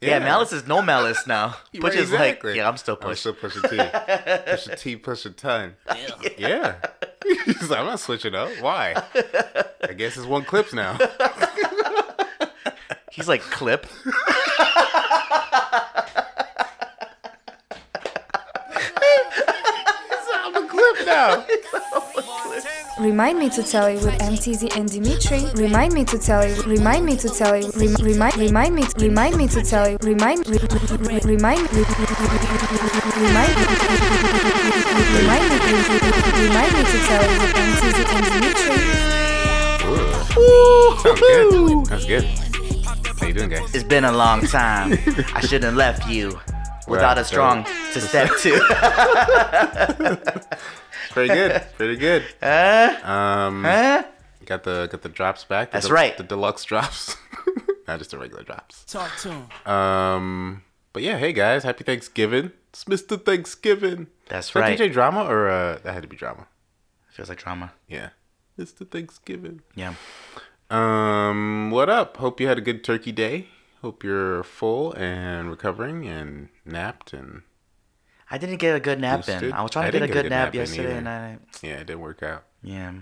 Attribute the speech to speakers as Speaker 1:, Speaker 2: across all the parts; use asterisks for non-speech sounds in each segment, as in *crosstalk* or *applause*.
Speaker 1: Yeah, malice is no malice now.
Speaker 2: *laughs* Right,
Speaker 1: Push is like,
Speaker 2: exactly.
Speaker 1: yeah, I'm still
Speaker 2: I'm
Speaker 1: push.
Speaker 2: still pushing T. Push a T, push a ton. Yeah. *laughs* He's like, I'm not switching up. Why? I guess it's one clip
Speaker 1: *laughs*
Speaker 2: now.
Speaker 1: He's
Speaker 2: *laughs*
Speaker 1: like clip.
Speaker 2: I'm a clip
Speaker 1: *laughs*
Speaker 2: now.
Speaker 3: Remind me to tell you with MTZ and Dimitri. Remind me to tell you. Remind me to tell you. Rem- remind remind me. Remind me to tell you. Remind re- re- re- remind re- re- re- remind remind me remind me to tell you with MTZ and Dimitri.
Speaker 2: Sounds good. That's good. How you doing, guys?
Speaker 1: It's been a long time.
Speaker 2: *laughs*
Speaker 1: I shouldn't have left you without a
Speaker 2: Right,
Speaker 1: strong to step
Speaker 2: *laughs*
Speaker 1: to. *laughs*
Speaker 2: Pretty good. Pretty
Speaker 1: *laughs*
Speaker 2: good. Um,
Speaker 1: Huh?
Speaker 2: got the got the drops back. The
Speaker 1: That's
Speaker 2: del-
Speaker 1: right.
Speaker 2: The deluxe drops, *laughs* not just the regular drops.
Speaker 4: Talk to him.
Speaker 2: Um, but yeah, hey guys, happy Thanksgiving. It's Mr. Thanksgiving.
Speaker 1: That's
Speaker 2: Is that
Speaker 1: right.
Speaker 2: DJ Drama or uh, that had to be Drama.
Speaker 1: Feels like drama.
Speaker 2: Yeah, Mr. Thanksgiving.
Speaker 1: Yeah.
Speaker 2: Um, what up? Hope you had a good turkey day. Hope you're full and recovering and napped and
Speaker 1: I didn't get a good nap in.
Speaker 2: Boosted?
Speaker 1: I was trying
Speaker 2: I
Speaker 1: to get a
Speaker 2: didn't
Speaker 1: good nap,
Speaker 2: in
Speaker 1: yesterday,
Speaker 2: either.
Speaker 1: and I
Speaker 2: yeah, it didn't work out.
Speaker 1: yeah.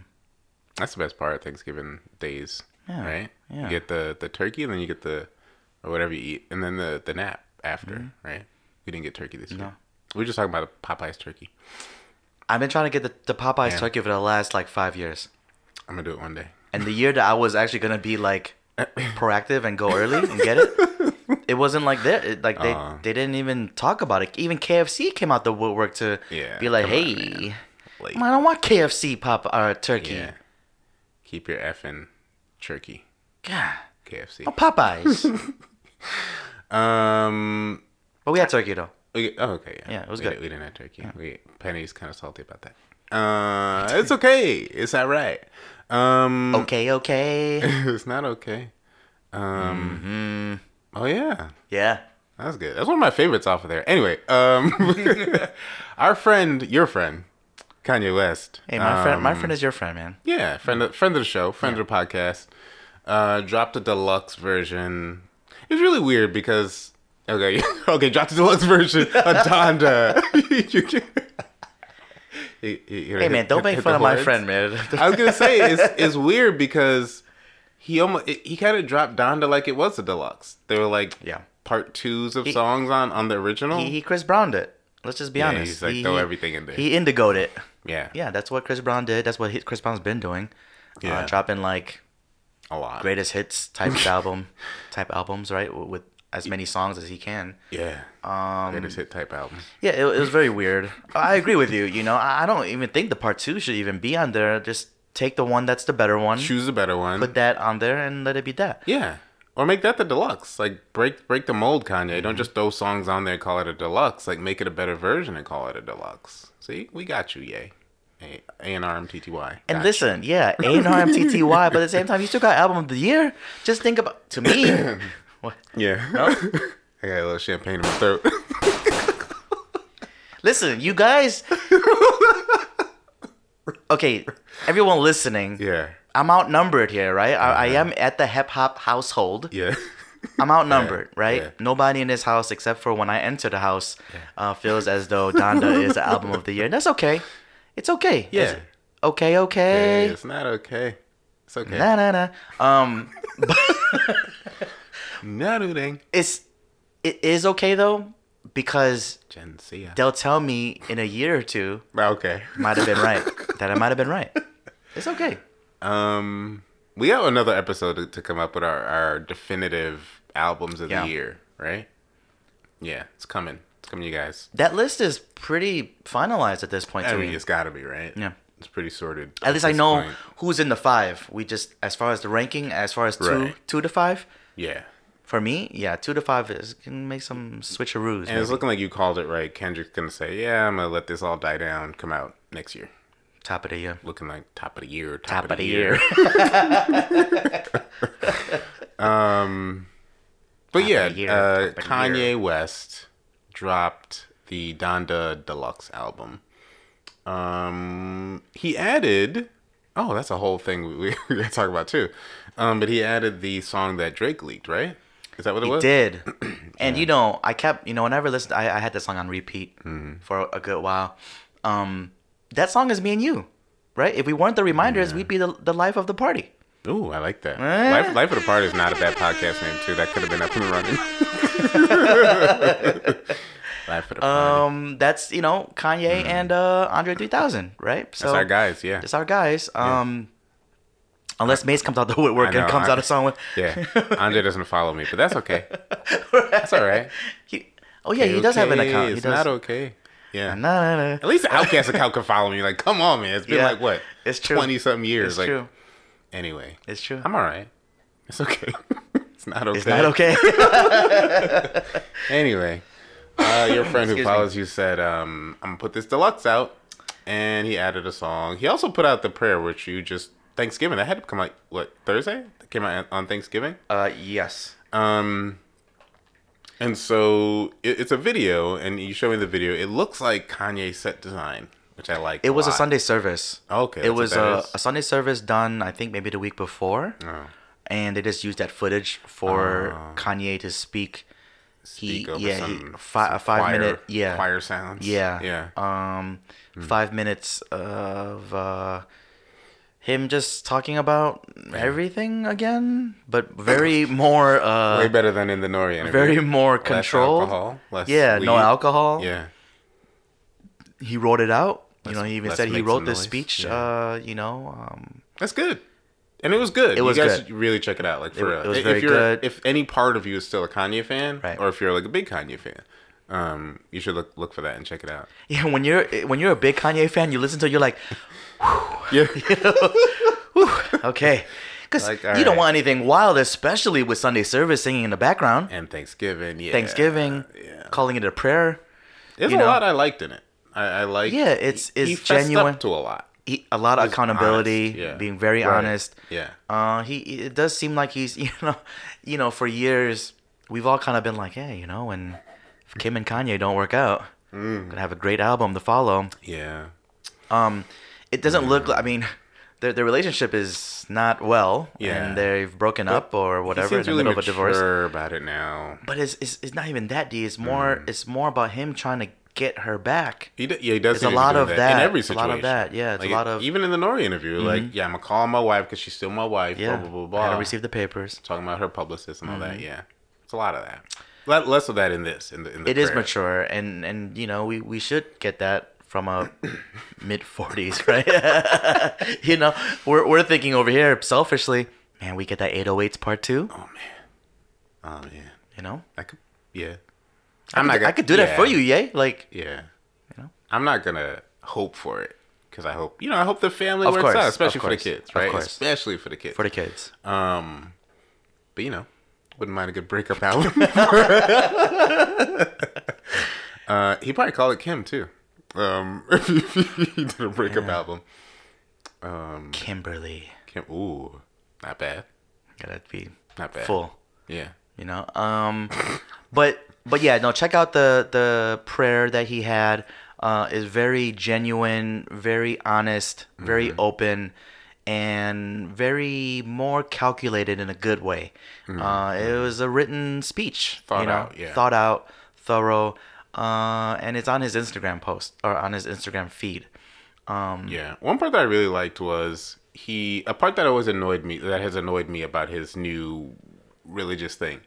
Speaker 2: That's the best part of Thanksgiving days,
Speaker 1: Yeah,
Speaker 2: right?
Speaker 1: yeah.
Speaker 2: You get the the turkey, and then you get the or whatever you eat, and then the the nap after,
Speaker 1: Mm-hmm.
Speaker 2: right? We didn't get turkey this year. We were just talking about Popeye's turkey.
Speaker 1: I've been trying to get the, the Popeyes
Speaker 2: Yeah.
Speaker 1: turkey for the last like five years,
Speaker 2: I'm gonna do it one day.
Speaker 1: and the year that I was actually gonna be like *clears throat* proactive and go early and get it, it wasn't like that. It, like they
Speaker 2: Uh-huh.
Speaker 1: they didn't even talk about it. Even KFC came out the woodwork to
Speaker 2: Yeah,
Speaker 1: be like,
Speaker 2: come on,
Speaker 1: hey,
Speaker 2: Like,
Speaker 1: man, I don't want KFC pop or turkey.
Speaker 2: yeah. Keep your effing turkey,
Speaker 1: God,
Speaker 2: KFC.
Speaker 1: no
Speaker 2: *laughs*
Speaker 1: Popeyes.
Speaker 2: Um.
Speaker 1: but we had turkey though.
Speaker 2: we- oh, okay. Yeah.
Speaker 1: Yeah, it was
Speaker 2: we
Speaker 1: good.
Speaker 2: Did, we didn't have turkey. We Penny's kind of salty about that. Uh, it's okay. It's all right. Um,
Speaker 1: Okay, okay.
Speaker 2: *laughs* it's not okay. Um.
Speaker 1: Mm-hmm.
Speaker 2: Oh yeah.
Speaker 1: yeah.
Speaker 2: That's good. That's one of my favorites off of there. Anyway, um, *laughs* our friend, your friend, Kanye West.
Speaker 1: Hey, my friend, my
Speaker 2: um,
Speaker 1: friend is your friend, man.
Speaker 2: Yeah, friend, of, friend of the show, friend of the podcast. Uh, dropped a deluxe version. It was really weird because okay, *laughs* okay, dropped a deluxe version of *laughs*
Speaker 1: *laughs*
Speaker 2: Donda. You can- you- you- you know,
Speaker 1: Hey,
Speaker 2: hit-
Speaker 1: man, don't
Speaker 2: hit-
Speaker 1: make
Speaker 2: hit
Speaker 1: fun
Speaker 2: the
Speaker 1: of my
Speaker 2: horns.
Speaker 1: friend, man.
Speaker 2: *laughs* I was gonna say it's it's weird because he almost he kind of dropped Donda like it was a deluxe. They were like
Speaker 1: Yeah.
Speaker 2: part twos of songs on on the original.
Speaker 1: *laughs* he, he Chris Browned it. Let's just be
Speaker 2: Yeah,
Speaker 1: honest.
Speaker 2: he's like,
Speaker 1: he,
Speaker 2: throw
Speaker 1: he-
Speaker 2: everything in there.
Speaker 1: He indigoed it.
Speaker 2: yeah,
Speaker 1: Yeah, that's what Chris Brown did. That's what he, Chris Brown's been doing.
Speaker 2: Yeah.
Speaker 1: Uh, dropping like
Speaker 2: a lot.
Speaker 1: greatest hits type album, type albums, right? With, with as many songs as he can.
Speaker 2: Yeah, um, greatest hit type album.
Speaker 1: Yeah, it, it was very weird. I agree with you. You know, I, I don't even think the part two should even be on there. Just take the one that's the better one,
Speaker 2: Choose a better one.
Speaker 1: put that on there, and let it be that.
Speaker 2: Yeah. Or make that the deluxe. Like break break the mold, Kanye. Don't just throw songs on there and call it a deluxe. Like make it a better version and call it a deluxe. See, we got you, yay. A and R M T T Y.
Speaker 1: And listen, yeah, A and R M T T Y, but at the same time, you still got album of the year. Just think about to me. what?
Speaker 2: Yeah. Oh. I got a little champagne in my throat. *laughs*
Speaker 1: Listen, you guys. okay, everyone listening.
Speaker 2: yeah.
Speaker 1: I'm outnumbered here, right? I, I am at the hip hop household.
Speaker 2: Yeah.
Speaker 1: I'm outnumbered, right?
Speaker 2: yeah.
Speaker 1: Nobody in this house, except for when I enter the house, uh, feels as though Donda is the album of the year. And that's okay. It's okay.
Speaker 2: Yeah.
Speaker 1: It's- okay, okay.
Speaker 2: Hey, it's not okay. It's okay.
Speaker 1: Na na na. Um,
Speaker 2: Not dang.
Speaker 1: it's it is okay though because
Speaker 2: Gen Z.
Speaker 1: they'll tell me in a year or two
Speaker 2: Okay.
Speaker 1: might have
Speaker 2: *laughs*
Speaker 1: been right that I might have been right. It's okay.
Speaker 2: Um, we have another episode to, to come up with our, our definitive albums of
Speaker 1: Yeah.
Speaker 2: the year, right? Yeah, it's coming. It's coming, you guys.
Speaker 1: That list is pretty finalized at this point
Speaker 2: I
Speaker 1: to
Speaker 2: mean,
Speaker 1: me.
Speaker 2: it's got to be right.
Speaker 1: Yeah.
Speaker 2: it's pretty sorted.
Speaker 1: At least I
Speaker 2: this
Speaker 1: know
Speaker 2: point.
Speaker 1: who's in the five. We just as far as the ranking, as far as two
Speaker 2: Right.
Speaker 1: two to five.
Speaker 2: Yeah,
Speaker 1: For me, yeah, two to five is can make some
Speaker 2: and it's
Speaker 1: switcheroos. maybe.
Speaker 2: looking like you called it right. Kendrick's gonna say, "Yeah, I'm gonna let this all die down, come out next year."
Speaker 1: Top of the year.
Speaker 2: Looking like top of the year, *laughs* top,
Speaker 1: Top of the year.
Speaker 2: But
Speaker 1: Top
Speaker 2: yeah,
Speaker 1: of the year,
Speaker 2: uh,
Speaker 1: top of the
Speaker 2: Kanye
Speaker 1: year.
Speaker 2: West dropped the Donda Deluxe album. Um, he added, oh, *laughs* that's a whole thing we, we gotta talk about too. Um, but he added the song that Drake leaked, right? Is that what it
Speaker 1: He
Speaker 2: was? *clears throat*
Speaker 1: did. And you know, I kept you know whenever listened, I, I had that song on repeat
Speaker 2: Mm-hmm.
Speaker 1: for a good while. Um, that song is me and you, right? If we weren't the reminders, we'd be the, the life of the party.
Speaker 2: Ooh, I like that.
Speaker 1: Eh?
Speaker 2: Life, Life of the Party is not a bad podcast name too. That could have been up and
Speaker 1: *laughs*
Speaker 2: running. Life of the Party.
Speaker 1: Um, that's you know Kanye and uh Andre 3000, right? So
Speaker 2: Mm-hmm. That's our guys. Yeah.
Speaker 1: It's our guys. Um, unless Mace comes out the woodwork
Speaker 2: I know,
Speaker 1: and comes
Speaker 2: I-
Speaker 1: out of song with
Speaker 2: Yeah. Andre doesn't follow me, but that's
Speaker 1: *laughs*
Speaker 2: okay. That's all right.
Speaker 1: He, oh yeah, he does have an
Speaker 2: Okay,
Speaker 1: account. He
Speaker 2: It's
Speaker 1: does.
Speaker 2: not okay. Yeah.
Speaker 1: Nah, nah, nah.
Speaker 2: At least the Outcast account can follow me. Like, come on, man. It's been
Speaker 1: Yeah.
Speaker 2: like what?
Speaker 1: It's true.
Speaker 2: Twenty something years.
Speaker 1: It's
Speaker 2: like,
Speaker 1: true.
Speaker 2: anyway,
Speaker 1: It's true.
Speaker 2: I'm all right. It's okay. *laughs* it's not okay.
Speaker 1: it's not okay. *laughs*
Speaker 2: Anyway, uh, your friend who
Speaker 1: Excuse me.
Speaker 2: follows you said, um, "I'm gonna put this deluxe out," and he added a song. He also put out the prayer, which you just Thanksgiving. That had to come out what Thursday? That came out on Thanksgiving.
Speaker 1: uh, yes.
Speaker 2: Um, and so it, it's a video, and you show me the video. It looks like Kanye set design, which I like.
Speaker 1: It was a
Speaker 2: lot.
Speaker 1: Sunday service.
Speaker 2: Okay,
Speaker 1: It
Speaker 2: that's what
Speaker 1: was
Speaker 2: that
Speaker 1: a,
Speaker 2: is.
Speaker 1: a Sunday service done, I think, maybe the week before,
Speaker 2: Oh,
Speaker 1: and they just used that footage for
Speaker 2: Ah.
Speaker 1: Kanye to speak.
Speaker 2: speak over
Speaker 1: yeah,
Speaker 2: some,
Speaker 1: he, fi-
Speaker 2: some
Speaker 1: a five
Speaker 2: choir-
Speaker 1: minute, yeah,
Speaker 2: choir sounds.
Speaker 1: yeah,
Speaker 2: yeah. Hmm.
Speaker 1: um, five minutes of uh, him just talking about everything again, but
Speaker 2: *laughs*
Speaker 1: very more,
Speaker 2: Way
Speaker 1: uh,
Speaker 2: better than in the Nori interview.
Speaker 1: very more
Speaker 2: Less
Speaker 1: controlled.
Speaker 2: alcohol, less
Speaker 1: yeah, no
Speaker 2: weed.
Speaker 1: alcohol.
Speaker 2: Yeah.
Speaker 1: he wrote it out. You
Speaker 2: Let's-
Speaker 1: know, he even
Speaker 2: let's
Speaker 1: said he
Speaker 2: make
Speaker 1: wrote
Speaker 2: some
Speaker 1: this
Speaker 2: noise.
Speaker 1: speech.
Speaker 2: Yeah.
Speaker 1: Uh, you know, um,
Speaker 2: That's good. And it was good.
Speaker 1: was
Speaker 2: you guys
Speaker 1: good.
Speaker 2: should really check it out, like for
Speaker 1: It-
Speaker 2: real.
Speaker 1: it was
Speaker 2: if
Speaker 1: very
Speaker 2: you're,
Speaker 1: good.
Speaker 2: If any part of you is still a Kanye fan,
Speaker 1: Right.
Speaker 2: or if you're like a big Kanye fan, um, you should look look for that and check it
Speaker 1: *laughs*
Speaker 2: out.
Speaker 1: yeah. When you're when you're a big Kanye fan, you listen to it,
Speaker 2: *laughs*
Speaker 1: you're like,
Speaker 2: Yeah,
Speaker 1: okay, because
Speaker 2: Like,
Speaker 1: you
Speaker 2: all
Speaker 1: don't
Speaker 2: right.
Speaker 1: want anything wild, especially with Sunday service singing in the background,
Speaker 2: *laughs* and Thanksgiving. Yeah,
Speaker 1: Thanksgiving,
Speaker 2: Yeah,
Speaker 1: calling it a prayer.
Speaker 2: there's
Speaker 1: you
Speaker 2: a
Speaker 1: know.
Speaker 2: lot I liked in it. I, I like.
Speaker 1: Yeah, it's-
Speaker 2: he, he
Speaker 1: it's
Speaker 2: fessed
Speaker 1: genuine.
Speaker 2: up to a lot.
Speaker 1: He, a lot of
Speaker 2: He's
Speaker 1: accountability,
Speaker 2: honest, yeah.
Speaker 1: being very
Speaker 2: Right.
Speaker 1: honest.
Speaker 2: Yeah,
Speaker 1: Uh, he it does seem like he's *laughs* you know, you know, for years we've all kind of been like, hey, you know, when Kim and Kanye don't work out,
Speaker 2: Mm.
Speaker 1: gonna have a great album to follow.
Speaker 2: yeah.
Speaker 1: Um, it doesn't look. li- I mean, their their relationship is not well,
Speaker 2: Yeah.
Speaker 1: and they've broken up or
Speaker 2: He
Speaker 1: whatever in
Speaker 2: seems
Speaker 1: the
Speaker 2: really
Speaker 1: middle of a divorce.
Speaker 2: mature about it now.
Speaker 1: But it's, it's it's not even that. D. It's more
Speaker 2: Mm.
Speaker 1: it's more about him trying to get her back.
Speaker 2: He d- yeah, he does.
Speaker 1: There's a
Speaker 2: seem to be
Speaker 1: lot
Speaker 2: doing
Speaker 1: of
Speaker 2: in
Speaker 1: that.
Speaker 2: every
Speaker 1: It's a
Speaker 2: situation.
Speaker 1: lot of that. Yeah, it's a
Speaker 2: Like,
Speaker 1: lot of- Mm-hmm.
Speaker 2: even in the Nori interview. Like, yeah, I'm gonna call my wife because she's still my wife.
Speaker 1: Yeah,
Speaker 2: blah blah blah.
Speaker 1: I
Speaker 2: blah.
Speaker 1: had to receive the papers.
Speaker 2: talking about her publicist and all
Speaker 1: Mm-hmm.
Speaker 2: that. Yeah, it's a lot of that. Le- less of that in this. In the in the
Speaker 1: It is
Speaker 2: prayer.
Speaker 1: mature, and and you know we we should get that
Speaker 2: *coughs*
Speaker 1: from a mid forties, right? *laughs* you know, we're we're thinking over here selfishly. Man, we get that 808s part two.
Speaker 2: Oh man, oh man,
Speaker 1: You know,
Speaker 2: I could. Yeah,
Speaker 1: I
Speaker 2: I'm
Speaker 1: could, I could do that
Speaker 2: yeah,
Speaker 1: for you, yay! Like
Speaker 2: Yeah,
Speaker 1: You know?
Speaker 2: I'm not gonna hope for it because I hope you know I hope the family
Speaker 1: Of
Speaker 2: works
Speaker 1: course,
Speaker 2: out,
Speaker 1: of
Speaker 2: especially for the
Speaker 1: course,
Speaker 2: kids,
Speaker 1: of
Speaker 2: right?
Speaker 1: course.
Speaker 2: Especially for the kids.
Speaker 1: for the kids.
Speaker 2: um, but you know, wouldn't mind a good breakup album. *laughs* uh, he probably called it Kim too. Um, *laughs* if he he did a breakup album.
Speaker 1: Kimberly.
Speaker 2: Kim, ooh, not bad,
Speaker 1: Gotta be
Speaker 2: not bad.
Speaker 1: full,
Speaker 2: Yeah.
Speaker 1: you know. Um, but but yeah, no. Check out the the prayer that he had. Uh, is very genuine, very honest, very
Speaker 2: Mm-hmm.
Speaker 1: open, and very more calculated in a good way. Uh, it was a written speech,
Speaker 2: Mm-hmm. Thought
Speaker 1: you know,
Speaker 2: out, yeah.
Speaker 1: thought out, thorough, uh, and it's on his Instagram post or on his Instagram feed. Um,
Speaker 2: Yeah. One part that I really liked was he a part that always annoyed me that has annoyed me about his new religious thing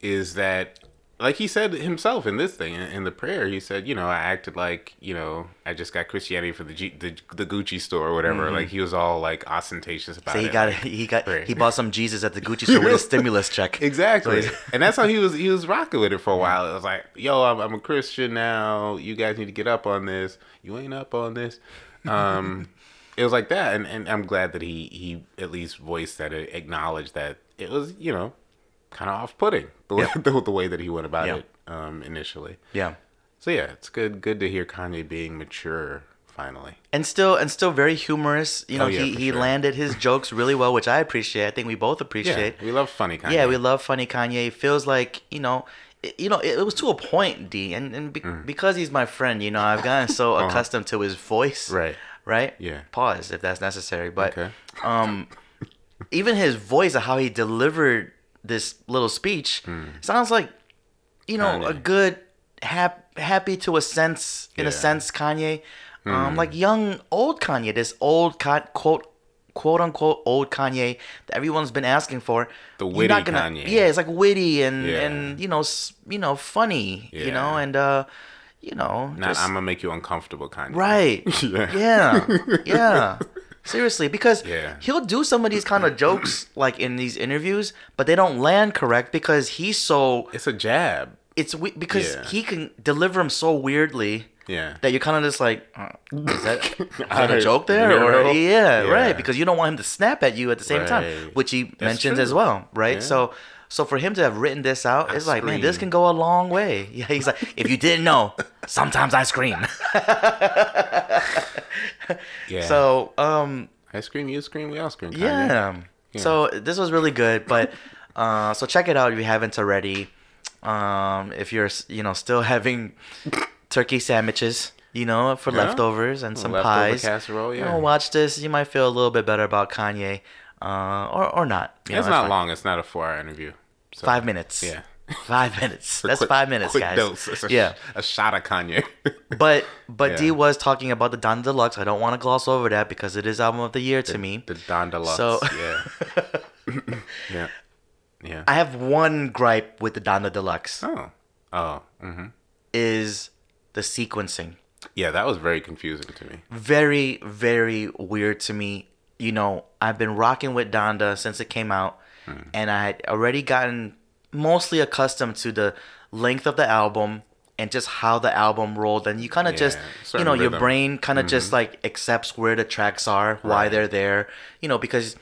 Speaker 2: is that like he said himself in this thing in, in the prayer he said you know I acted like you know I just got Christianity for the G, the, the Gucci store or whatever like he was all like ostentatious about
Speaker 1: Mm-hmm. So he
Speaker 2: it
Speaker 1: got
Speaker 2: like-
Speaker 1: *laughs* he got
Speaker 2: Right.
Speaker 1: he bought some Jesus at the Gucci
Speaker 2: *laughs*
Speaker 1: store with a stimulus check.
Speaker 2: Exactly,
Speaker 1: Like-
Speaker 2: *laughs* and that's how he was. He was rocking with it for a while. It was like, "Yo, I'm, I'm a Christian now. You guys need to get up on this. You ain't up on this."
Speaker 1: *laughs*
Speaker 2: Um, it was like that, and, and I'm glad that he he at least voiced that, it acknowledged that it was you know kind of off putting *laughs* the, way the, the way that he went about
Speaker 1: Yeah.
Speaker 2: it um, initially.
Speaker 1: Yeah.
Speaker 2: So yeah, it's good good to hear Kanye being mature finally.
Speaker 1: and still and still very humorous. You know,
Speaker 2: Oh, yeah,
Speaker 1: he,
Speaker 2: for
Speaker 1: he
Speaker 2: sure.
Speaker 1: landed his jokes really well, which I appreciate. I think we both
Speaker 2: Yeah,
Speaker 1: appreciate. Yeah,
Speaker 2: we love funny Kanye.
Speaker 1: we love funny Kanye. Feels like you know, it, you know, it, it was to a point, D, and and be,
Speaker 2: Mm.
Speaker 1: because he's my friend, you know, I've
Speaker 2: *laughs*
Speaker 1: gotten so accustomed to his voice.
Speaker 2: Uh-huh. Right.
Speaker 1: Right.
Speaker 2: Yeah.
Speaker 1: Pause if that's necessary, but
Speaker 2: Okay.
Speaker 1: um, even his voice of how he delivered this little speech sounds like you know
Speaker 2: Hmm. Kanye.
Speaker 1: a good hap- happy to a sense in a
Speaker 2: Yeah. Hmm.
Speaker 1: sense Kanye, um, like young old Kanye, this old con- quote quote unquote old Kanye that everyone's been asking for.
Speaker 2: The
Speaker 1: You're
Speaker 2: witty
Speaker 1: not gonna-
Speaker 2: Kanye.
Speaker 1: yeah, it's like witty and
Speaker 2: Yeah.
Speaker 1: and you know s- you know funny, you know
Speaker 2: Yeah.
Speaker 1: and uh, you know
Speaker 2: Not
Speaker 1: just-
Speaker 2: I'm gonna make you uncomfortable, Kanye.
Speaker 1: Right.
Speaker 2: *laughs* Yeah.
Speaker 1: Yeah.
Speaker 2: *laughs*
Speaker 1: Yeah. Seriously, because
Speaker 2: Yeah.
Speaker 1: he'll do some of these kind of jokes *clears throat* like in these interviews, but they don't land correct because he's so
Speaker 2: It's a jab.
Speaker 1: it's we- because
Speaker 2: Yeah.
Speaker 1: he can deliver them so weirdly
Speaker 2: Yeah.
Speaker 1: that you're kind of just like, uh,
Speaker 2: *laughs*
Speaker 1: is that, is that
Speaker 2: I
Speaker 1: a joke there?
Speaker 2: know.
Speaker 1: Or yeah,
Speaker 2: Yeah.
Speaker 1: right, because you don't want him to snap at you at the same time,
Speaker 2: Right.
Speaker 1: which he mentions
Speaker 2: true.
Speaker 1: as well, right?
Speaker 2: Yeah.
Speaker 1: So. So for him to have written this out, it's like, man, this
Speaker 2: scream.
Speaker 1: can go a long way. *laughs* Yeah, he's like, if you didn't know, sometimes I scream.
Speaker 2: yeah.
Speaker 1: So, um,
Speaker 2: I scream, you scream, we all scream. Kanye.
Speaker 1: yeah. So this was really good, but *laughs* uh, so check it out if you haven't already. Um, if you're s- you know still
Speaker 2: *laughs*
Speaker 1: having turkey sandwiches, you know for
Speaker 2: Yeah.
Speaker 1: leftovers and some
Speaker 2: Leftover
Speaker 1: pies, Oh,
Speaker 2: casserole,
Speaker 1: you
Speaker 2: yeah.
Speaker 1: know, watch this. You might feel a little bit better about Kanye, uh, or or not. You know,
Speaker 2: it's not
Speaker 1: fine.
Speaker 2: long. It's not a four-hour interview. So,
Speaker 1: Five minutes.
Speaker 2: Yeah.
Speaker 1: *laughs* Five minutes.
Speaker 2: *laughs*
Speaker 1: That's
Speaker 2: Quick-
Speaker 1: five minutes,
Speaker 2: quick
Speaker 1: guys.
Speaker 2: Dose. It's a,
Speaker 1: yeah.
Speaker 2: yeah. A shot of Kanye. *laughs*
Speaker 1: But but
Speaker 2: Yeah.
Speaker 1: D was talking about the Don Deluxe. I don't want to gloss over that because it is album of the year to me.
Speaker 2: the Don Deluxe.
Speaker 1: So-
Speaker 2: yeah.
Speaker 1: *laughs*
Speaker 2: *coughs* yeah. Yeah.
Speaker 1: I have one gripe with the Donda Deluxe.
Speaker 2: oh. Oh. Mm-hmm.
Speaker 1: is the sequencing.
Speaker 2: Yeah, that was very confusing to me.
Speaker 1: Very, very weird to me. You know, I've been rocking with Donda since it came out,
Speaker 2: Mm.
Speaker 1: and I had already gotten mostly accustomed to the length of the album and just how the album rolled. And you kind of just,
Speaker 2: Yeah,
Speaker 1: you
Speaker 2: certain
Speaker 1: know, your
Speaker 2: rhythm. Mm-hmm.
Speaker 1: brain kind of just like accepts where the tracks are, why
Speaker 2: Right.
Speaker 1: they're there, you know, because.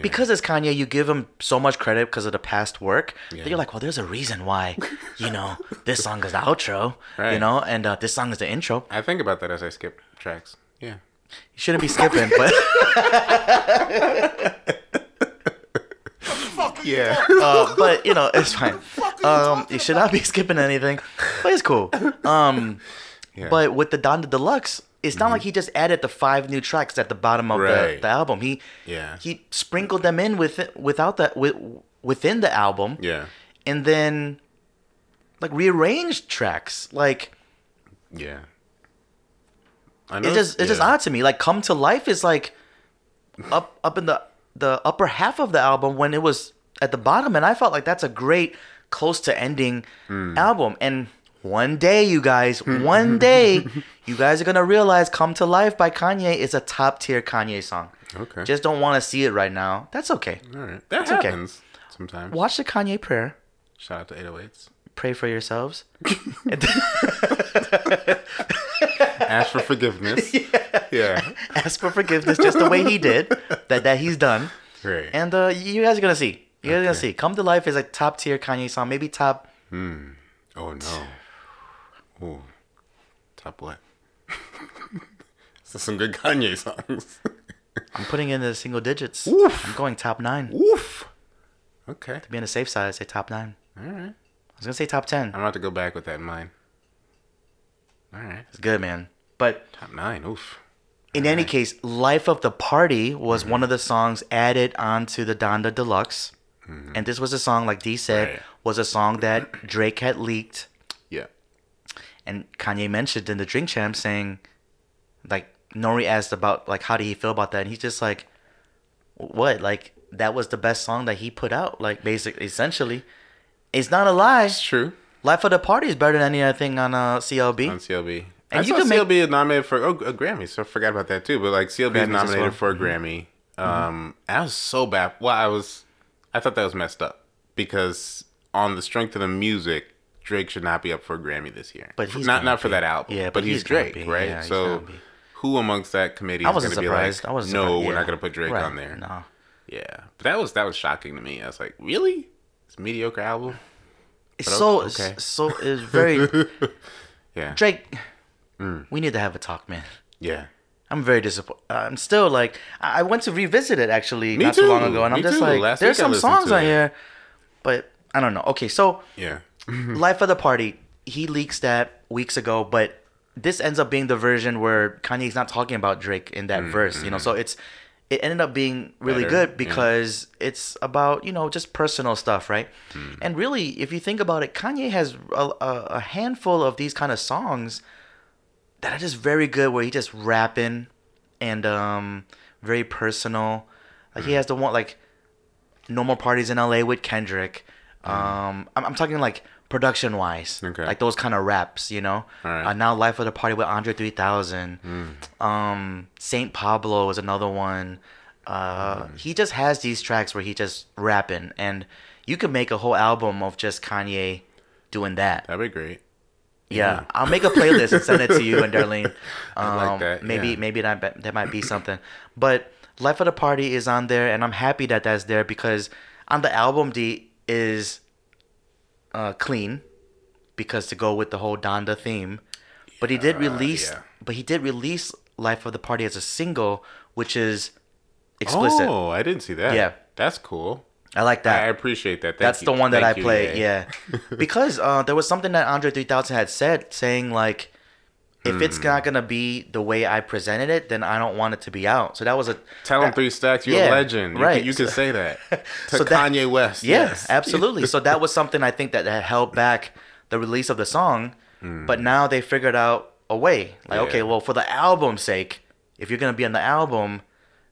Speaker 1: Because it's Kanye, you give him so much credit because of the past work that
Speaker 2: Yeah.
Speaker 1: you're like, well, there's a reason why, you know, this song is the outro, you
Speaker 2: Right.
Speaker 1: know, and uh, this song is the intro.
Speaker 2: I think about that as I skip tracks. Yeah.
Speaker 1: You shouldn't be skipping, but *laughs*
Speaker 2: Yeah.
Speaker 1: uh, but you know it's fine. Um, you should not be skipping anything, but it's
Speaker 2: *coughs*
Speaker 1: cool. Um,
Speaker 2: *laughs* Yeah.
Speaker 1: but with the Donda Deluxe, it's not like he just added the five new tracks at the bottom of the,
Speaker 2: Mm-hmm. Right.
Speaker 1: the album. He
Speaker 2: Yeah.
Speaker 1: he sprinkled them in with without that with within the album,
Speaker 2: yeah.
Speaker 1: and then like rearranged tracks. Like
Speaker 2: Yeah. I know
Speaker 1: it's just it's just
Speaker 2: yeah.
Speaker 1: odd to me. Like Come to Life is like up up in the the upper half of the album when it was at the bottom, and I felt like that's a great close to ending
Speaker 2: Hmm.
Speaker 1: album. And one day, you guys,
Speaker 2: *laughs*
Speaker 1: one day, you guys are gonna realize "Come to Life" by Kanye is a top tier Kanye song.
Speaker 2: Okay.
Speaker 1: Just don't want to see it right now. That's okay.
Speaker 2: All right. That
Speaker 1: okay.
Speaker 2: happens sometimes.
Speaker 1: Watch the Kanye prayer.
Speaker 2: Shout out to 808s.
Speaker 1: Pray
Speaker 2: *laughs*
Speaker 1: for yourselves. *laughs*
Speaker 2: Ask for forgiveness. *laughs* yeah.
Speaker 1: Ask for forgiveness, just the way he did. That that he's done.
Speaker 2: Great.
Speaker 1: And uh, you guys are gonna see. You guys are gonna
Speaker 2: Okay.
Speaker 1: see. Come to Life is a top tier Kanye song, maybe top.
Speaker 2: oh no. Ooh. Top what? *laughs* this is some good Kanye songs. *laughs*
Speaker 1: I'm putting in the single digits.
Speaker 2: Oof.
Speaker 1: I'm going top nine.
Speaker 2: Woof. Okay.
Speaker 1: Be on the safe side. I say top nine.
Speaker 2: All right.
Speaker 1: I was gonna say top ten.
Speaker 2: I'm about to go back with that in mind. All right.
Speaker 1: It's good, man. But
Speaker 2: Top nine. Oof.
Speaker 1: in any case, "Life of the Party" was
Speaker 2: Mm-hmm.
Speaker 1: one of the songs added onto the Donda Deluxe, and this was a song, like D said,
Speaker 2: Mm-hmm. Right.
Speaker 1: was a song that Drake had leaked,
Speaker 2: Yeah.
Speaker 1: and Kanye mentioned in the Drink Champ, saying, like Nori asked about like how did he feel about that, and he's just like, what like that was the best song that he put out like basically essentially it's not a lie
Speaker 2: It's true.
Speaker 1: life of the party is better than anything on uh clb
Speaker 2: on CLB.
Speaker 1: And
Speaker 2: I
Speaker 1: you
Speaker 2: saw
Speaker 1: can make-
Speaker 2: CLB is nominated for oh, a Grammy, so I forgot about that too. But like CLB is
Speaker 1: Grammys as
Speaker 2: nominated
Speaker 1: well. Mm-hmm.
Speaker 2: for a Grammy. Um, and I was so bad. Well, I was, I thought that was messed up because on the strength of the music, Drake should not be up for a Grammy this year.
Speaker 1: But he's
Speaker 2: not
Speaker 1: gonna
Speaker 2: not for
Speaker 1: be.
Speaker 2: that album.
Speaker 1: Yeah,
Speaker 2: but,
Speaker 1: but
Speaker 2: he's,
Speaker 1: he's gonna
Speaker 2: Drake,
Speaker 1: be.
Speaker 2: right?
Speaker 1: Yeah, he's
Speaker 2: so
Speaker 1: gonna be.
Speaker 2: who amongst that committee
Speaker 1: i
Speaker 2: is going
Speaker 1: wasn't
Speaker 2: to be
Speaker 1: surprised
Speaker 2: like,
Speaker 1: i wasn't
Speaker 2: no,
Speaker 1: surprised.
Speaker 2: we're
Speaker 1: Yeah.
Speaker 2: not going to put Drake
Speaker 1: Right.
Speaker 2: on there.
Speaker 1: no
Speaker 2: Yeah, but that was that was shocking to me. I was like, really? It's a mediocre album.
Speaker 1: it's
Speaker 2: But
Speaker 1: so
Speaker 2: o- okay.
Speaker 1: so
Speaker 2: *laughs*
Speaker 1: it's very
Speaker 2: Yeah,
Speaker 1: drake
Speaker 2: Hmm.
Speaker 1: we need to have a talk man
Speaker 2: yeah.
Speaker 1: i'm very disappointed i'm still like i I went to revisit it actually
Speaker 2: Me
Speaker 1: not too long
Speaker 2: too.
Speaker 1: ago and i'm
Speaker 2: Me
Speaker 1: just
Speaker 2: too.
Speaker 1: like
Speaker 2: Last
Speaker 1: there's
Speaker 2: week I
Speaker 1: some
Speaker 2: listened
Speaker 1: songs
Speaker 2: to
Speaker 1: on
Speaker 2: it.
Speaker 1: here but i don't know okay so
Speaker 2: Yeah. Mm-hmm.
Speaker 1: Life of the Party, he leaks that weeks ago, but this ends up being the version where Kanye's not talking about Drake in that verse, you know. So it's it ended up being really
Speaker 2: Mm-hmm. Better,
Speaker 1: good
Speaker 2: yeah.
Speaker 1: because it's about you know just personal stuff, right?
Speaker 2: Mm-hmm.
Speaker 1: And really, if you think about it, Kanye has a, a, a handful of these kind of songs that are just very good, where he just rapping and um very personal. Like he has the one like no more parties in LA with Kendrick. Um, I'm, I'm talking like production wise,
Speaker 2: Okay.
Speaker 1: like those kind of raps, you know.
Speaker 2: Alright.
Speaker 1: Uh, now Life of the Party with Andre 3000. Um, Saint Pablo is another one. Uh, He just has these tracks where he just rapping, and you could make a whole album of just Kanye doing that.
Speaker 2: That'd be great.
Speaker 1: Yeah,
Speaker 2: Yeah.
Speaker 1: I'll make a playlist and send it to
Speaker 2: *laughs*
Speaker 1: you and Darlene. Um,
Speaker 2: Mm-hmm. like that,
Speaker 1: Maybe
Speaker 2: yeah.
Speaker 1: maybe that be- that might be something. But Life of the Party is on there, and I'm happy that that's there because on the album D is uh, clean because to go with the whole Donda theme. But he did
Speaker 2: Yeah,
Speaker 1: release,
Speaker 2: yeah.
Speaker 1: but he did release Life of the Party as a single, which is explicit.
Speaker 2: Oh, I didn't see that.
Speaker 1: Yeah.
Speaker 2: That's cool.
Speaker 1: I like that.
Speaker 2: I appreciate that. Thank
Speaker 1: That's
Speaker 2: you.
Speaker 1: the one that
Speaker 2: Thank
Speaker 1: I
Speaker 2: you,
Speaker 1: played.
Speaker 2: EA. *laughs*
Speaker 1: Yeah, because uh, there was something that Andre 3000 had said, saying like, if it's
Speaker 2: Hmm.
Speaker 1: not gonna be the way I presented it, then I don't want it to be out. So that was a
Speaker 2: Tell him
Speaker 1: that-
Speaker 2: three stacks. You're
Speaker 1: Uh, yeah,
Speaker 2: a legend. You
Speaker 1: right.
Speaker 2: Can, you can
Speaker 1: So-
Speaker 2: say
Speaker 1: *laughs*
Speaker 2: that to
Speaker 1: So that-
Speaker 2: Kanye West.
Speaker 1: Yeah,
Speaker 2: yes. *laughs*
Speaker 1: absolutely. so that was something I think that had held back the release of the song, but now they figured out a way. Like,
Speaker 2: Hmm. Yeah.
Speaker 1: okay, well, for the album's sake, if you're gonna be on the album,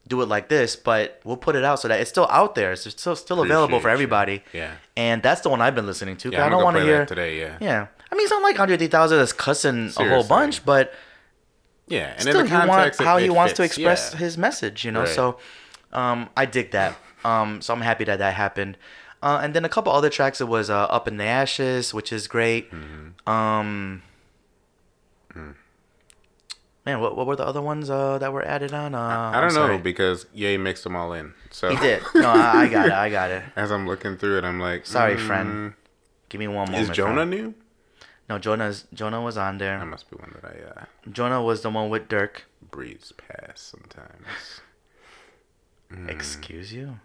Speaker 1: do it like this. But we'll put it out so that it's still out there. It's still still available
Speaker 2: Appreciate
Speaker 1: for
Speaker 2: you.
Speaker 1: everybody.
Speaker 2: Yeah.
Speaker 1: And that's the one I've been listening to. 'cause
Speaker 2: Yeah, I'm
Speaker 1: I don't
Speaker 2: gonna
Speaker 1: want
Speaker 2: play
Speaker 1: to hear
Speaker 2: that today. Yeah. yeah.
Speaker 1: Yeah. I mean, it's not like Andre 3000 is cussing a whole
Speaker 2: Seriously.
Speaker 1: bunch, but
Speaker 2: And
Speaker 1: still,
Speaker 2: in the
Speaker 1: he want,
Speaker 2: context, it-
Speaker 1: how he
Speaker 2: it
Speaker 1: wants to
Speaker 2: fits.
Speaker 1: express
Speaker 2: Yeah.
Speaker 1: his message, you know?
Speaker 2: Right.
Speaker 1: So um, I dig that. Um, so I'm happy that that happened. Uh, and then a couple other tracks. It was uh, Up in the Ashes, which is great.
Speaker 2: Mm-hmm.
Speaker 1: Um,
Speaker 2: Hmm.
Speaker 1: Man, what, what were the other ones uh, that were added on? Uh,
Speaker 2: I don't know because Ye mixed them all in. So
Speaker 1: He did. No, I, I got it. I
Speaker 2: *laughs*
Speaker 1: got it.
Speaker 2: As I'm looking through it, I'm like,
Speaker 1: Sorry,
Speaker 2: mm,
Speaker 1: friend. Give me one moment.
Speaker 2: Is Jonah
Speaker 1: friend.
Speaker 2: new?
Speaker 1: No, Jonah's, Jonah was on there.
Speaker 2: That must be one that I uh,
Speaker 1: Jonah was the one with Dirk.
Speaker 2: breeze past sometimes.
Speaker 1: Excuse you.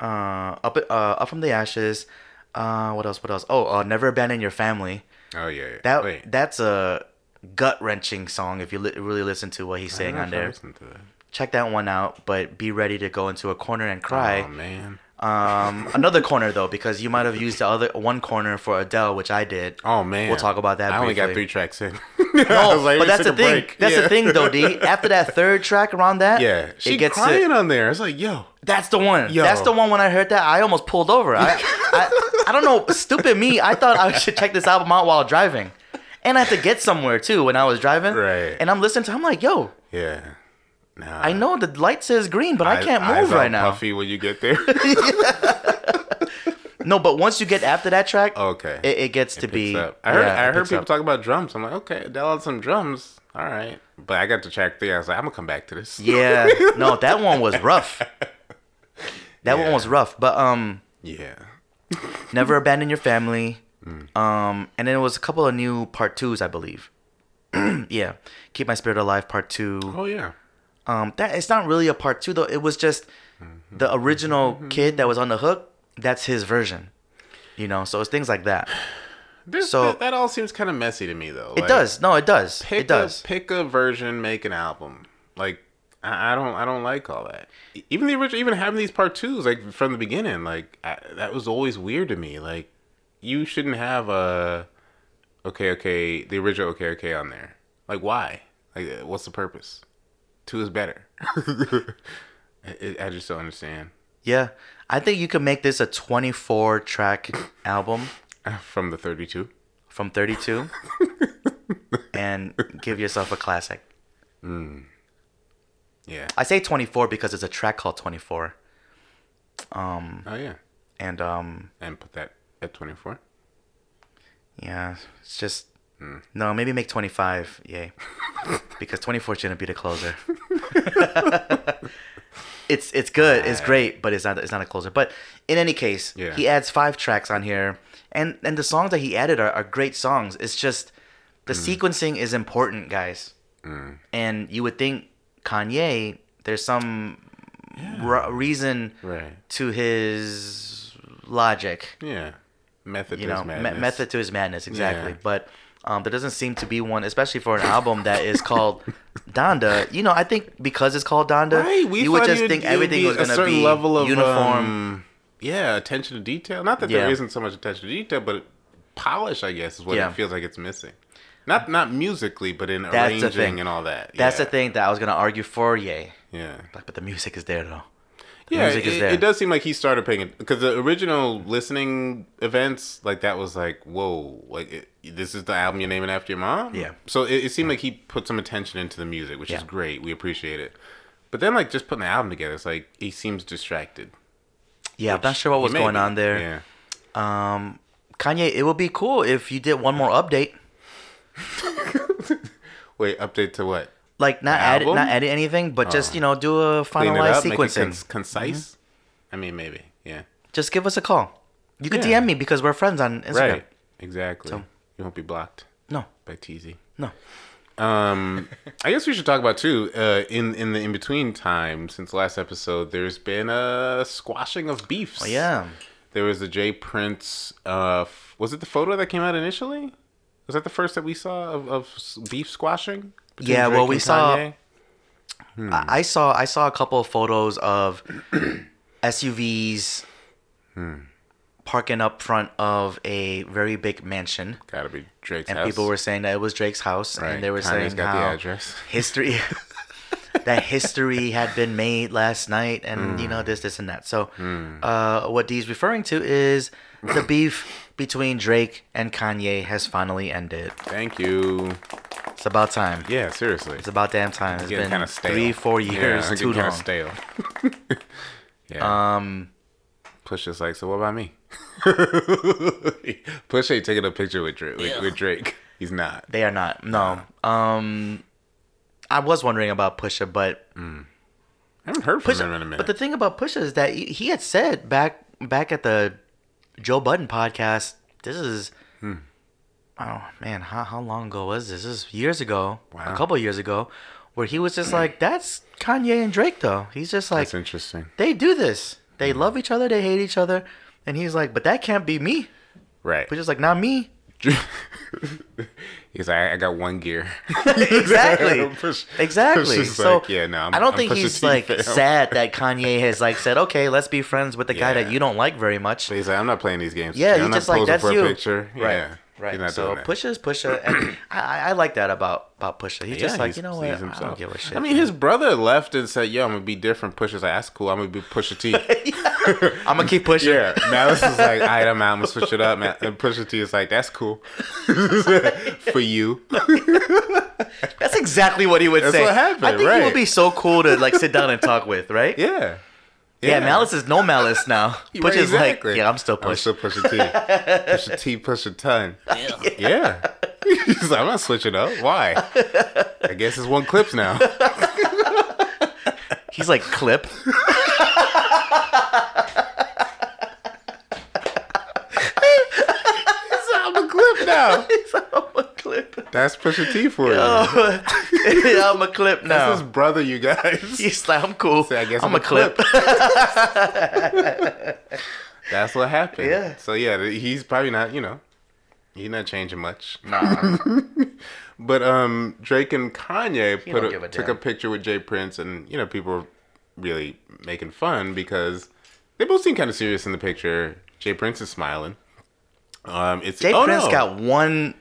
Speaker 1: Uh, up uh, up from the ashes. Uh, what else? What else? Oh, uh, never abandon your family.
Speaker 2: Oh yeah. yeah.
Speaker 1: That
Speaker 2: Wait,
Speaker 1: that's a gut wrenching song if you li- really listen to what he's
Speaker 2: I don't
Speaker 1: saying
Speaker 2: know
Speaker 1: on
Speaker 2: if I
Speaker 1: there.
Speaker 2: listened to that.
Speaker 1: Check that one out, but be ready to go into a corner and cry.
Speaker 2: Oh man.
Speaker 1: um, another corner though, because you might have used the other one corner for Adele, which I did.
Speaker 2: Oh man.
Speaker 1: We'll talk about that
Speaker 2: I only got
Speaker 1: briefly.
Speaker 2: three tracks in. *laughs*
Speaker 1: No,
Speaker 2: I was like,
Speaker 1: but
Speaker 2: "Let's take
Speaker 1: that's the
Speaker 2: a
Speaker 1: thing.
Speaker 2: break."
Speaker 1: That's
Speaker 2: Yeah.
Speaker 1: the thing though, D. After that third track around
Speaker 2: *laughs*
Speaker 1: that,
Speaker 2: Yeah, she
Speaker 1: it gets to-
Speaker 2: crying on there. It's like, yo,
Speaker 1: That's the one.
Speaker 2: Yo.
Speaker 1: That's the one. When I heard that, I almost pulled over. I, I, I don't know. Stupid me. I thought I should check this album out while driving, and I had to get somewhere too when I was driving.
Speaker 2: Right.
Speaker 1: And I'm listening to. I'm like, yo,
Speaker 2: yeah. Nah,
Speaker 1: I know the light says green, but I, can't move right now.
Speaker 2: Puffy, when you get there.
Speaker 1: *laughs* No, but once you get after that track,
Speaker 2: Oh, okay.
Speaker 1: it, it gets to
Speaker 2: Picks
Speaker 1: be.
Speaker 2: up. I heard.
Speaker 1: yeah,
Speaker 2: I
Speaker 1: it
Speaker 2: heard
Speaker 1: picks
Speaker 2: people
Speaker 1: up.
Speaker 2: talk about drums. I'm like, okay, Adele had some drums. All right, but I got to track three. I was like, I'm gonna come back to this.
Speaker 1: Yeah. No, that one was rough.
Speaker 2: *laughs*
Speaker 1: That
Speaker 2: Yeah.
Speaker 1: one was rough. But um,
Speaker 2: Yeah.
Speaker 1: never abandon your family. Um, and then it was a couple of new part twos, I believe. *clears throat* yeah, keep my spirit alive, part two.
Speaker 2: Oh yeah.
Speaker 1: Um, that it's not really a part two though. It was just the original kid that was on the hook. That's his version, you know. So it's things like that.
Speaker 2: This,
Speaker 1: So-
Speaker 2: that, that all seems kind of messy to me, though.
Speaker 1: It does. No, it does.
Speaker 2: Pick
Speaker 1: It does.
Speaker 2: A, pick a version, make an album. Like I, I don't, I don't like all that. E- Even the original, even having these part twos, like from the beginning, like I, that was always weird to me. Like you shouldn't have a okay, okay, the original okay, okay on there. Like why? Like uh, what's the purpose? Two is better. *laughs* I, I just don't understand. *laughs*
Speaker 1: Yeah, I think you could make this a 24 track album
Speaker 2: From the thirty-two.
Speaker 1: from 32, and give yourself a classic.
Speaker 2: Yeah.
Speaker 1: I say 24 because it's a track called 24, Mm.
Speaker 2: Oh yeah.
Speaker 1: and um,
Speaker 2: And put that at twenty-four.
Speaker 1: Yeah, it's just
Speaker 2: Hmm.
Speaker 1: no. Maybe make twenty five.
Speaker 2: *laughs*
Speaker 1: Yay, because twenty four shouldn't be the closer. it's it's good. It's great, but it's not it's not a closer. But in any case,
Speaker 2: Yeah.
Speaker 1: he adds five tracks on here, and and the songs that he added are, are great songs. It's just
Speaker 2: Hmm.
Speaker 1: the sequencing is important, guys. And you would think Kanye, there's some ra- reason
Speaker 2: Right.
Speaker 1: to his logic
Speaker 2: Yeah. Method
Speaker 1: you
Speaker 2: is
Speaker 1: know, me-
Speaker 2: madness.
Speaker 1: method to his madness, exactly.
Speaker 2: Yeah.
Speaker 1: But Um, there doesn't seem to be one, especially for an album that is called Donda. You know, I think because it's called Donda,
Speaker 2: Right, we
Speaker 1: you would
Speaker 2: thought
Speaker 1: just
Speaker 2: it'd-
Speaker 1: think
Speaker 2: it'd
Speaker 1: everything
Speaker 2: be
Speaker 1: was
Speaker 2: a
Speaker 1: going to
Speaker 2: certain
Speaker 1: be
Speaker 2: level of,
Speaker 1: uniform.
Speaker 2: um, yeah, attention to detail. Not that
Speaker 1: Yeah.
Speaker 2: there isn't so much attention to detail, but polish, I guess, is what
Speaker 1: Yeah.
Speaker 2: it feels like it's missing. Not not musically, but in
Speaker 1: That's the
Speaker 2: arranging
Speaker 1: thing.
Speaker 2: and all that.
Speaker 1: That's
Speaker 2: yeah.
Speaker 1: the thing that I was going to argue for, yay.
Speaker 2: Yeah,
Speaker 1: Like, But the music is there, though.
Speaker 2: yeah.
Speaker 1: music
Speaker 2: It,
Speaker 1: is there.
Speaker 2: it does seem like he started paying it because the original listening events, like that, was like, whoa, like it, this is the album you're naming after your mom.
Speaker 1: Yeah.
Speaker 2: So it, it seemed like he put some attention into the music, which is
Speaker 1: Yeah.
Speaker 2: great. We appreciate it. But then, like, just putting the album together, it's like he seems distracted.
Speaker 1: Yeah, I'm not sure what was
Speaker 2: Maybe.
Speaker 1: going on there.
Speaker 2: Yeah.
Speaker 1: Um, Kanye, it would be cool if you did one more update.
Speaker 2: Wait, update to what?
Speaker 1: Like not add
Speaker 2: album? Oh.
Speaker 1: not edit anything, but just you know do a
Speaker 2: Clean it
Speaker 1: finalized
Speaker 2: up, make it
Speaker 1: sequencing. Mm-hmm.
Speaker 2: con- concise. I mean, maybe. Yeah.
Speaker 1: just give us a call. You can
Speaker 2: Yeah.
Speaker 1: DM me because we're friends on Instagram.
Speaker 2: Right. Exactly. You won't be blocked
Speaker 1: No,
Speaker 2: by TZ.
Speaker 1: no.
Speaker 2: Um, I guess we should talk about too. Uh, in in the in between time since last episode, there's been a squashing of beefs.
Speaker 1: But Oh, yeah,
Speaker 2: There was the Jay Prince. Uh, f- was it the photo that came out initially? Was that the first that we saw of, of s- beef squashing? between
Speaker 1: Yeah, well,
Speaker 2: Drake
Speaker 1: we
Speaker 2: and
Speaker 1: saw-
Speaker 2: Kanye?
Speaker 1: I, I saw I saw a couple of photos
Speaker 2: *clears throat*
Speaker 1: of SUVs
Speaker 2: Hmm.
Speaker 1: parking up front of a very big mansion.
Speaker 2: Gotta be Drake's
Speaker 1: and
Speaker 2: house.
Speaker 1: people were saying that it was Drake's house, and they were
Speaker 2: Kanye's
Speaker 1: saying
Speaker 2: got
Speaker 1: how
Speaker 2: the address.
Speaker 1: history *laughs* that history had been made last night, and you
Speaker 2: Hmm.
Speaker 1: know this, this, and that. So, uh, what Dee's referring to is
Speaker 2: *clears throat*
Speaker 1: the beef between Drake and Kanye has finally ended.
Speaker 2: Thank you.
Speaker 1: It's about time.
Speaker 2: Yeah, seriously.
Speaker 1: It's about damn time. It's
Speaker 2: getting
Speaker 1: been
Speaker 2: kind of stale.
Speaker 1: three, four
Speaker 2: Yeah,
Speaker 1: years
Speaker 2: it's *laughs*
Speaker 1: too
Speaker 2: getting
Speaker 1: long.
Speaker 2: Kind of stale. *laughs* yeah.
Speaker 1: Um,
Speaker 2: Push is like, so what about me? *laughs* Push ain't taking a picture with Drake. With, with Drake, he's not.
Speaker 1: they are not. No. Um, I was wondering about Pusha, but
Speaker 2: I haven't heard from
Speaker 1: Pusha,
Speaker 2: him in a minute.
Speaker 1: But the thing about Pusha is that he, he had said back back at the Joe Budden podcast, this is
Speaker 2: Hmm.
Speaker 1: oh man, how how long ago was this? This is years ago,
Speaker 2: Wow. Hmm.
Speaker 1: a couple years ago, where he was just like, that's Kanye and Drake though. He's just like
Speaker 2: That's Hmm. interesting,
Speaker 1: they do this. They love each other. They hate each other. And he's like, but that can't be me.
Speaker 2: right?
Speaker 1: Pusha's like,
Speaker 2: *laughs*
Speaker 1: not me.
Speaker 2: he's like, I, I got one gear. *laughs*
Speaker 1: exactly.
Speaker 2: Push- *laughs*
Speaker 1: Exactly.
Speaker 2: Push is
Speaker 1: so
Speaker 2: like, yeah, no, I'm,
Speaker 1: I do not
Speaker 2: I'm
Speaker 1: think
Speaker 2: Pusha
Speaker 1: he's
Speaker 2: T,
Speaker 1: like
Speaker 2: fam.
Speaker 1: sad
Speaker 2: *laughs*
Speaker 1: that Kanye has like said, okay, let's be friends with the guy
Speaker 2: Yeah.
Speaker 1: that you don't like very much.
Speaker 2: He's like, I'm not playing these games.
Speaker 1: Yeah,
Speaker 2: I'm
Speaker 1: he's
Speaker 2: not
Speaker 1: just like
Speaker 2: posing
Speaker 1: that's
Speaker 2: for a
Speaker 1: you.
Speaker 2: picture.
Speaker 1: Right.
Speaker 2: Yeah,
Speaker 1: Right.
Speaker 2: He's not
Speaker 1: so
Speaker 2: doing that.
Speaker 1: Pusha's Pusha,
Speaker 2: *clears throat*
Speaker 1: and I, I I like that about about Pusha. He's just
Speaker 2: Yeah,
Speaker 1: like
Speaker 2: he's-
Speaker 1: you know
Speaker 2: he's
Speaker 1: what, I
Speaker 2: himself.
Speaker 1: don't give a shit.
Speaker 2: I mean, his brother left and said, "Yo, I'm gonna be different." Pusher's like, "That's cool. I'm gonna be Pusha
Speaker 1: *laughs*
Speaker 2: T."
Speaker 1: I'm gonna keep pushing.
Speaker 2: Yeah, Malice is like, all right, I'm out. I'm gonna switch it up. Man. And Pusha T is like, that's cool *laughs* for you.
Speaker 1: That's exactly what he would
Speaker 2: That's
Speaker 1: say.
Speaker 2: what happened,
Speaker 1: I think
Speaker 2: right.
Speaker 1: he would be so cool to like sit down and talk with, right?
Speaker 2: Yeah.
Speaker 1: Yeah, Malice is no malice now.
Speaker 2: *laughs* Right,
Speaker 1: Pusha's
Speaker 2: exactly.
Speaker 1: like, yeah, I'm still
Speaker 2: I'm still
Speaker 1: pushing.
Speaker 2: Pusha T. Pusha T, Pusha Ton. Yeah. *laughs* He's like, I'm not switching up. Why? I guess it's one clip
Speaker 1: *laughs*
Speaker 2: now.
Speaker 1: He's
Speaker 2: *laughs*
Speaker 1: like clip. *laughs*
Speaker 2: I'm a clip now.
Speaker 1: He's like, I'm a clip. *laughs*
Speaker 2: That's Pusha T for you.
Speaker 1: Oh, yeah, I'm a clip
Speaker 2: That's his
Speaker 1: now.
Speaker 2: brother, you guys.
Speaker 1: *laughs* He's like, I'm cool.
Speaker 2: So I guess
Speaker 1: I'm, a clip.
Speaker 2: *laughs* That's what happened.
Speaker 1: Yeah.
Speaker 2: So yeah, th- he's probably not, you know, he's not changing much.
Speaker 1: nah.
Speaker 2: But um, Drake and Kanye put
Speaker 1: don't
Speaker 2: a,
Speaker 1: give a
Speaker 2: took
Speaker 1: damn.
Speaker 2: a picture with Jay Prince, and you know people were really making fun because they both seem kind of serious in the picture. Jay Prince is smiling. Um, it's
Speaker 1: *laughs* Jay
Speaker 2: oh,
Speaker 1: Prince
Speaker 2: no.
Speaker 1: got one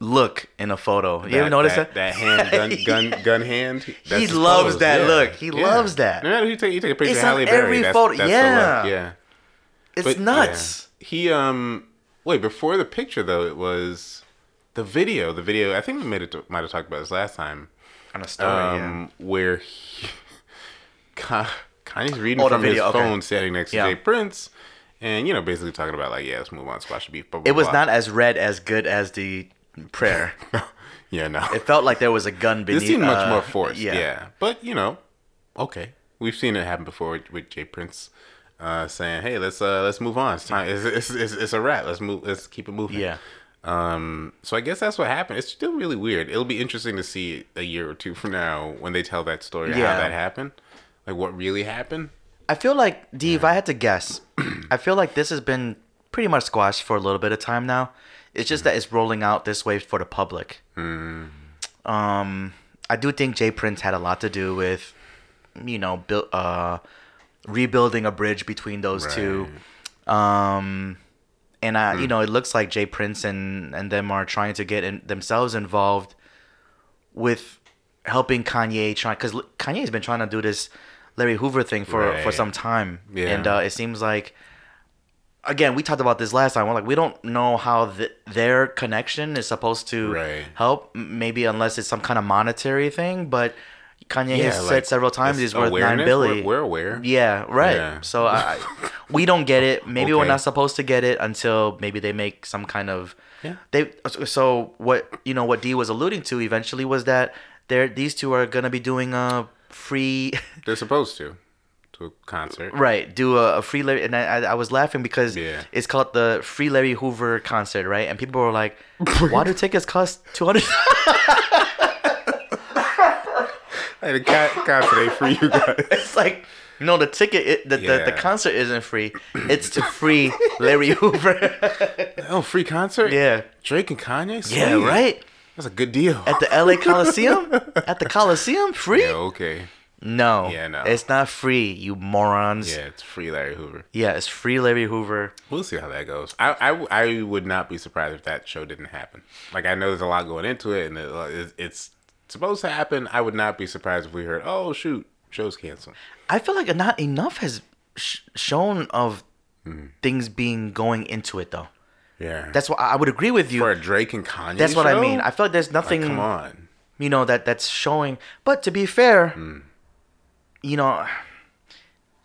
Speaker 1: look in a photo. You ever notice that?
Speaker 2: that hand gun
Speaker 1: *laughs*
Speaker 2: gun gun hand. That's his
Speaker 1: loves
Speaker 2: pose,
Speaker 1: that look. He loves that.
Speaker 2: No matter who you take, you take a picture
Speaker 1: It's
Speaker 2: of Halle
Speaker 1: on
Speaker 2: Berry.
Speaker 1: every
Speaker 2: that's,
Speaker 1: photo.
Speaker 2: that's the
Speaker 1: Yeah.
Speaker 2: look, yeah.
Speaker 1: It's
Speaker 2: But,
Speaker 1: nuts.
Speaker 2: yeah. He um wait before the picture though it was the video. The video I think we made it might have talked about this last time.
Speaker 1: On a story,
Speaker 2: um, where he, *laughs* Ka- Kanye's reading
Speaker 1: Oh, the
Speaker 2: from his
Speaker 1: video, okay.
Speaker 2: phone, standing next
Speaker 1: Yeah.
Speaker 2: to Jay Prince, and you know, basically talking about like, yeah, let's move on, squash the beef. Blah, blah,
Speaker 1: It was
Speaker 2: blah.
Speaker 1: not as red as good as the prayer.
Speaker 2: *laughs* Yeah, no.
Speaker 1: It felt like there was a gun beneath.
Speaker 2: this seemed much
Speaker 1: uh,
Speaker 2: more forced. Yeah. but you know, okay, we've seen it happen before with, with Jay Prince. Uh, saying, "Hey, let's uh, let's move on. It's time. It's, it's, it's, it's a wrap. Let's move. Let's keep it moving."
Speaker 1: Yeah.
Speaker 2: Um, so I guess that's what happened. It's still really weird. It'll be interesting to see a year or two from now when they tell that story
Speaker 1: Yeah.
Speaker 2: how that happened, like what really happened.
Speaker 1: I feel like, D, if I had to guess, I feel like this has been pretty much squashed for a little bit of time now. It's
Speaker 2: Mm-hmm.
Speaker 1: just that it's rolling out this way for the public. Um, I do think Jay Prince had a lot to do with, you know, build uh, rebuilding a bridge between those two. Um, and I,
Speaker 2: Hmm.
Speaker 1: you know, it looks like Jay Prince and and them are trying to get in, themselves involved with helping Kanye try because Kanye's been trying to do this Larry Hoover thing for for
Speaker 2: Right.
Speaker 1: some time,
Speaker 2: Yeah.
Speaker 1: and uh, it seems like again we talked about this last time. We're like we don't know how th- their connection is supposed to
Speaker 2: Right.
Speaker 1: help, m- maybe unless it's some kind of monetary thing, but. Kanye has
Speaker 2: like,
Speaker 1: said several times
Speaker 2: this
Speaker 1: he's worth nine
Speaker 2: awareness,
Speaker 1: billion.
Speaker 2: We're, we're aware.
Speaker 1: Yeah, right.
Speaker 2: Yeah.
Speaker 1: So I, I- we don't get it. Maybe we're
Speaker 2: Okay.
Speaker 1: not supposed to get it until maybe they make some kind of.
Speaker 2: Yeah.
Speaker 1: They so- so what you know what D was alluding to eventually was that there these two are gonna be doing a free *laughs*
Speaker 2: They're supposed to to a concert.
Speaker 1: right do a, a free Larry and I, I I was laughing because
Speaker 2: Yeah.
Speaker 1: it's called the free Larry Hoover concert right and people were
Speaker 2: *laughs*
Speaker 1: like why do tickets cost two hundred *laughs*
Speaker 2: I had a co- concert for you guys.
Speaker 1: it's like no the ticket it, the, the the
Speaker 2: Yeah.
Speaker 1: concert isn't
Speaker 2: *clears throat*
Speaker 1: free it's to free Larry Hoover *laughs*
Speaker 2: Oh, free concert?
Speaker 1: yeah
Speaker 2: Drake and Kanye? Sweet.
Speaker 1: yeah right.
Speaker 2: That's a good deal.
Speaker 1: at the LA
Speaker 2: *laughs*
Speaker 1: Coliseum? at the Coliseum? Free?
Speaker 2: yeah, okay.
Speaker 1: No.
Speaker 2: Yeah, no.
Speaker 1: It's not free, you morons.
Speaker 2: Yeah, it's free Larry Hoover.
Speaker 1: Yeah, it's free Larry Hoover.
Speaker 2: We'll see how that goes. I, I, I would not be surprised if that show didn't happen. Like I know there's a lot going into it, and it, it's supposed to happen. I would not be surprised if we heard, "Oh shoot, show's canceled."
Speaker 1: I feel like not enough has sh- shown of
Speaker 2: Hmm.
Speaker 1: things being going into it though.
Speaker 2: Yeah,
Speaker 1: That's why I I would agree with you.
Speaker 2: for a Drake and Kanye.
Speaker 1: That's what I
Speaker 2: show?
Speaker 1: mean. I feel like there's
Speaker 2: Like,
Speaker 1: nothing
Speaker 2: come on.
Speaker 1: you know that that's showing. But to be fair,
Speaker 2: Hmm.
Speaker 1: you know,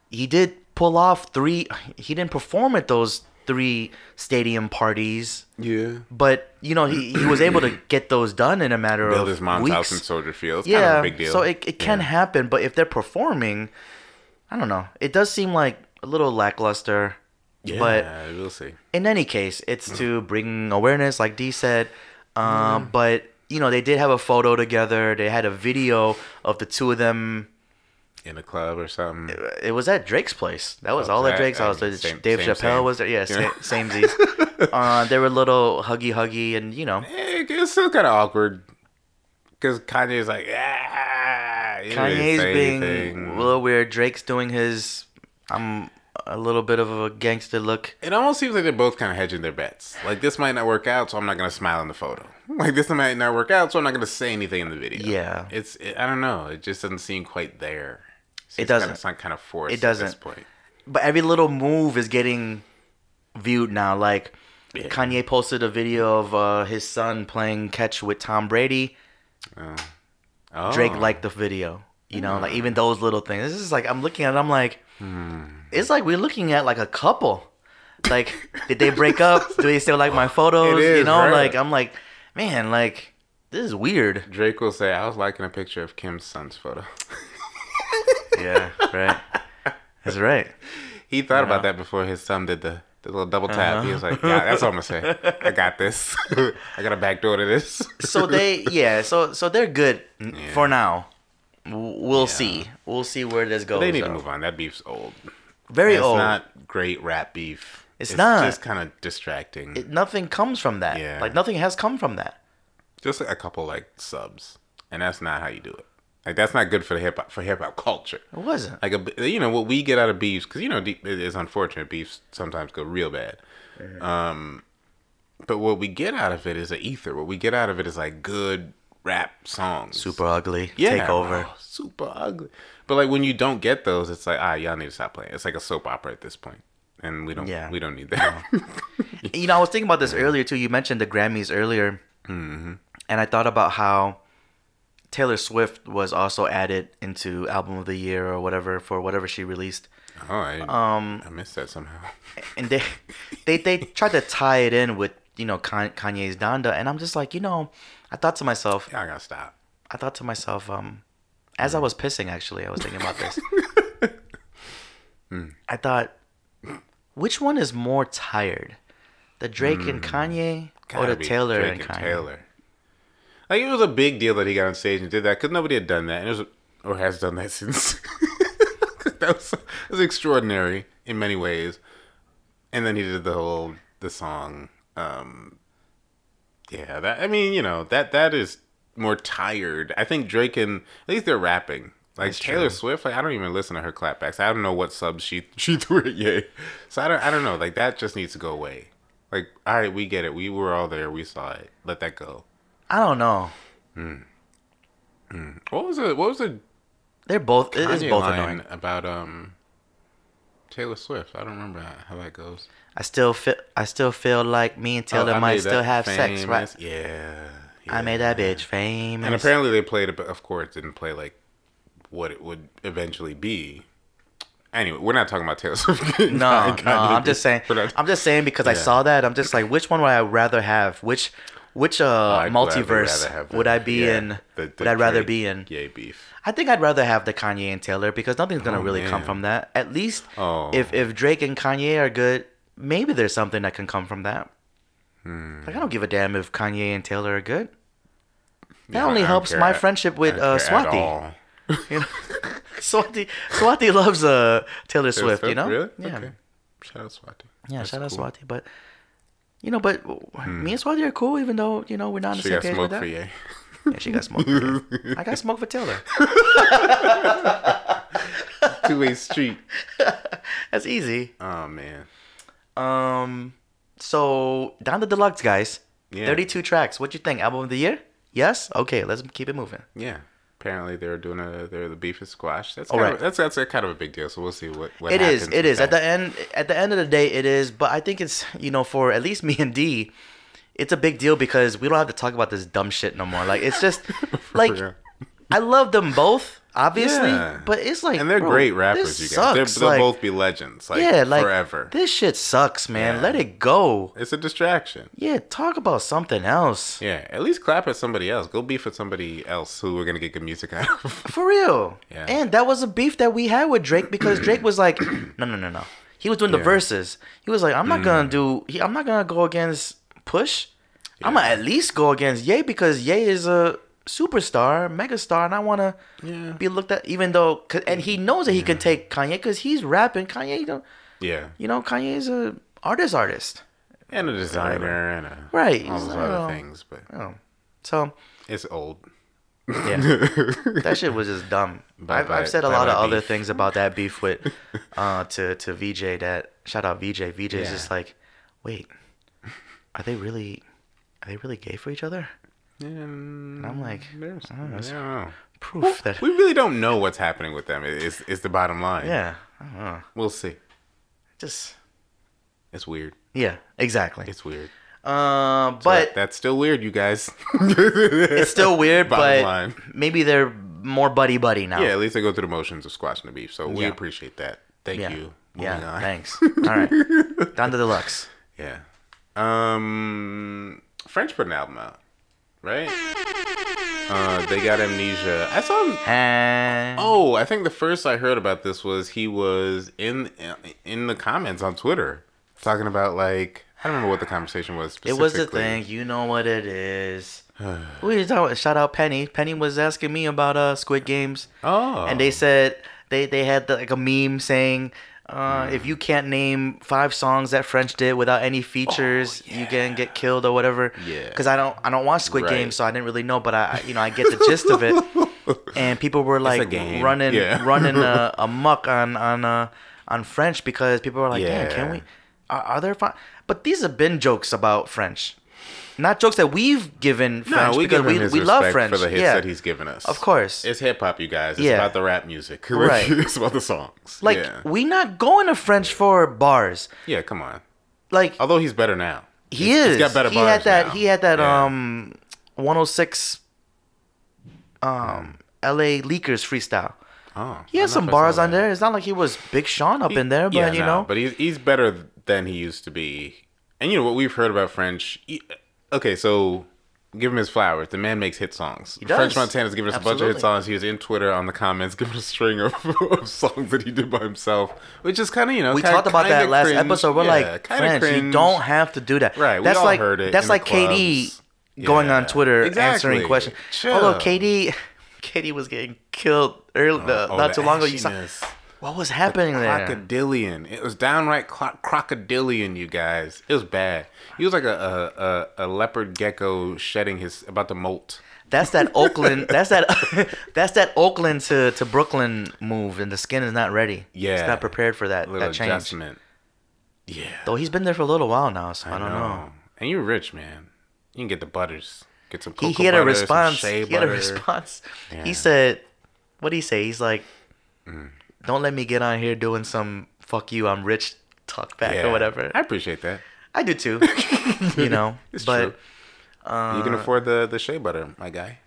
Speaker 1: he did pull off three. He didn't perform at those three stadium parties.
Speaker 2: Yeah,
Speaker 1: but you know he, he was
Speaker 2: *clears throat*
Speaker 1: able to get those done in a matter
Speaker 2: build
Speaker 1: of
Speaker 2: his mom's
Speaker 1: weeks.
Speaker 2: house in Soldier Field. It's
Speaker 1: yeah,
Speaker 2: kind of a big deal.
Speaker 1: so it, it can
Speaker 2: Yeah.
Speaker 1: happen. But if they're performing, I don't know. It does seem like a little lackluster. But
Speaker 2: yeah, we'll see.
Speaker 1: in any case,
Speaker 2: Mm.
Speaker 1: it's to bring awareness, like Dee said. Um, But you know they did have a photo together. They had a video of the two of them.
Speaker 2: In a club or something.
Speaker 1: It was at Drake's place. That was
Speaker 2: Oh,
Speaker 1: all
Speaker 2: so
Speaker 1: at
Speaker 2: I-
Speaker 1: Drake's. I,
Speaker 2: I-
Speaker 1: was there.
Speaker 2: same-
Speaker 1: Dave
Speaker 2: same,
Speaker 1: Chappelle
Speaker 2: same.
Speaker 1: was there. Yeah,
Speaker 2: *laughs* Yeah.
Speaker 1: same, samesies. uh, they were little huggy huggy, and
Speaker 2: *laughs*
Speaker 1: you know.
Speaker 2: Eh, It's still kind of awkward because Kanye's like, ah. he didn't really
Speaker 1: Kanye's
Speaker 2: say
Speaker 1: being
Speaker 2: anything.
Speaker 1: a little weird. Drake's doing his. I'm a little bit of a gangster look.
Speaker 2: It almost seems like they're both kind of hedging their bets. Like this might not work out, so I'm not gonna smile in the photo. Like this might not work out, so I'm not gonna say anything in the video.
Speaker 1: Yeah.
Speaker 2: it's it, I don't know. It just doesn't seem quite there.
Speaker 1: It
Speaker 2: Seems
Speaker 1: doesn't.
Speaker 2: Kinda, it's not kind of forced.
Speaker 1: It
Speaker 2: At this
Speaker 1: doesn't.
Speaker 2: point.
Speaker 1: But every little move is getting viewed now. Like Kanye posted a video of uh, his son playing catch with Tom Brady.
Speaker 2: Oh.
Speaker 1: Drake liked the video. You know, like even those little things. This is like I'm looking at. it, I'm like, it's like we're looking at like a couple. Like, did they break up? Do they still like my photos?
Speaker 2: It
Speaker 1: you
Speaker 2: is,
Speaker 1: know,
Speaker 2: right.
Speaker 1: like I'm like, man, like this is weird.
Speaker 2: Drake will say, "I was liking a picture of Kim's son's photo." *laughs*
Speaker 1: Yeah, *laughs* right. That's right.
Speaker 2: He thought about that before his son did the, the little double tap. He
Speaker 1: Uh-huh.
Speaker 2: was like, "Yeah, that's what I'm gonna say.
Speaker 1: *laughs*
Speaker 2: I got this. *laughs* I got a back door to this."
Speaker 1: So they, yeah. So so they're good n- for now. W- We'll see. We'll see where this goes.
Speaker 2: They need to
Speaker 1: though.
Speaker 2: move on. That beef's old.
Speaker 1: Very
Speaker 2: it's
Speaker 1: old.
Speaker 2: not great rap beef.
Speaker 1: It's not.
Speaker 2: just kind of distracting.
Speaker 1: nothing comes from that.
Speaker 2: Yeah.
Speaker 1: Like nothing has come from that.
Speaker 2: just like a couple like subs, and that's not how you do it. Like that's not good for the hip hop for hip hop culture.
Speaker 1: It wasn't.
Speaker 2: Like a you know what we get out of beefs because you know it is unfortunate beefs sometimes go real bad. Um, but what we get out of it is an ether. What we get out of it is like good rap songs.
Speaker 1: Super ugly.
Speaker 2: Yeah,
Speaker 1: Take over.
Speaker 2: oh, super ugly. But like when you don't get those, it's like ah, y'all need to stop playing. It's like a soap opera at this point, and we don't.
Speaker 1: Yeah.
Speaker 2: we don't need that.
Speaker 1: *laughs* You know, I was thinking about this earlier too. You mentioned the Grammys earlier,
Speaker 2: Mm-hmm.
Speaker 1: and I thought about how Taylor Swift was also added into Album of the Year or whatever for whatever she released.
Speaker 2: *laughs* oh, I, um, I missed that somehow. *laughs*
Speaker 1: and they they they tried to tie it in with you know Kan- Kanye's Donda, and I'm just like, you know, I thought to myself,
Speaker 2: Y'all gotta stop.
Speaker 1: I thought to myself, um, as I was pissing, actually, I was thinking about
Speaker 2: *laughs*
Speaker 1: this.
Speaker 2: Hmm.
Speaker 1: I thought, which one is more tired, the Drake and Kanye, or
Speaker 2: Hmm. Gotta
Speaker 1: the
Speaker 2: be
Speaker 1: Taylor
Speaker 2: Drake
Speaker 1: and Kanye?
Speaker 2: Taylor. Like it was a big deal that he got on stage and did that because nobody had done that, and it was or has done that *laughs* since. that was, it was extraordinary in many ways. And then he did the whole the song um, Yeah, that I mean, you know, that that is more tired. I think Drake and at least they're rapping. Like Taylor Swift, like I don't even listen to her clapbacks. I don't know what subs she *laughs* she threw at Ye. So I don't I don't know. Like that just needs to go away. Like, all right, we get it. We were all there. We saw it. Let that go.
Speaker 1: I don't know.
Speaker 2: What was the what was the
Speaker 1: They're both. It is
Speaker 2: Kanye
Speaker 1: both
Speaker 2: line
Speaker 1: annoying.
Speaker 2: about um Taylor Swift? I don't remember how, how that goes.
Speaker 1: I still feel. I still feel like me and Taylor
Speaker 2: Oh, I
Speaker 1: might
Speaker 2: made
Speaker 1: still
Speaker 2: that
Speaker 1: have sex, right?
Speaker 2: famous. Yeah,
Speaker 1: I
Speaker 2: yeah.
Speaker 1: made that bitch famous.
Speaker 2: And apparently they played it, but of course didn't play like what it would eventually be. Anyway, we're not talking about Taylor Swift. *laughs*
Speaker 1: *laughs* no, no, I'm just saying. I'm just saying because I
Speaker 2: Yeah.
Speaker 1: saw that. I'm just like, which one would I rather have? Which, which uh, multiverse would I be in? would I rather be in?
Speaker 2: Yay beef.
Speaker 1: I think I'd rather have the Kanye and Taylor because nothing's gonna
Speaker 2: Oh,
Speaker 1: really come
Speaker 2: man.
Speaker 1: from that. At least
Speaker 2: Oh.
Speaker 1: if if Drake and Kanye are good, maybe there's something that can come from that.
Speaker 2: Hmm.
Speaker 1: Like I don't give a damn if Kanye and Taylor are good. That
Speaker 2: Yeah,
Speaker 1: only
Speaker 2: I don't
Speaker 1: helps
Speaker 2: care
Speaker 1: my
Speaker 2: at-
Speaker 1: friendship with
Speaker 2: I
Speaker 1: uh,
Speaker 2: don't care at
Speaker 1: Swati.
Speaker 2: all.
Speaker 1: You know? *laughs* Swati Swati loves uh
Speaker 2: Taylor
Speaker 1: Taylor Swift. You know?
Speaker 2: Really?
Speaker 1: Yeah.
Speaker 2: Okay. Shout out Swati.
Speaker 1: Yeah.
Speaker 2: That's
Speaker 1: shout out
Speaker 2: cool. Hmm.
Speaker 1: Swati, but. You know, but me and Swati are cool, even though you know we're not on the
Speaker 2: She
Speaker 1: same
Speaker 2: got
Speaker 1: page with
Speaker 2: smoke
Speaker 1: that.
Speaker 2: for yay.
Speaker 1: Yeah, she got smoked. For
Speaker 2: *laughs*
Speaker 1: you. I got smoked for Taylor.
Speaker 2: Two way street.
Speaker 1: That's easy.
Speaker 2: *laughs* Oh man.
Speaker 1: Um, so down the deluxe, guys.
Speaker 2: Yeah.
Speaker 1: Thirty-two tracks. What you think? Album of the year? Yes. Okay, let's keep it moving.
Speaker 2: Yeah. Apparently they're doing a they're the beef is squash. That's
Speaker 1: All
Speaker 2: kind
Speaker 1: right.
Speaker 2: of, that's that's a kind of a big deal. So we'll see what what
Speaker 1: It is.
Speaker 2: happens
Speaker 1: It
Speaker 2: with
Speaker 1: is. At
Speaker 2: that.
Speaker 1: the end. At the end of the day, it is. But I think it's you know for at least me and D, it's a big deal because we don't have to talk about this dumb shit no more. Like it's
Speaker 2: *laughs*
Speaker 1: just like
Speaker 2: real.
Speaker 1: I love them both, obviously.
Speaker 2: Yeah.
Speaker 1: But it's like
Speaker 2: and they're
Speaker 1: bro,
Speaker 2: great
Speaker 1: this
Speaker 2: rappers. You guys,
Speaker 1: sucks.
Speaker 2: they're, they'll
Speaker 1: Like,
Speaker 2: both be legends. Like,
Speaker 1: yeah, like
Speaker 2: forever.
Speaker 1: This shit sucks, man.
Speaker 2: Yeah.
Speaker 1: Let it go.
Speaker 2: it's a distraction.
Speaker 1: Yeah, talk about something else.
Speaker 2: Yeah, at least clap at somebody else. Go beef with somebody else who we're gonna get good music out of. *laughs*
Speaker 1: For real.
Speaker 2: Yeah.
Speaker 1: And that was a beef that we had with Drake because Drake
Speaker 2: *clears throat*
Speaker 1: was like, no, no, no, no. He was doing the
Speaker 2: Yeah. Mm.
Speaker 1: verses. He was like, I'm not gonna do. He, I'm not gonna go against Push. I'm gonna at least go against Ye because Ye is a superstar, megastar, and I wanna
Speaker 2: Yeah.
Speaker 1: be looked at. Even though, 'cause- and he knows that he can take Kanye because he's rapping. Kanye, you know,
Speaker 2: yeah,
Speaker 1: you know, Kanye is a artist, artist.
Speaker 2: and a designer and a
Speaker 1: Right.
Speaker 2: all
Speaker 1: He's
Speaker 2: those
Speaker 1: like,
Speaker 2: other
Speaker 1: oh.
Speaker 2: things. But
Speaker 1: Oh. So
Speaker 2: it's old. *laughs*
Speaker 1: yeah. that shit was just dumb.
Speaker 2: Bye
Speaker 1: I've,
Speaker 2: bye-
Speaker 1: I've said a
Speaker 2: bye
Speaker 1: lot
Speaker 2: bye
Speaker 1: of other
Speaker 2: beef.
Speaker 1: things about that beef with *laughs* uh, to to VJ. That shout out VJ. VJ's
Speaker 2: Yeah.
Speaker 1: just like, wait, are they really are they really gay for each other?
Speaker 2: And
Speaker 1: I'm like,
Speaker 2: there's-
Speaker 1: I don't know.
Speaker 2: I don't know.
Speaker 1: Proof that
Speaker 2: We really don't know what's happening with them. Is is the bottom line?
Speaker 1: yeah, I don't know.
Speaker 2: we'll see.
Speaker 1: just
Speaker 2: It's weird.
Speaker 1: yeah, exactly.
Speaker 2: It's weird.
Speaker 1: Uh,
Speaker 2: That-
Speaker 1: but
Speaker 2: that's still weird, you guys. *laughs*
Speaker 1: it's still weird.
Speaker 2: Bottom
Speaker 1: but
Speaker 2: line.
Speaker 1: maybe they're more buddy buddy now.
Speaker 2: yeah. At least they go through the motions of squashing the beef, so we
Speaker 1: Yeah.
Speaker 2: appreciate that. Thank
Speaker 1: yeah,
Speaker 2: you.
Speaker 1: yeah.
Speaker 2: Moving on.
Speaker 1: Thanks. All
Speaker 2: *laughs*
Speaker 1: right, down to deluxe.
Speaker 2: Yeah. Um, French put an album out, right? Uh, they got amnesia. I saw him.
Speaker 1: And
Speaker 2: Oh, I think the first I heard about this was he was in in the comments on Twitter talking about like I don't remember what the conversation was.
Speaker 1: It
Speaker 2: Specifically.
Speaker 1: was the thing. You know what
Speaker 2: *sighs*
Speaker 1: it is. Who are you talking about? Shout out Penny. Penny was asking me about uh Squid Games,
Speaker 2: Oh,
Speaker 1: and they said they they had the, like a meme saying. Uh,
Speaker 2: Hmm.
Speaker 1: If you can't name five songs that French did without any features, you can get killed or whatever.
Speaker 2: Oh, Yeah.
Speaker 1: Because I don't, I don't watch Squid
Speaker 2: Right.
Speaker 1: Games, so I didn't really know. But I, I- you know, I get
Speaker 2: *laughs*
Speaker 1: the gist of it. And people were like
Speaker 2: game.
Speaker 1: running,
Speaker 2: Yeah.
Speaker 1: *laughs*
Speaker 2: *laughs*
Speaker 1: running a, a muck on on uh, on French because people were like, "Damn, can
Speaker 2: Yeah.
Speaker 1: we? Are, are there?" Fi-? But these have been jokes about French not jokes that we've given French
Speaker 2: No, we
Speaker 1: because
Speaker 2: give him
Speaker 1: we,
Speaker 2: his
Speaker 1: we love
Speaker 2: respect
Speaker 1: French.
Speaker 2: for the hits
Speaker 1: yeah,
Speaker 2: that he's given us.
Speaker 1: of course.
Speaker 2: it's hip hop, you guys. It's
Speaker 1: Yeah.
Speaker 2: about the rap music. *laughs*
Speaker 1: Right.
Speaker 2: it's about the songs.
Speaker 1: like
Speaker 2: yeah,
Speaker 1: we not going to French for bars.
Speaker 2: yeah come on.
Speaker 1: Like
Speaker 2: Although he's better now.
Speaker 1: he
Speaker 2: He's-
Speaker 1: is.
Speaker 2: He's Oh, got better
Speaker 1: he
Speaker 2: bars
Speaker 1: had that.
Speaker 2: now.
Speaker 1: He had that.
Speaker 2: Yeah.
Speaker 1: Um, 106. Um, L.A. Leakers freestyle.
Speaker 2: Oh,
Speaker 1: He
Speaker 2: I'm
Speaker 1: had
Speaker 2: not
Speaker 1: some
Speaker 2: pressing
Speaker 1: bars on
Speaker 2: that.
Speaker 1: there. It's not like he was Big Sean up in there, but
Speaker 2: Yeah,
Speaker 1: you
Speaker 2: nah,
Speaker 1: know,
Speaker 2: but he's he's better than he used to be. And you know what we've heard about French? he- okay, so give him his flowers. The man makes hit songs.
Speaker 1: does.
Speaker 2: French Montana's given us a bunch of
Speaker 1: Absolutely.
Speaker 2: hit songs. He was in Twitter on the comments, *laughs* giving a string of, of songs that he did by himself, which is kind of you know
Speaker 1: we
Speaker 2: kinda-
Speaker 1: talked about
Speaker 2: kinda
Speaker 1: that last
Speaker 2: cringe.
Speaker 1: episode. We're
Speaker 2: Yeah,
Speaker 1: like,
Speaker 2: kinda
Speaker 1: French, you
Speaker 2: cringe.
Speaker 1: don't have to do that.
Speaker 2: Right, we
Speaker 1: That's
Speaker 2: all
Speaker 1: like
Speaker 2: heard it
Speaker 1: that's
Speaker 2: in
Speaker 1: like
Speaker 2: the
Speaker 1: KD
Speaker 2: clubs.
Speaker 1: going on
Speaker 2: Yeah,
Speaker 1: Twitter answering
Speaker 2: exactly.
Speaker 1: questions.
Speaker 2: Chill.
Speaker 1: *laughs* Although KD, KD was getting killed early, the-
Speaker 2: Oh,
Speaker 1: not
Speaker 2: the
Speaker 1: too long ago. You saw,
Speaker 2: ashiness.
Speaker 1: What was happening there?
Speaker 2: crocodilian. It was downright cro- crocodilian, you guys. It was bad. He was like a a, a, a leopard gecko shedding his about to molt.
Speaker 1: That's that Oakland. That's that. *laughs* that's that Oakland to, to Brooklyn move, and the skin is not ready.
Speaker 2: Yeah.
Speaker 1: it's not prepared for that
Speaker 2: Little
Speaker 1: that change.
Speaker 2: adjustment. Yeah.
Speaker 1: Though he's been there for a little while now, so I, don't know.
Speaker 2: And you're rich, man. You can get the butters. Get some. Cocoa
Speaker 1: He, he had a
Speaker 2: butter, some
Speaker 1: response. He
Speaker 2: shea
Speaker 1: had a
Speaker 2: butter.
Speaker 1: response.
Speaker 2: Yeah. Mm.
Speaker 1: He said, "What did he say?" He's like, "Don't let me get on here doing some fuck you, I'm rich talk back
Speaker 2: Yeah.
Speaker 1: or whatever."
Speaker 2: I
Speaker 1: I,
Speaker 2: appreciate that. *laughs*
Speaker 1: do too. you know,
Speaker 2: It's
Speaker 1: but
Speaker 2: true. you
Speaker 1: Uh,
Speaker 2: can afford the the shea butter, my guy.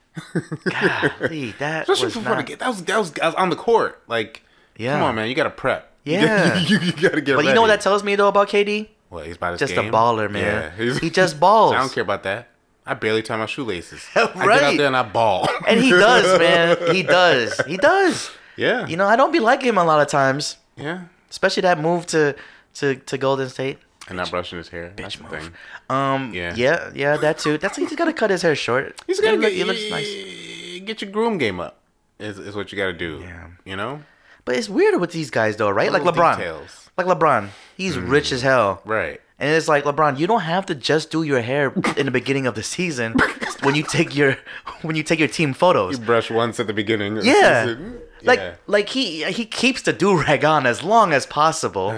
Speaker 1: golly, that
Speaker 2: Especially
Speaker 1: was
Speaker 2: before
Speaker 1: not.
Speaker 2: the game. That was, that was I was on the court. Like,
Speaker 1: Yeah.
Speaker 2: come on, man. You got to prep. *laughs* You
Speaker 1: Yeah.
Speaker 2: gotta- you, you got to get
Speaker 1: but you
Speaker 2: ready.
Speaker 1: know what that tells me though about KD?
Speaker 2: Well, he's about his
Speaker 1: Just a
Speaker 2: game.
Speaker 1: baller, man.
Speaker 2: Yeah, *laughs* he's-
Speaker 1: He just balls.
Speaker 2: I don't care about that. I barely tie my shoelaces. I get out
Speaker 1: *laughs* Right.
Speaker 2: there and I ball. *laughs*
Speaker 1: And he does, man. He does. He does.
Speaker 2: yeah.
Speaker 1: You know, I don't be like him a lot of times,
Speaker 2: Yeah.
Speaker 1: especially that move to to to Golden State.
Speaker 2: And not brushing his hair. That's the
Speaker 1: move.
Speaker 2: thing.
Speaker 1: Um,
Speaker 2: Yeah.
Speaker 1: yeah, yeah, that too. That's he's gotta cut his hair short.
Speaker 2: He's got to
Speaker 1: It look-
Speaker 2: get,
Speaker 1: it looks nice,
Speaker 2: get your groom game up. Is, is what you got to do.
Speaker 1: Yeah.
Speaker 2: You know?
Speaker 1: but it's weird with these guys though, right? Like
Speaker 2: Little
Speaker 1: LeBron,
Speaker 2: Details. Mm.
Speaker 1: like LeBron, he's rich as hell,
Speaker 2: Right.
Speaker 1: and it's like LeBron, you don't have to just do your hair in the beginning of
Speaker 2: *laughs*
Speaker 1: the season when you take your when you take your team photos.
Speaker 2: You brush once at the beginning. of the
Speaker 1: Yeah.
Speaker 2: season.
Speaker 1: Like
Speaker 2: mm, Yeah.
Speaker 1: like he he keeps the do rag on as long as
Speaker 2: *sighs*
Speaker 1: possible.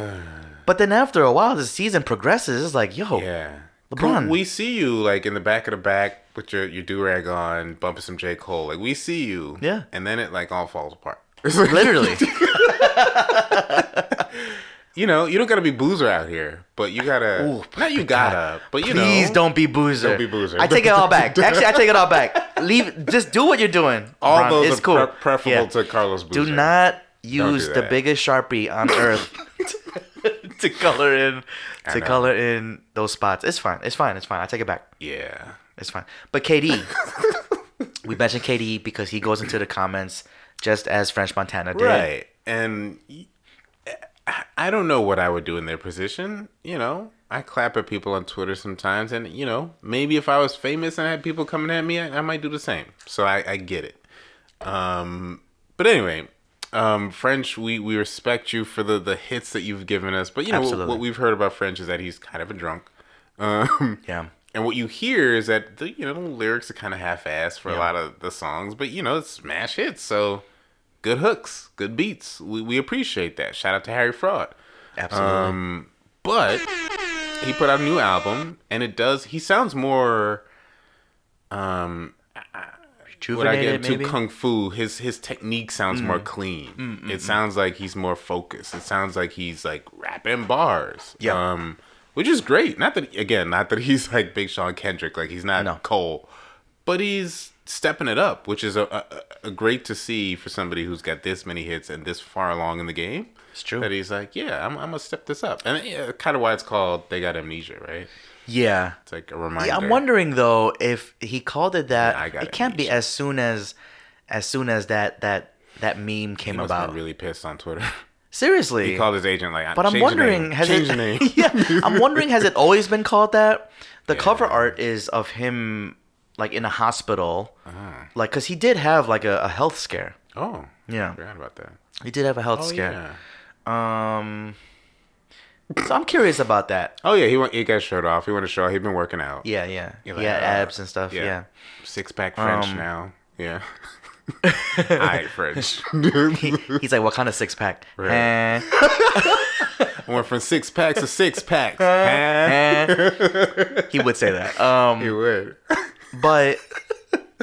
Speaker 1: but then after a while the season progresses, it's like, yo,
Speaker 2: Yeah.
Speaker 1: LeBron.
Speaker 2: We see you like in the back of the back with your, your do rag on, bumping some J. Cole. Like we see you.
Speaker 1: Yeah.
Speaker 2: And then it like all falls apart.
Speaker 1: *laughs* literally.
Speaker 2: You know, you don't gotta be boozer out here, but you gotta
Speaker 1: Ooh,
Speaker 2: not you gotta, but *laughs* you know
Speaker 1: Please don't be boozer.
Speaker 2: Don't be boozer.
Speaker 1: I take it all
Speaker 2: *laughs*
Speaker 1: back. Actually, I take it all back. Leave just do what you're doing.
Speaker 2: all
Speaker 1: LeBron.
Speaker 2: those
Speaker 1: it's
Speaker 2: are
Speaker 1: cool.
Speaker 2: pre- preferable
Speaker 1: Yeah.
Speaker 2: to Carlos Boozer.
Speaker 1: Do not
Speaker 2: do
Speaker 1: use the
Speaker 2: that.
Speaker 1: biggest Sharpie
Speaker 2: *laughs*
Speaker 1: on earth *laughs* to color in
Speaker 2: I
Speaker 1: to
Speaker 2: know.
Speaker 1: color in those spots. It's fine. It's fine. It's fine. I take it back.
Speaker 2: Yeah.
Speaker 1: It's fine. But KD, we mentioned KD because he goes into the comments just as French Montana did.
Speaker 2: Right. And y- I- I don't know what I would do in their position. You know, I clap at people on Twitter sometimes, and you know, maybe if I was famous and I had people coming at me, I, I might do the same. So I, I get it. Um, but anyway, um, French, we, we respect you for the, the hits that you've given us. But you know, what,
Speaker 1: Absolutely.
Speaker 2: what we've heard about French is that he's kind of a drunk. Um,
Speaker 1: Yeah.
Speaker 2: and what you hear is that the you know the lyrics are kind of half-assed for a lot of the songs, but you know it's smash hits. So good hooks, good beats. We we appreciate that. Shout out to Harry Fraud.
Speaker 1: Absolutely.
Speaker 2: Um, but he put out a new album, and it does. He sounds more um when I get
Speaker 1: Rejuvenated,
Speaker 2: into
Speaker 1: maybe. Mm.
Speaker 2: kung fu, his his technique sounds more clean. It sounds like he's more focused. It sounds like he's like rapping bars.
Speaker 1: Yeah.
Speaker 2: Um, which is great. Not that again, not that he's like Big Sean Kendrick, like he's not
Speaker 1: No.
Speaker 2: Cole, but he's stepping it up, which is a, a, a great to see for somebody who's got this many hits and this far along in the game.
Speaker 1: It's true.
Speaker 2: That he's like, yeah, I'm, I'm gonna step this up, and yeah, kind of why it's called "They Got Amnesia," right?
Speaker 1: yeah.
Speaker 2: It's like a reminder.
Speaker 1: Yeah, I'm wondering though if he called it that.
Speaker 2: Yeah, I got
Speaker 1: it can't be
Speaker 2: amnesia.
Speaker 1: as soon as, as soon as that that that meme came
Speaker 2: He must have
Speaker 1: about.
Speaker 2: been really pissed on Twitter.
Speaker 1: Seriously.
Speaker 2: he called his agent like,
Speaker 1: but I'm
Speaker 2: "Change the name.
Speaker 1: wondering, has
Speaker 2: change
Speaker 1: it?
Speaker 2: the name.
Speaker 1: *laughs* yeah, I'm wondering, has it always been called that? The cover
Speaker 2: Yeah.
Speaker 1: art is of him like in a hospital,
Speaker 2: Uh-huh.
Speaker 1: like because he did have like a, a health scare.
Speaker 2: Oh,
Speaker 1: Yeah.
Speaker 2: I forgot about that.
Speaker 1: He did have a health
Speaker 2: Oh yeah.
Speaker 1: scare. Um, so I'm curious about that.
Speaker 2: Oh yeah. He went. He got showed off. He wanted to show. off. He been working out.
Speaker 1: Yeah, yeah,
Speaker 2: You're
Speaker 1: yeah,
Speaker 2: like, uh,
Speaker 1: abs and stuff.
Speaker 2: yeah.
Speaker 1: Yeah.
Speaker 2: Six pack French
Speaker 1: Um,
Speaker 2: now.
Speaker 1: *laughs*
Speaker 2: Yeah. *laughs* Alright, French. *laughs* I
Speaker 1: He's like, what kind of six pack?
Speaker 2: *laughs* Right.
Speaker 1: Eh,
Speaker 2: went from six packs to six
Speaker 1: *laughs*
Speaker 2: packs. Huh?
Speaker 1: eh. *laughs* he would say that. Um,
Speaker 2: he would. *laughs*
Speaker 1: but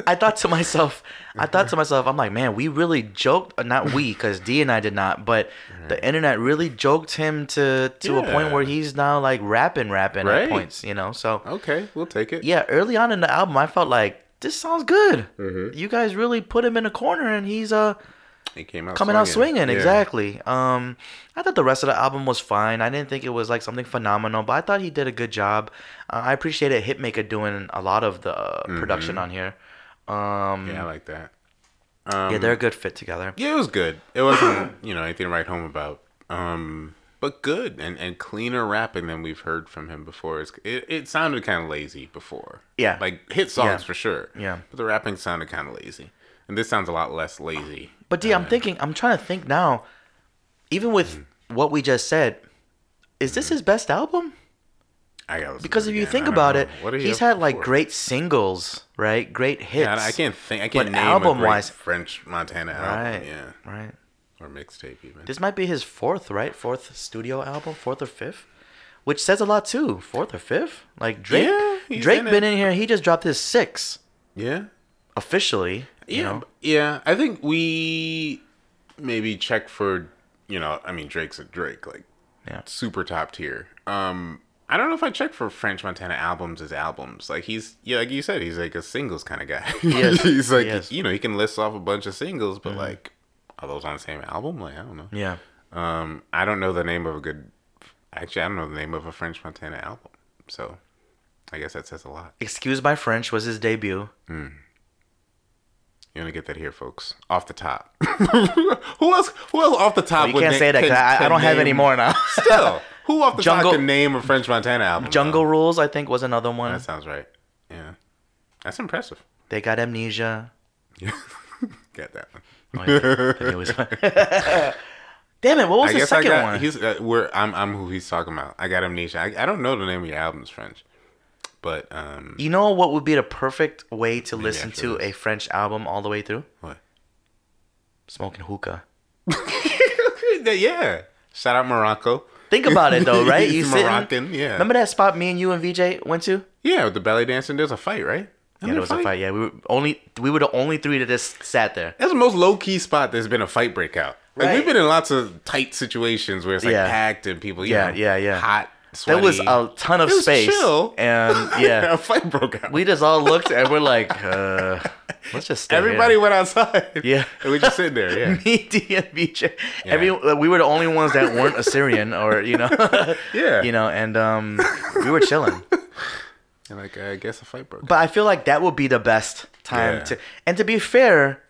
Speaker 1: I thought to myself, I thought to myself, I'm like, man, we really joked. uh, Not we, because D and I did not, but the internet really joked him to to a point where
Speaker 2: Yeah.
Speaker 1: he's now like rapping, rapping
Speaker 2: Right. Oh.
Speaker 1: at points, you know. So
Speaker 2: Okay, we'll take it.
Speaker 1: yeah, early on in the album, I felt like this sounds good.
Speaker 2: Mm-hmm.
Speaker 1: You guys really put him in a corner, and he's uh
Speaker 2: He came out
Speaker 1: coming out swinging.
Speaker 2: Yeah.
Speaker 1: Exactly. Um, I thought the rest of the album was fine. I didn't think it was like something phenomenal, but I thought he did a good job. Uh, I appreciated Hitmaker doing a lot of the uh,
Speaker 2: Mm-hmm.
Speaker 1: production on here. Um,
Speaker 2: Yeah, I
Speaker 1: yeah,
Speaker 2: like that. Um,
Speaker 1: they're a good fit together.
Speaker 2: Yeah, it was good. It wasn't, *coughs* you know, anything to write home about. Um, but good and, and cleaner rapping than we've heard from him before. It's, it, it sounded kind of lazy before.
Speaker 1: Yeah.
Speaker 2: Like hit songs
Speaker 1: Yeah.
Speaker 2: for sure.
Speaker 1: Yeah.
Speaker 2: But the rapping sounded kind of lazy. And this sounds a lot less lazy.
Speaker 1: But D, I'm thinking, I'm trying to think now. even with
Speaker 2: Mm-hmm.
Speaker 1: what we just said, is this his best album?
Speaker 2: I gotta listen to
Speaker 1: Because
Speaker 2: it
Speaker 1: if you
Speaker 2: again.
Speaker 1: think
Speaker 2: Mm-hmm. I don't
Speaker 1: about
Speaker 2: know.
Speaker 1: it,
Speaker 2: What are you
Speaker 1: he's
Speaker 2: up
Speaker 1: had like
Speaker 2: for?
Speaker 1: great singles, right? Great hits.
Speaker 2: Yeah, I can't think. I
Speaker 1: But
Speaker 2: can't name a great
Speaker 1: album-wise-
Speaker 2: French Montana album.
Speaker 1: Right.
Speaker 2: Yeah,
Speaker 1: Right.
Speaker 2: or mixtape even.
Speaker 1: This might be his fourth, right? Fourth studio album, fourth or fifth, which says a lot too. Fourth or fifth, like Drake.
Speaker 2: Yeah, he's
Speaker 1: Drake
Speaker 2: in
Speaker 1: been
Speaker 2: it.
Speaker 1: in here. He just dropped his sixth
Speaker 2: yeah,
Speaker 1: officially. You
Speaker 2: yeah,
Speaker 1: know?
Speaker 2: b- yeah. I think we maybe check for you know. I mean, Drake's a Drake, like
Speaker 1: Yeah.
Speaker 2: super top tier. Um, I don't know if I check for French Montana albums as albums. Like he's yeah, like you said, he's like a singles kind of guy. *laughs*
Speaker 1: is.
Speaker 2: he's like
Speaker 1: He is. Mm-hmm.
Speaker 2: you know he can list off a bunch of singles, but like are those on the same album? Like I don't know.
Speaker 1: Yeah.
Speaker 2: Um, I don't know the name of a good. Actually, I don't know the name of a French Montana album. So, I guess that says a lot.
Speaker 1: Excuse my French was his debut.
Speaker 2: You only get that here, folks. Off the top. *laughs* who else? Who else off the top?
Speaker 1: You
Speaker 2: would
Speaker 1: can't
Speaker 2: na-
Speaker 1: say that
Speaker 2: can-
Speaker 1: because I, I
Speaker 2: can
Speaker 1: don't have
Speaker 2: *laughs*
Speaker 1: any
Speaker 2: name-
Speaker 1: more now. *laughs*
Speaker 2: Still, who off the
Speaker 1: Jungle-
Speaker 2: top can name a French Montana album?
Speaker 1: Jungle Rules, I think, was another one.
Speaker 2: That sounds right. Yeah, that's impressive. *laughs*
Speaker 1: They got amnesia.
Speaker 2: Get that one.
Speaker 1: Oh, yeah.
Speaker 2: *laughs*
Speaker 1: Okay, was- *laughs* Damn it! What was
Speaker 2: I
Speaker 1: the
Speaker 2: guess
Speaker 1: second
Speaker 2: I got.
Speaker 1: one?
Speaker 2: He's uh, where I'm. I'm who he's talking about. I got amnesia. I, I don't know the name of your albums, French, but um,
Speaker 1: You know what would be the perfect way to listen
Speaker 2: after
Speaker 1: to
Speaker 2: this.
Speaker 1: a French album all the way through?
Speaker 2: what? *laughs*
Speaker 1: Smoking hookah.
Speaker 2: yeah. Shout out Morocco.
Speaker 1: Think about
Speaker 2: *laughs*
Speaker 1: it though, right?
Speaker 2: He's
Speaker 1: sitting-
Speaker 2: Moroccan, yeah.
Speaker 1: Remember that spot me and you and VJ went to?
Speaker 2: Yeah, with the belly dancing, there's a fight, right?
Speaker 1: Yeah, there was a fight. Yeah, we were only we were the only three that just sat there.
Speaker 2: That's the most low key spot there's been a fight breakout. Like
Speaker 1: Right.
Speaker 2: we've been in lots of tight situations where it's like
Speaker 1: Yeah.
Speaker 2: packed and people, you
Speaker 1: Yeah,
Speaker 2: know,
Speaker 1: yeah, yeah.
Speaker 2: hot.
Speaker 1: There
Speaker 2: Sweaty.
Speaker 1: was a ton of
Speaker 2: It was
Speaker 1: space,
Speaker 2: chill.
Speaker 1: and
Speaker 2: *laughs* a
Speaker 1: yeah,
Speaker 2: fight broke out.
Speaker 1: we just all looked and we're like, uh, let's just stay here.
Speaker 2: Everybody went outside.
Speaker 1: Yeah.
Speaker 2: *laughs* and we just sitting
Speaker 1: *laughs*
Speaker 2: there. Yeah,
Speaker 1: Me, D, and VJ. Every, uh, we were the only ones that weren't Assyrian or,
Speaker 2: *laughs*
Speaker 1: you know, *laughs*
Speaker 2: yeah.
Speaker 1: you know, and um, we
Speaker 2: *laughs*
Speaker 1: were chilling.
Speaker 2: and like I guess a fight broke.
Speaker 1: But I feel like that would be the best time
Speaker 2: Yeah. Hmm.
Speaker 1: to. And to be fair,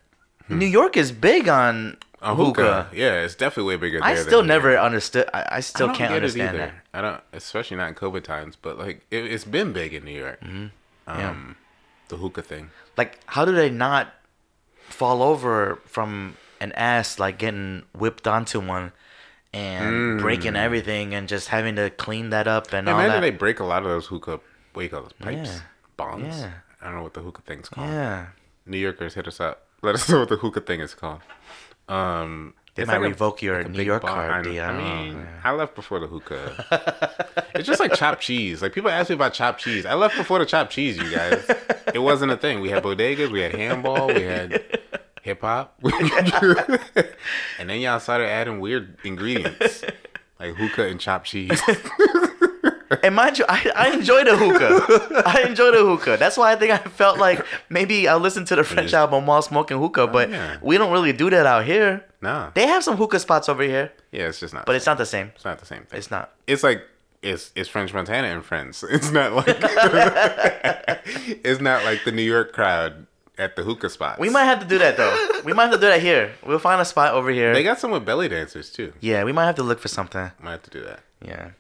Speaker 1: New York is big on
Speaker 2: out. a
Speaker 1: hookah.
Speaker 2: hookah. Yeah, it's definitely way bigger.
Speaker 1: I
Speaker 2: there
Speaker 1: still
Speaker 2: than here.
Speaker 1: never understood. I, I still
Speaker 2: don't
Speaker 1: can't
Speaker 2: get it
Speaker 1: understand
Speaker 2: either.
Speaker 1: that.
Speaker 2: I don't, especially not in COVID times. But like, it, it's been big in New York.
Speaker 1: Mm-hmm. Yeah.
Speaker 2: Um, the hookah thing.
Speaker 1: Like, how do they not fall over from an ass like getting whipped onto one
Speaker 2: Mm.
Speaker 1: and breaking everything and just having to clean that up and all
Speaker 2: Imagine
Speaker 1: that?
Speaker 2: they break a lot of those hookah. What do you call those pipes?
Speaker 1: Yeah.
Speaker 2: Bongs.
Speaker 1: Yeah.
Speaker 2: I don't know what the hookah thing's called.
Speaker 1: yeah,
Speaker 2: New Yorkers hit us up. Let us *laughs* know what the hookah thing is called. Um,
Speaker 1: they
Speaker 2: it's
Speaker 1: might
Speaker 2: like a-
Speaker 1: revoke your New
Speaker 2: big
Speaker 1: York
Speaker 2: bong.
Speaker 1: card. Oh,
Speaker 2: I,
Speaker 1: yeah,
Speaker 2: I
Speaker 1: don't
Speaker 2: mean,
Speaker 1: know.
Speaker 2: I left before the hookah. it's just like chopped cheese. Like people ask me about chopped cheese. I left before the chopped cheese. You guys, it wasn't a thing. We had bodegas. We had handball. We had hip *laughs* hop. and then y'all started adding weird ingredients like hookah and chopped cheese.
Speaker 1: *laughs*
Speaker 2: *laughs*
Speaker 1: And mind you, I, I enjoy the hookah. I enjoy the hookah. That's why I think I felt like maybe I'll listen to the French
Speaker 2: Yeah.
Speaker 1: album while smoking hookah, but
Speaker 2: Oh, yeah.
Speaker 1: we don't really do that out here.
Speaker 2: Nah.
Speaker 1: They have some hookah spots over here,
Speaker 2: Yeah, it's just not.
Speaker 1: but it's not the same.
Speaker 2: It's not the same thing.
Speaker 1: It's not.
Speaker 2: it's like it's it's French Montana and Friends. *laughs* It's not like it's not like the New York crowd at the hookah spots.
Speaker 1: We might have to do that though. we might have to do that here. We'll find a spot over here.
Speaker 2: They got some with belly dancers too.
Speaker 1: yeah, we might have to look for something.
Speaker 2: Might have to do that.
Speaker 1: Yeah.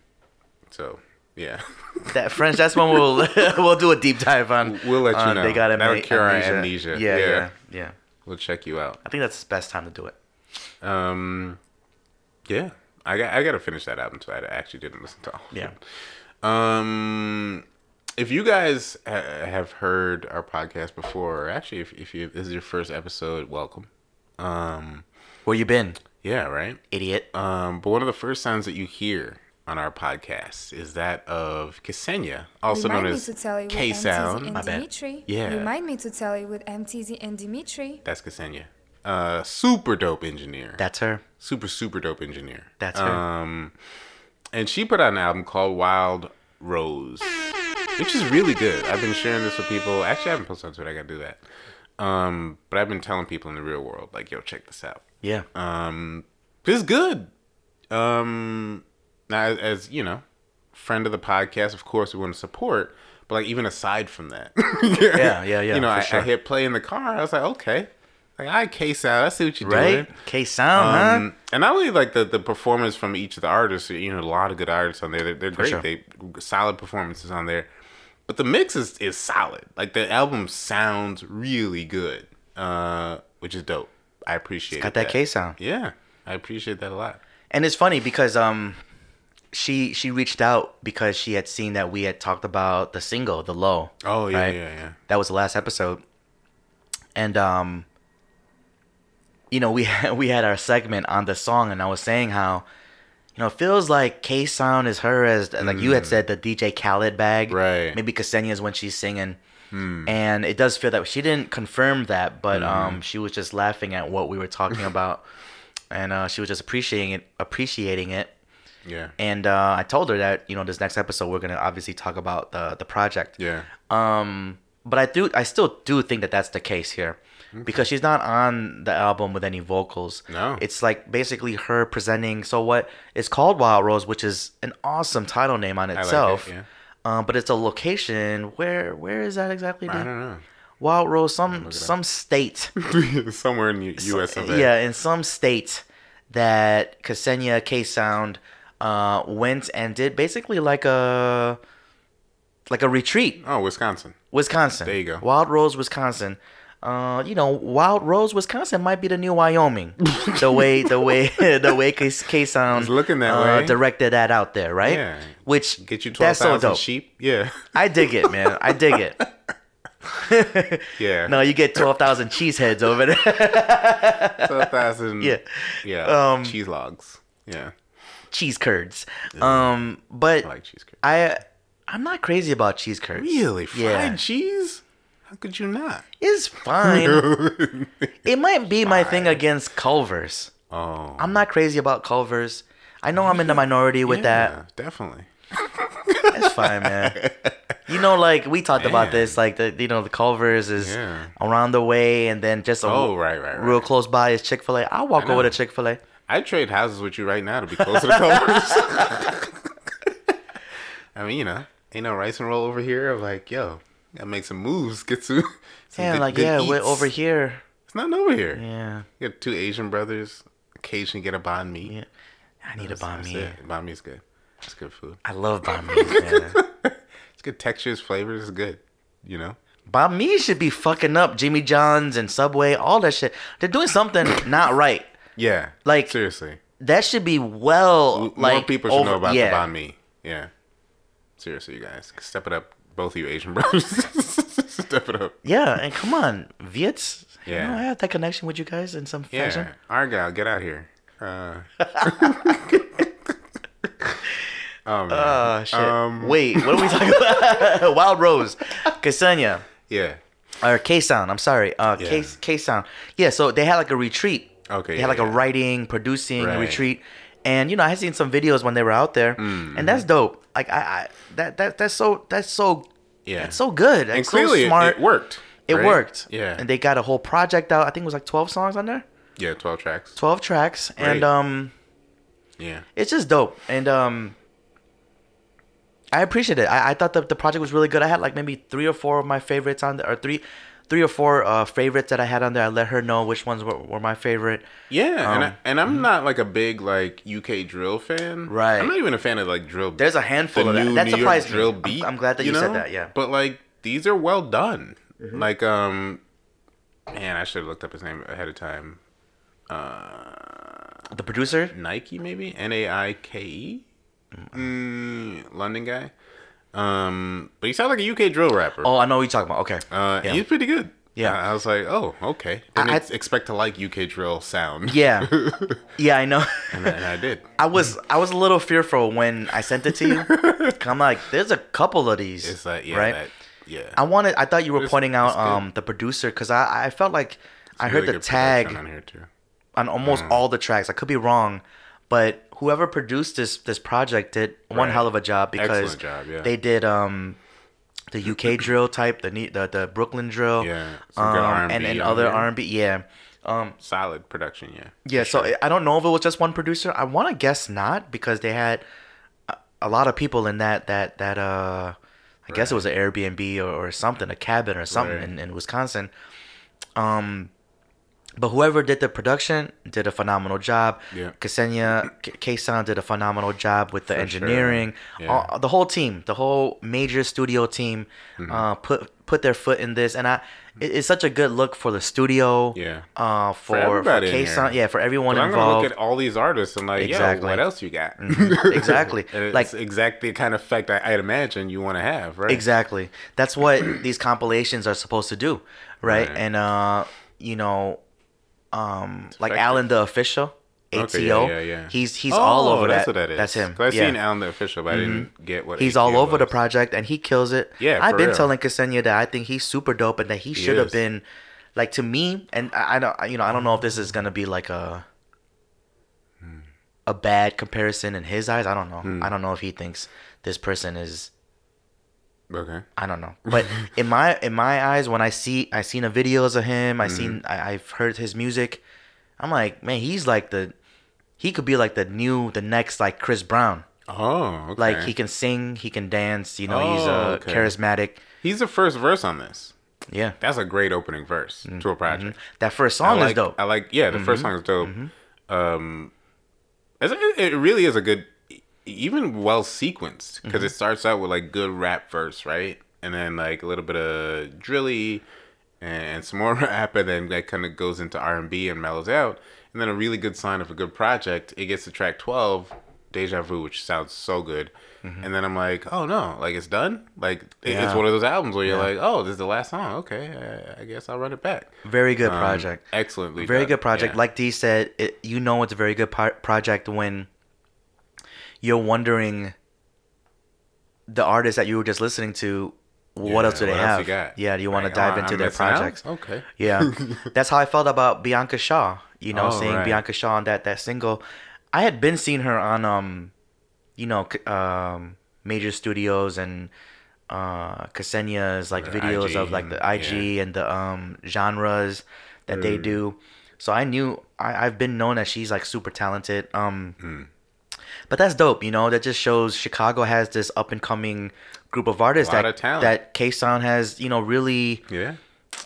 Speaker 2: So yeah, *laughs*
Speaker 1: That French, that's when we'll *laughs* we'll do a deep dive on.
Speaker 2: We'll let you
Speaker 1: on
Speaker 2: know.
Speaker 1: They got
Speaker 2: That'll
Speaker 1: amne-
Speaker 2: cure our
Speaker 1: amnesia.
Speaker 2: amnesia.
Speaker 1: Yeah,
Speaker 2: Yeah.
Speaker 1: yeah, yeah,
Speaker 2: we'll check you out.
Speaker 1: I think that's the best time to do it.
Speaker 2: Um, yeah, I got I gotta finish that album too. I actually didn't listen to all. of
Speaker 1: Yeah.
Speaker 2: it. Um, if you guys ha- have heard our podcast before, or actually, if if you if this is your first episode, welcome. Um,
Speaker 1: Where you been,
Speaker 2: yeah, right.
Speaker 1: idiot?
Speaker 2: Um, but one of the first sounds that you hear on our podcast is that of Ksenia, also
Speaker 3: Remind
Speaker 2: known
Speaker 3: me
Speaker 2: as
Speaker 3: to tell you with
Speaker 2: K
Speaker 3: MTZ
Speaker 2: Sound.
Speaker 3: and
Speaker 1: My bad.
Speaker 3: Dimitri.
Speaker 2: Yeah.
Speaker 3: Remind me to tell you with MTZ and Dimitri.
Speaker 2: That's Ksenia. Uh, super dope engineer.
Speaker 1: That's her.
Speaker 2: super super dope engineer.
Speaker 1: That's her.
Speaker 2: Um, and she put out an album called Wild Rose, which is really good. I've been sharing this with people. Actually, I haven't posted on Twitter. I gotta do that. Um, but I've been telling people in the real world, like, yo, check this out.
Speaker 1: Yeah.
Speaker 2: Um, it's good. Um, now as, as you know, friend of the podcast, of course, we want to support. But like even aside from that, *laughs*
Speaker 1: Yeah, yeah, yeah,
Speaker 2: You know, I,
Speaker 1: for sure.
Speaker 2: I hit play in the car. I was like, okay, like I case out. I see what you're doing.
Speaker 1: right? K Sound, huh?
Speaker 2: Um, and not only like the, the performance from each of the artists, you know, a lot of good artists on there. They're, they're great.
Speaker 1: sure.
Speaker 2: They solid performances on there, but the mix is is solid. Like the album sounds really good, uh, which is dope. I appreciate
Speaker 1: Got that K sound.
Speaker 2: Yeah, I appreciate that a lot.
Speaker 1: And it's funny because um, she she reached out because she had seen that we had talked about the single, the low.
Speaker 2: Oh, yeah,
Speaker 1: right?
Speaker 2: yeah, yeah.
Speaker 1: That was the last episode, and um, you know we *laughs* had, we had our segment on the song, and I was saying how. You know, it feels like K Sound is her as like you had said the DJ Khaled bag,
Speaker 2: Mm. Right. Hmm.
Speaker 1: Maybe Ksenia is when she's singing, and it does feel that she didn't confirm that, but um, she was just laughing at what we
Speaker 2: *laughs*
Speaker 1: were talking about, and uh, she was just appreciating it, appreciating it,
Speaker 2: Yeah.
Speaker 1: and uh, I told her that you know this next episode we're gonna obviously talk about the the project.
Speaker 2: yeah.
Speaker 1: Um, but I do I still do think that that's the case here, because she's not on the album with any vocals.
Speaker 2: No.
Speaker 1: It's like basically her presenting. So what? It's called Wild Rose, which is an awesome title name on
Speaker 2: it,
Speaker 1: itself.
Speaker 2: yeah.
Speaker 1: Um, but it's a location where where is that exactly?
Speaker 2: I *laughs*
Speaker 1: dude?
Speaker 2: don't
Speaker 1: Wild Rose, some
Speaker 2: *laughs*
Speaker 1: some state.
Speaker 2: know. Somewhere in the U.S.
Speaker 1: *laughs*
Speaker 2: of A.
Speaker 1: Yeah, in some states that Ksenia K Sound uh, went and did basically like a like a retreat.
Speaker 2: Oh, Wisconsin.
Speaker 1: Wisconsin.
Speaker 2: There you go.
Speaker 1: Wild Rose, Wisconsin. Uh, you know, Wild Rose, Wisconsin might be the new Wyoming.
Speaker 2: *laughs*
Speaker 1: the way the way *laughs* the way K Sound
Speaker 2: It's looking that way.
Speaker 1: directed that out there, right?
Speaker 2: Yeah.
Speaker 1: Which
Speaker 2: Get you twelve
Speaker 1: that's so
Speaker 2: thousand
Speaker 1: dope.
Speaker 2: sheep. Yeah. *laughs*
Speaker 1: I dig it, man. I dig it.
Speaker 2: Yeah.
Speaker 1: no, you get twelve thousand cheeseheads over there. *laughs*
Speaker 2: twelve thousand.
Speaker 1: yeah.
Speaker 2: Yeah.
Speaker 1: Um,
Speaker 2: cheese logs. Yeah.
Speaker 1: cheese curds. Um, but
Speaker 2: I like cheese curds.
Speaker 1: I I'm not crazy about cheese curds.
Speaker 2: Really? Fried
Speaker 1: Yeah.
Speaker 2: cheese? How could you *laughs* not?
Speaker 1: It's
Speaker 2: *laughs*
Speaker 1: fine.
Speaker 2: Oh,
Speaker 1: it might be my thing against Culver's.
Speaker 2: Oh.
Speaker 1: I'm not crazy about Culver's. I know I'm in the minority with that.
Speaker 2: Definitely.
Speaker 1: It's fine, man. You know, like we talked about
Speaker 2: Man.
Speaker 1: this, like the you know the Culver's is
Speaker 2: Yeah.
Speaker 1: around the way, and then just a,
Speaker 2: Oh, right, right, right.
Speaker 1: real close by is Chick Fil A. I'll walk over to Chick Fil A.
Speaker 2: I'd trade houses with you right now to be closer to Culver's. *laughs* I mean, you know, ain't no rice and roll over here. I'm like, yo, gotta make some moves. Get some. *laughs* some
Speaker 1: Yeah,
Speaker 2: good-
Speaker 1: like
Speaker 2: good
Speaker 1: yeah, we're
Speaker 2: eats.
Speaker 1: over here.
Speaker 2: It's not over here.
Speaker 1: Yeah,
Speaker 2: You got two Asian brothers. Occasionally get a banh mi.
Speaker 1: yeah. I need a
Speaker 2: That's-
Speaker 1: banh
Speaker 2: that's
Speaker 1: mi.
Speaker 2: it. Banh mi is good. It's good food.
Speaker 1: I love
Speaker 2: *laughs*
Speaker 1: banh mi, man.
Speaker 2: It's good textures, flavors. It's good. You know.
Speaker 1: Banh mi should be fucking up Jimmy John's and Subway, all that shit. They're doing something *coughs* not right.
Speaker 2: Yeah.
Speaker 1: Like-
Speaker 2: seriously,
Speaker 1: That should be well
Speaker 2: W-
Speaker 1: like
Speaker 2: more people should know
Speaker 1: over-
Speaker 2: about
Speaker 1: yeah.
Speaker 2: the banh mi. Yeah. Seriously, you guys, step it up, both of you Asian *laughs* brothers. step it up.
Speaker 1: Yeah, and come on, Viets. Yeah,
Speaker 2: Yeah.
Speaker 1: you know, I have that connection with you guys in some
Speaker 2: Yeah.
Speaker 1: fashion.
Speaker 2: Argyle, get out here. Uh, oh man.
Speaker 1: Oh shit!
Speaker 2: Um,
Speaker 1: Wait, what are we talking about? *laughs* Wild Rose, Ksenia,
Speaker 2: yeah.
Speaker 1: or K Sound. I'm sorry, uh, K
Speaker 2: Yeah.
Speaker 1: K Sound. Yeah, so they had like a retreat.
Speaker 2: Okay,
Speaker 1: They had like
Speaker 2: yeah,
Speaker 1: a
Speaker 2: yeah.
Speaker 1: writing, producing
Speaker 2: Right.
Speaker 1: retreat, and you know I had seen some videos when they were out there,
Speaker 2: Mm-hmm.
Speaker 1: and that's dope. Like I, I that that that's so that's so
Speaker 2: Yeah.
Speaker 1: That's so good. That's
Speaker 2: and clearly,
Speaker 1: so
Speaker 2: it-
Speaker 1: smart.
Speaker 2: It, worked.
Speaker 1: It
Speaker 2: right?
Speaker 1: worked.
Speaker 2: Yeah.
Speaker 1: And they got a whole project out. I think it was like 12 songs on there.
Speaker 2: yeah, twelve tracks.
Speaker 1: 12 tracks. And
Speaker 2: Great.
Speaker 1: um
Speaker 2: Yeah.
Speaker 1: it's just dope. And um I appreciate it. I, I thought that the project was really good. I had like maybe three or four of my favorites on there or three three or four uh favorites that I had on there. I let her know which ones were, were my favorite.
Speaker 2: Yeah, and,
Speaker 1: Um,
Speaker 2: I, and I'm not like a big like UK drill fan.
Speaker 1: Right.
Speaker 2: I'm not even a fan of like drill.
Speaker 1: There's a handful
Speaker 2: the
Speaker 1: of that.
Speaker 2: new
Speaker 1: That
Speaker 2: New
Speaker 1: surprised
Speaker 2: York
Speaker 1: me.
Speaker 2: drill
Speaker 1: I'm-
Speaker 2: beat.
Speaker 1: I'm glad that you said that, yeah. Mm-hmm.
Speaker 2: But like these are well done. Like um, man, I should have looked up his name ahead of time.
Speaker 1: The producer?
Speaker 2: Nike maybe N A I K E, Mm, London guy. Um, but he sounds like a UK drill rapper.
Speaker 1: Oh, I know what you're talking about. Okay.
Speaker 2: Uh, and
Speaker 1: yeah.
Speaker 2: he's pretty good.
Speaker 1: Yeah.
Speaker 2: I I was like, oh, okay. Didn't
Speaker 1: I-
Speaker 2: ex- expect to like UK drill sound. *laughs*
Speaker 1: yeah. yeah, I know. *laughs*
Speaker 2: and, I- and I did.
Speaker 1: I was I was a little fearful when I sent it to
Speaker 2: *laughs*
Speaker 1: you. 'Cause I'm like, there's a couple of these.
Speaker 2: It's like yeah,
Speaker 1: right?
Speaker 2: that, yeah.
Speaker 1: I wanted. I thought you were
Speaker 2: It's-
Speaker 1: pointing out
Speaker 2: it's good.
Speaker 1: um the producer because I I felt like I heard
Speaker 2: Really
Speaker 1: the
Speaker 2: good production Mm.
Speaker 1: tag
Speaker 2: on here too.
Speaker 1: on almost all the tracks. I could be wrong, but whoever produced this this project did one
Speaker 2: Right.
Speaker 1: hell of a job because
Speaker 2: Excellent job, yeah.
Speaker 1: they did um the
Speaker 2: *clears throat*
Speaker 1: UK drill type, the ne- the the Brooklyn drill,
Speaker 2: Yeah, some good
Speaker 1: um, and
Speaker 2: R&B
Speaker 1: and
Speaker 2: on
Speaker 1: other
Speaker 2: there.
Speaker 1: R and B, yeah. Um,
Speaker 2: Solid production, yeah.
Speaker 1: yeah, so I- I don't know if it was just one producer. I want to guess not because they had a- a lot of people in that that that uh, I guess it was an Airbnb or, or something, a cabin or something
Speaker 2: Right.
Speaker 1: in, in Wisconsin. Um, But whoever did the production did a phenomenal job.
Speaker 2: Yeah.
Speaker 1: Ksenia K- Kasan did a phenomenal job with the
Speaker 2: For sure.
Speaker 1: engineering.
Speaker 2: Yeah.
Speaker 1: All- the whole team, the whole major studio team,
Speaker 2: Mm-hmm.
Speaker 1: uh, put put their foot in this, and I. It, it's such a good look for the studio.
Speaker 2: Yeah.
Speaker 1: Uh, for for,
Speaker 2: everybody in here.
Speaker 1: Kasan, yeah, for everyone
Speaker 2: I'm gonna look
Speaker 1: involved.
Speaker 2: at all these artists and like,
Speaker 1: Exactly.
Speaker 2: yo, what
Speaker 1: Mm-hmm.
Speaker 2: else you got? *laughs*
Speaker 1: Exactly.
Speaker 2: And it's
Speaker 1: Like-
Speaker 2: exactly the kind of effect I, I'd imagine you want to have, right?
Speaker 1: Exactly. That's
Speaker 2: *clears throat*
Speaker 1: what these compilations are supposed to do, right?
Speaker 2: Right.
Speaker 1: And uh, you know, um, like
Speaker 2: effective.
Speaker 1: Alan the official, ATO.
Speaker 2: Okay, yeah, yeah, yeah.
Speaker 1: He's he's all
Speaker 2: Oh,
Speaker 1: over
Speaker 2: that's
Speaker 1: that.
Speaker 2: What that is.
Speaker 1: That's him.
Speaker 2: 'Cause I
Speaker 1: yeah. Mm-hmm.
Speaker 2: seen Alan the official, but I didn't get what
Speaker 1: He's
Speaker 2: ATO
Speaker 1: all over the
Speaker 2: was.
Speaker 1: project and he kills it.
Speaker 2: Yeah,
Speaker 1: I've
Speaker 2: for
Speaker 1: been
Speaker 2: real.
Speaker 1: telling Ksenia that I think he's super dope and that he should have
Speaker 2: is.
Speaker 1: been, like to me. And I, I don't, you know, I don't know if this is gonna be like a
Speaker 2: Hmm.
Speaker 1: a bad comparison in his eyes. I don't know. I don't know if he thinks this person is
Speaker 2: Okay.
Speaker 1: I don't know.
Speaker 2: *laughs*
Speaker 1: But in my in my eyes, when I see I seen the videos of him, I seen
Speaker 2: Mm-hmm.
Speaker 1: I, I've heard his music, I'm like, man, he's like the he could be like the new the next like Chris Brown.
Speaker 2: Oh, okay.
Speaker 1: Like he can sing, he can dance, you know, he's
Speaker 2: Oh,
Speaker 1: uh,
Speaker 2: okay.
Speaker 1: charismatic.
Speaker 2: He's the first verse on this.
Speaker 1: Yeah.
Speaker 2: That's a great opening verse
Speaker 1: Mm-hmm.
Speaker 2: to a project.
Speaker 1: That first
Speaker 2: I
Speaker 1: song
Speaker 2: like,
Speaker 1: is dope. Mm-hmm.
Speaker 2: I like. Yeah, the first song is dope. Um, it's, it, it really is a good, e- even well sequenced because
Speaker 1: Mm-hmm.
Speaker 2: it starts out with like good rap verse, right, and then like a little bit of drilly and, and some more *laughs* rap, and then that kind of goes into R and B and mellows out, and then a really good sign of a good project. It gets to track twelve, Deja Vu, which sounds so good. And then I'm like, oh no, like it's done. Like it-
Speaker 1: Mm-hmm. Yeah.
Speaker 2: it's one of those albums where you're like, oh, this is the last song. Okay, I, I guess I'll run it back.
Speaker 1: Very good
Speaker 2: Um,
Speaker 1: project.
Speaker 2: Excellently.
Speaker 1: Very
Speaker 2: done.
Speaker 1: good project.
Speaker 2: Yeah.
Speaker 1: Like D said, it, you know it's a very good par- project when you're wondering the artist that you were just listening to,
Speaker 2: Yeah,
Speaker 1: what else do they
Speaker 2: what else
Speaker 1: have?
Speaker 2: you got?
Speaker 1: Yeah, do you want
Speaker 2: Like,
Speaker 1: to dive
Speaker 2: oh,
Speaker 1: into
Speaker 2: I'm
Speaker 1: their
Speaker 2: missing out?
Speaker 1: projects?
Speaker 2: Okay.
Speaker 1: Yeah,
Speaker 2: *laughs*
Speaker 1: that's how I felt about Bianca Shaw. You know,
Speaker 2: Oh,
Speaker 1: seeing
Speaker 2: right.
Speaker 1: Bianca Shaw on that that single, I had been seeing her on um, you know, c- um, major studios and uh, Ksenia's like
Speaker 2: Their
Speaker 1: videos of
Speaker 2: IG,
Speaker 1: like the IG and the um genres that they do. So I knew I, I've been known that she's like super talented. Um,
Speaker 2: Hmm.
Speaker 1: but that's dope. You know, that just shows Chicago has this up and coming group of artists
Speaker 2: Lot
Speaker 1: that
Speaker 2: of talent.
Speaker 1: that K Sound has you know really
Speaker 2: Yeah.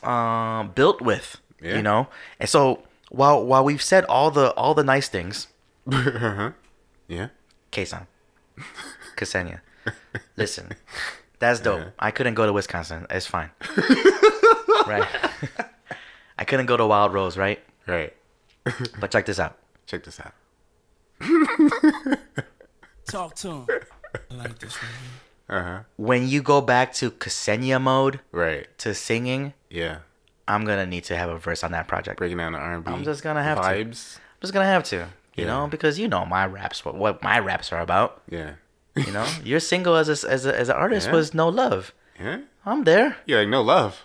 Speaker 1: um, built with.
Speaker 2: Yeah.
Speaker 1: You know, and so while while we've said all the all the nice things,
Speaker 2: Yeah.
Speaker 1: Kason, Ksenia, listen, that's dope. I couldn't go to Wisconsin. It's fine, right? *laughs* I couldn't go to Wild Rose, right?
Speaker 2: Right.
Speaker 1: But check this out.
Speaker 2: Check this out.
Speaker 4: Talk to him. I like this one.
Speaker 1: When you go back to Ksenia mode
Speaker 2: Uh-huh. Right.
Speaker 1: to singing,
Speaker 2: Yeah.
Speaker 1: I'm gonna need to have a verse on that project. I'm
Speaker 2: Breaking down the R&B.
Speaker 1: I'm just gonna have to.
Speaker 2: vibes.
Speaker 1: just gonna have to, you
Speaker 2: Yeah.
Speaker 1: know, because you know my raps, what what my raps are about.
Speaker 2: Yeah. *laughs*
Speaker 1: You know, your single as a, as a, as an artist
Speaker 2: Yeah.
Speaker 1: was no love.
Speaker 2: Yeah.
Speaker 1: I'm there.
Speaker 2: You're like no love.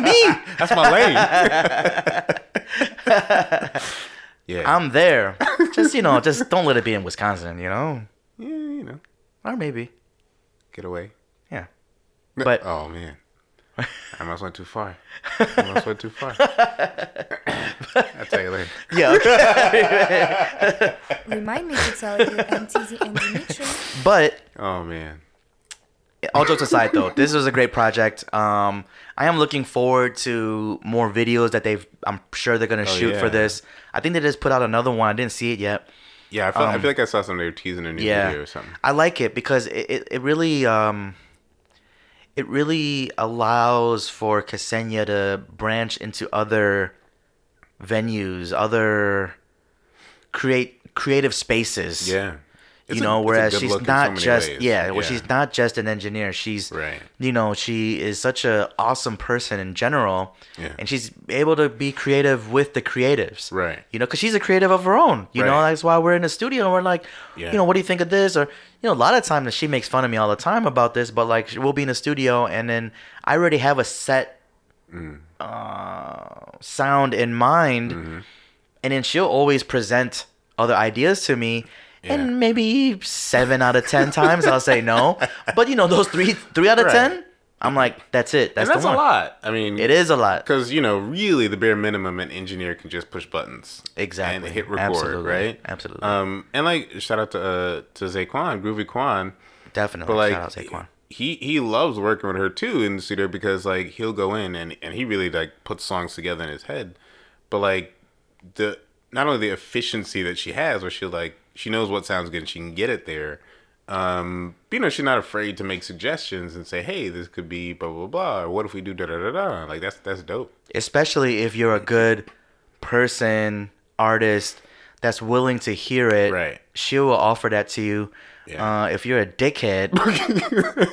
Speaker 2: *laughs*
Speaker 1: me.
Speaker 2: That's my lane. yeah.
Speaker 1: I'm there. Just you know, just don't let it be in Wisconsin. You know,
Speaker 2: yeah. You know.
Speaker 1: or maybe,
Speaker 2: Get away.
Speaker 1: yeah. But
Speaker 2: Oh man. I must went too far. I must went too
Speaker 1: *laughs*
Speaker 2: far. *coughs* I'll tell you later.
Speaker 1: yeah, okay.
Speaker 3: Remind me to tell you MTZ and Dimitri.
Speaker 1: *laughs* but
Speaker 2: Oh man.
Speaker 1: all jokes aside, though, this was a great project. Um, I am looking forward to more videos that they've. I'm sure they're gonna shoot
Speaker 2: Oh,
Speaker 1: for
Speaker 2: yeah.
Speaker 1: this. I think they just put out another one. I didn't see it yet.
Speaker 2: Yeah, I feel, I feel like I saw somebody teasing a new
Speaker 1: Um, yeah
Speaker 2: video or something.
Speaker 1: i like it because it, it, it really um it really allows for Ksenia to branch into other venues other create creative spaces
Speaker 2: Yeah. It's
Speaker 1: you
Speaker 2: a-
Speaker 1: know
Speaker 2: it's a
Speaker 1: whereas
Speaker 2: good
Speaker 1: she's
Speaker 2: look in so
Speaker 1: not
Speaker 2: many
Speaker 1: just
Speaker 2: ways.
Speaker 1: yeah, well she's not just an engineer she's
Speaker 2: Right.
Speaker 1: you know she is such a awesome person in general
Speaker 2: Yeah.
Speaker 1: and she's able to be creative with the creatives
Speaker 2: Right.
Speaker 1: you know because she's a creative of her own you know
Speaker 2: Right.
Speaker 1: that's why we're in the studio and we're like
Speaker 2: Yeah.
Speaker 1: you know what do you think of this or you know a lot of times that she makes fun of me all the time about this but like we'll be in the studio and then i already have a set
Speaker 2: Mm.
Speaker 1: uh, sound in mind and then she'll always present other ideas to me
Speaker 2: Yeah.
Speaker 1: and maybe seven out of ten times i'll
Speaker 2: *laughs*
Speaker 1: say no but you know those three three out of
Speaker 2: Right.
Speaker 1: ten i'm like that's it that's,
Speaker 2: and that's
Speaker 1: the
Speaker 2: a
Speaker 1: one.
Speaker 2: lot. I mean,
Speaker 1: it is a lot
Speaker 2: because you know, really, the bare minimum, an engineer can just push buttons and
Speaker 1: Exactly.
Speaker 2: hit record,
Speaker 1: Absolutely.
Speaker 2: right?
Speaker 1: Absolutely.
Speaker 2: Um, and like, shout out to uh, to Zaquan, Groovy Quan,
Speaker 1: definitely
Speaker 2: but like,
Speaker 1: shout out Saquon.
Speaker 2: he he loves working with her too in the studio because like he'll go in and and he really like puts songs together in his head, but like the not only the efficiency that she has, where she like she knows what sounds good and she can get it there. Um, but, you know, she's not afraid to make suggestions and say, "Hey, this could be blah blah blah." Or what if we do da da da da? Like that's that's dope.
Speaker 1: especially if you're a good person, artist that's willing to hear it.
Speaker 2: Right.
Speaker 1: She will offer that to you.
Speaker 2: Yeah.
Speaker 1: Uh, if you're a
Speaker 2: *laughs*
Speaker 1: dickhead,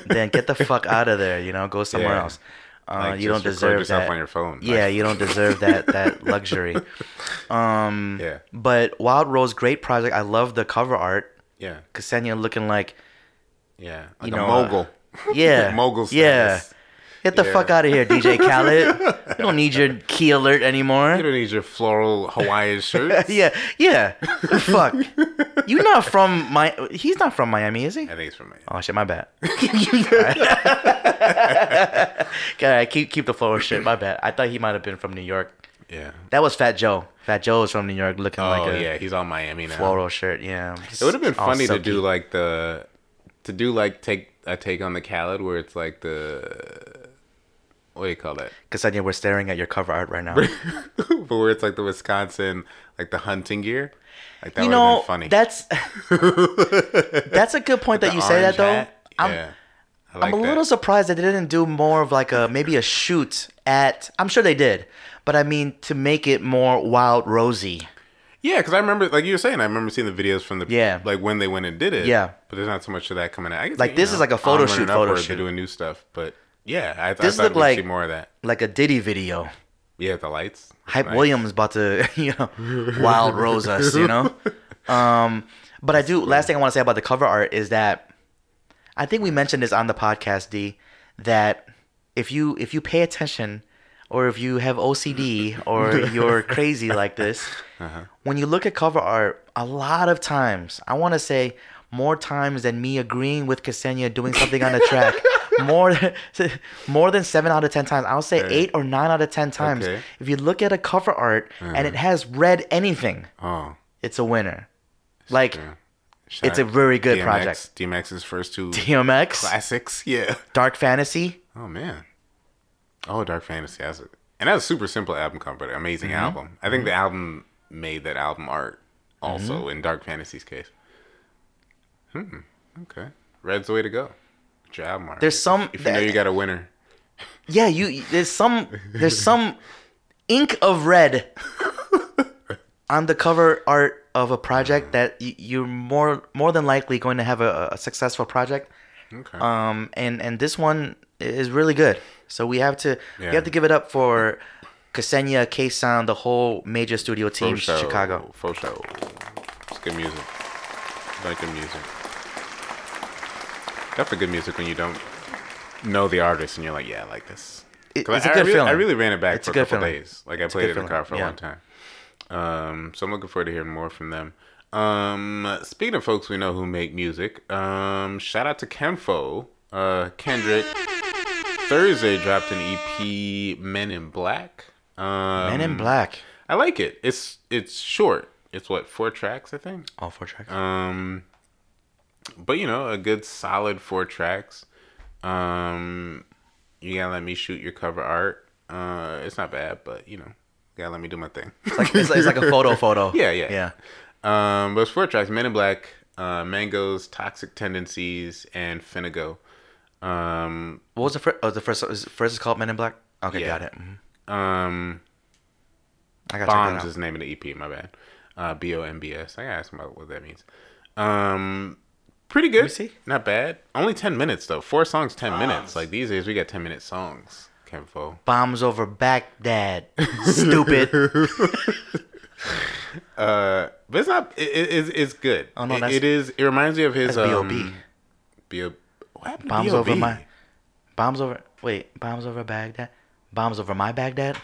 Speaker 1: then get the fuck out of there. You know, go somewhere
Speaker 2: Yeah.
Speaker 1: else. Uh,
Speaker 2: Like, just
Speaker 1: you don't
Speaker 2: record
Speaker 1: deserve
Speaker 2: yourself
Speaker 1: that.
Speaker 2: on your phone.
Speaker 1: Yeah,
Speaker 2: Like-
Speaker 1: you don't deserve that
Speaker 2: *laughs*
Speaker 1: that luxury.
Speaker 2: Yeah,
Speaker 1: But Wild Rose, great project. I love the cover art.
Speaker 2: yeah,
Speaker 1: Ksenia
Speaker 2: *laughs*
Speaker 1: looking like,
Speaker 2: yeah. Like
Speaker 1: know,
Speaker 2: a
Speaker 1: uh,
Speaker 2: mogul.
Speaker 1: yeah,
Speaker 2: mogul
Speaker 1: yeah.
Speaker 2: status.
Speaker 1: Get the
Speaker 2: Yeah.
Speaker 1: fuck out of
Speaker 2: *laughs*
Speaker 1: here, DJ Khaled. you don't need your key alert anymore.
Speaker 2: You don't need your floral Hawaiian shirt.
Speaker 1: *laughs* Yeah,
Speaker 2: *laughs*
Speaker 1: yeah. Fuck. You not from my? He's not from Miami, is he?
Speaker 2: I think it's from me.
Speaker 1: Oh shit,
Speaker 2: *laughs*
Speaker 1: my bad. God, keep keep the flow of shit. My bad. I thought he might have been from New York.
Speaker 2: Yeah.
Speaker 1: That was Fat Joe. Fat Joe is from New York, looking
Speaker 2: Oh
Speaker 1: like a Oh,
Speaker 2: yeah, he's on Miami now.
Speaker 1: floral shirt. Yeah.
Speaker 2: It would have been funny to do like the to do like take a take on the Khaled where it's like the what do you call that? *laughs*
Speaker 1: Because we're staring at your cover art right now.
Speaker 2: but where it's like the Wisconsin like the hunting gear. Like that
Speaker 1: you
Speaker 2: would
Speaker 1: know,
Speaker 2: have been funny. *laughs*
Speaker 1: that's that's a good point that you say
Speaker 2: Orange
Speaker 1: that though.
Speaker 2: hat.
Speaker 1: I'm
Speaker 2: yeah. I
Speaker 1: I'm a little surprised that they didn't do more of like a maybe a shoot at. I'm sure they did, but I mean to make it more wild rosy.
Speaker 2: Yeah, because I remember, like you were saying, I remember seeing the videos from the
Speaker 1: Yeah.
Speaker 2: like when they went and did it.
Speaker 1: Yeah.
Speaker 2: but there's not so much of that coming out. I guess,
Speaker 1: Like,
Speaker 2: you
Speaker 1: this
Speaker 2: know,
Speaker 1: is like a photo
Speaker 2: onward
Speaker 1: shoot,
Speaker 2: and
Speaker 1: photo
Speaker 2: upward,
Speaker 1: shoot.
Speaker 2: They're doing new stuff, but yeah, I,
Speaker 1: This
Speaker 2: I thought
Speaker 1: looked
Speaker 2: we'd
Speaker 1: like-
Speaker 2: see more of that.
Speaker 1: like a Diddy video.
Speaker 2: Yeah, with the lights.
Speaker 1: Hype
Speaker 2: Nice.
Speaker 1: Williams about to, *laughs* you know, wild rose us,
Speaker 2: *laughs*
Speaker 1: you know. Um, but I do. Last thing I want to say about the cover art is that I think we mentioned this on the podcast, D, that if you if you pay attention, or if you have
Speaker 2: *laughs*
Speaker 1: OCD, or you're crazy like this,
Speaker 2: Uh-huh.
Speaker 1: when you look at cover art, a lot of times, I want to say more times than me agreeing with Ksenia doing something on the
Speaker 2: *laughs*
Speaker 1: track. More than, *laughs* more than seven out of ten times. I'll say
Speaker 2: Okay.
Speaker 1: eight or nine out of ten times.
Speaker 2: Okay. Uh-huh.
Speaker 1: If you look at a cover art and it has red anything,
Speaker 2: Oh,
Speaker 1: it's a winner. Like
Speaker 2: yeah. Shout
Speaker 1: it's a
Speaker 2: out
Speaker 1: very good
Speaker 2: DMX,
Speaker 1: project.
Speaker 2: DMX's first two
Speaker 1: DMX,
Speaker 2: classics. *laughs* Yeah.
Speaker 1: Dark Fantasy.
Speaker 2: Oh man. Oh, Dark Fantasy. That's a, and that's a super simple album cover, but amazing
Speaker 1: Mm-hmm.
Speaker 2: album. I think the album made that album art also
Speaker 1: Mm-hmm.
Speaker 2: in Dark Fantasy's case. Hmm. Okay. Red's the way to go. Good job, Mark.
Speaker 1: There's some
Speaker 2: If you know you got a winner.
Speaker 1: Yeah, you there's some
Speaker 2: *laughs*
Speaker 1: there's some ink of red on the cover art of a project that y- you're more more than likely going to have a, a successful project.
Speaker 2: Okay.
Speaker 1: Um, and and this one is really good. So we have to
Speaker 2: Yeah.
Speaker 1: we have to give it up for Ksenia, K Sound, the whole major studio team,
Speaker 2: For show.
Speaker 1: Chicago.
Speaker 2: For show. It's good music. Like good music. Definitely good music when you don't know the artist and you're like, yeah, I like this.
Speaker 1: It-
Speaker 2: 'Cause
Speaker 1: it's a
Speaker 2: I- I
Speaker 1: good
Speaker 2: really,
Speaker 1: feeling.
Speaker 2: I really ran it back
Speaker 1: It's
Speaker 2: for
Speaker 1: a
Speaker 2: a
Speaker 1: good
Speaker 2: couple
Speaker 1: feeling.
Speaker 2: days. Like I
Speaker 1: a
Speaker 2: played
Speaker 1: good
Speaker 2: it in the
Speaker 1: feeling,
Speaker 2: car for
Speaker 1: yeah.
Speaker 2: a long time. Um, so I'm looking forward to hearing more from them. Um, speaking of folks we know who make music, um, shout out to Kenfo, uh, Kendrick. Thursday dropped an EP, Men in Black. Um,
Speaker 1: Men in Black,
Speaker 2: I like it. It's it's short. It's what four tracks, I think.
Speaker 1: all four tracks.
Speaker 2: Um, but you know, a good solid four tracks. Um, you gotta let me shoot your cover art. Uh, it's not bad, but you know, gotta let me do my thing.
Speaker 1: It's like it's, like- it's like a photo photo.
Speaker 2: *laughs* Yeah, yeah.
Speaker 1: yeah.
Speaker 2: *laughs* um, but it's four tracks: Men in Black, uh, Mangoes, Toxic Tendencies, and Finnego. Um,
Speaker 1: What was the first? Oh, the first is first is called Men in Black. Okay,
Speaker 2: Yeah.
Speaker 1: got it. Mhm.
Speaker 2: um,
Speaker 1: I got
Speaker 2: Bombs
Speaker 1: that out.
Speaker 2: is the name of the EP. My bad. Uh, B O M B S. I gotta ask him about what that means. Um, pretty good.
Speaker 1: see.
Speaker 2: Not bad. Only ten minutes though. Four songs, ten minutes. Like these days, we got ten minute songs. Kenfo.
Speaker 1: Bombs
Speaker 2: *laughs*
Speaker 1: over Baghdad. Stupid.
Speaker 2: But it's not. It, it, it's- it's good.
Speaker 1: Oh, no,
Speaker 2: It-
Speaker 1: that's-
Speaker 2: it is. It reminds me of his
Speaker 1: that's
Speaker 2: um,
Speaker 1: B.O.B..
Speaker 2: B.O. What happened?
Speaker 1: Bombs
Speaker 2: B.O.B.?
Speaker 1: over my. Bombs over. Wait. Bombs over Baghdad. Bombs over my Baghdad.